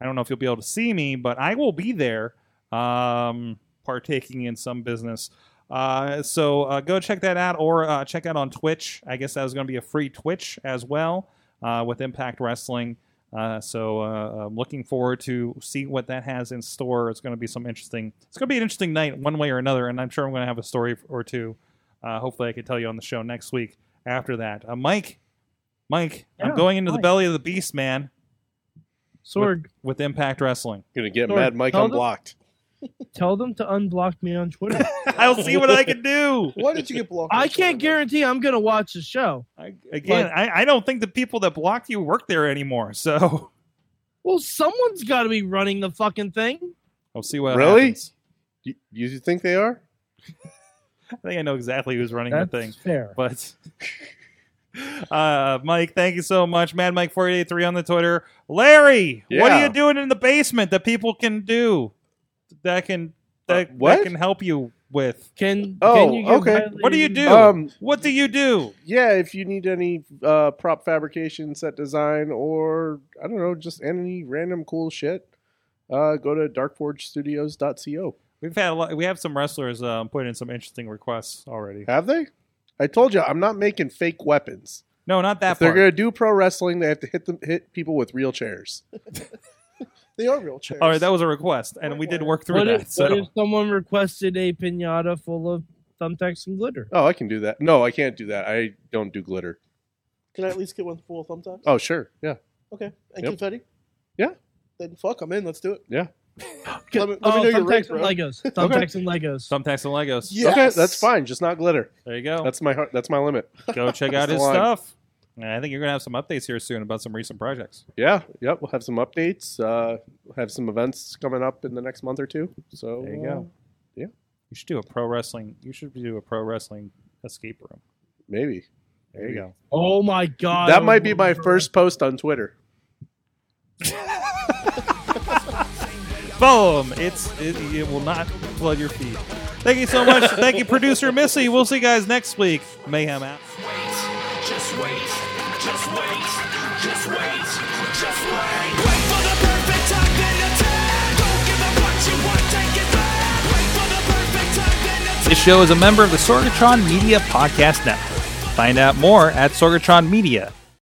Speaker 2: I don't know if you'll be able to see me, but I will be there um, partaking in some business. Uh, so uh, go check that out or uh, check out on Twitch. I guess that was going to be a free Twitch as well uh, with Impact Wrestling. Uh, so uh, I'm looking forward to see what that has in store. It's going to be some interesting. It's going to be an interesting night, one way or another, and I'm sure I'm going to have a story or two. Uh, hopefully, I can tell you on the show next week. After that, uh, Mike, Mike, I'm
Speaker 3: Yeah,
Speaker 2: going into the
Speaker 3: Mike.
Speaker 2: belly of the beast, man,
Speaker 3: Sorg,
Speaker 2: with Impact Wrestling.
Speaker 4: Gonna get
Speaker 3: Sorry,
Speaker 4: Mad Mike
Speaker 3: tell them-
Speaker 4: unblocked.
Speaker 3: tell them to unblock me on Twitter.
Speaker 2: I'll see what I can do.
Speaker 5: Why did you get blocked?
Speaker 3: I can't guarantee I'm going to watch the show.
Speaker 2: I, again, I, I don't think the people that blocked you work there anymore. So
Speaker 3: Well, someone's got to be running the fucking thing.
Speaker 2: I'll see what
Speaker 4: Really?
Speaker 2: happens.
Speaker 4: You, you think they are?
Speaker 2: I think I know exactly who's running
Speaker 3: That's
Speaker 2: the thing.
Speaker 3: fair.
Speaker 2: But uh, Mike, thank you so much. Mad Mike four eighty three on the Twitter. Larry, what are
Speaker 4: Yeah.
Speaker 2: you doing in the basement that people can do that can that,
Speaker 4: Uh, what?
Speaker 2: that can help you with?
Speaker 3: Can
Speaker 4: Oh,
Speaker 3: can you give
Speaker 4: okay.
Speaker 3: Riley-
Speaker 2: What do you do?
Speaker 4: Um,
Speaker 2: what do you do?
Speaker 4: yeah, if you need any uh, prop fabrication, set design, or I don't know, just any random cool shit, uh, go to darkforgestudios.co.
Speaker 2: We've had a lot, we have some wrestlers um, put in some interesting requests already.
Speaker 4: Have they? I told you, I'm not making fake weapons.
Speaker 2: No, not that
Speaker 4: if they're
Speaker 2: part.
Speaker 4: gonna do pro wrestling, they have to hit them hit people with real chairs.
Speaker 5: They are real chairs.
Speaker 2: All right, that was a request, and we did work through
Speaker 3: What
Speaker 2: that.
Speaker 3: if,
Speaker 2: so
Speaker 3: what if someone requested a pinata full of thumbtacks and glitter?
Speaker 4: Oh, I can do that. No, I can't do that. I don't do glitter.
Speaker 5: Can I at least get one full of thumbtacks?
Speaker 4: Oh, sure, yeah.
Speaker 5: Okay.
Speaker 4: Yep.
Speaker 5: And confetti?
Speaker 4: Yeah.
Speaker 5: Then fuck, I'm in. Let's do it.
Speaker 4: Yeah.
Speaker 5: let me, let me know
Speaker 3: oh,
Speaker 5: your rate,
Speaker 3: thumbtacks
Speaker 5: bro.
Speaker 3: and Legos. Thumbtacks and Legos.
Speaker 2: thumbtacks and Legos.
Speaker 5: Yes.
Speaker 4: Okay, that's fine. Just not glitter.
Speaker 2: There you go.
Speaker 4: That's my heart. That's my limit.
Speaker 2: go check out
Speaker 4: That's the
Speaker 2: his
Speaker 4: line.
Speaker 2: stuff. And I think you're gonna have some updates here soon about some recent projects.
Speaker 4: Yeah, yep. We'll have some updates. Uh, we'll have some events coming up in the next month or two. So
Speaker 2: There you go.
Speaker 4: uh,
Speaker 2: You should do a pro wrestling. You should do a pro wrestling escape room.
Speaker 4: maybe
Speaker 2: There you go.
Speaker 3: Oh my god.
Speaker 4: that
Speaker 3: I
Speaker 4: might be my
Speaker 3: remember.
Speaker 4: first post on Twitter.
Speaker 2: Follow him. It's it, it will not flood your feed. Thank you so much. Thank you, producer Missy. We'll see you guys next week. Mayhem out.
Speaker 1: Just wait, just wait, just wait, just wait. Wait for the perfect time, then attack. Don't give up what you want, take it back. Wait for the perfect time, then attack.
Speaker 2: This show is a member of the Sorgatron Media Podcast Network. Find out more at sorgatronmedia.com.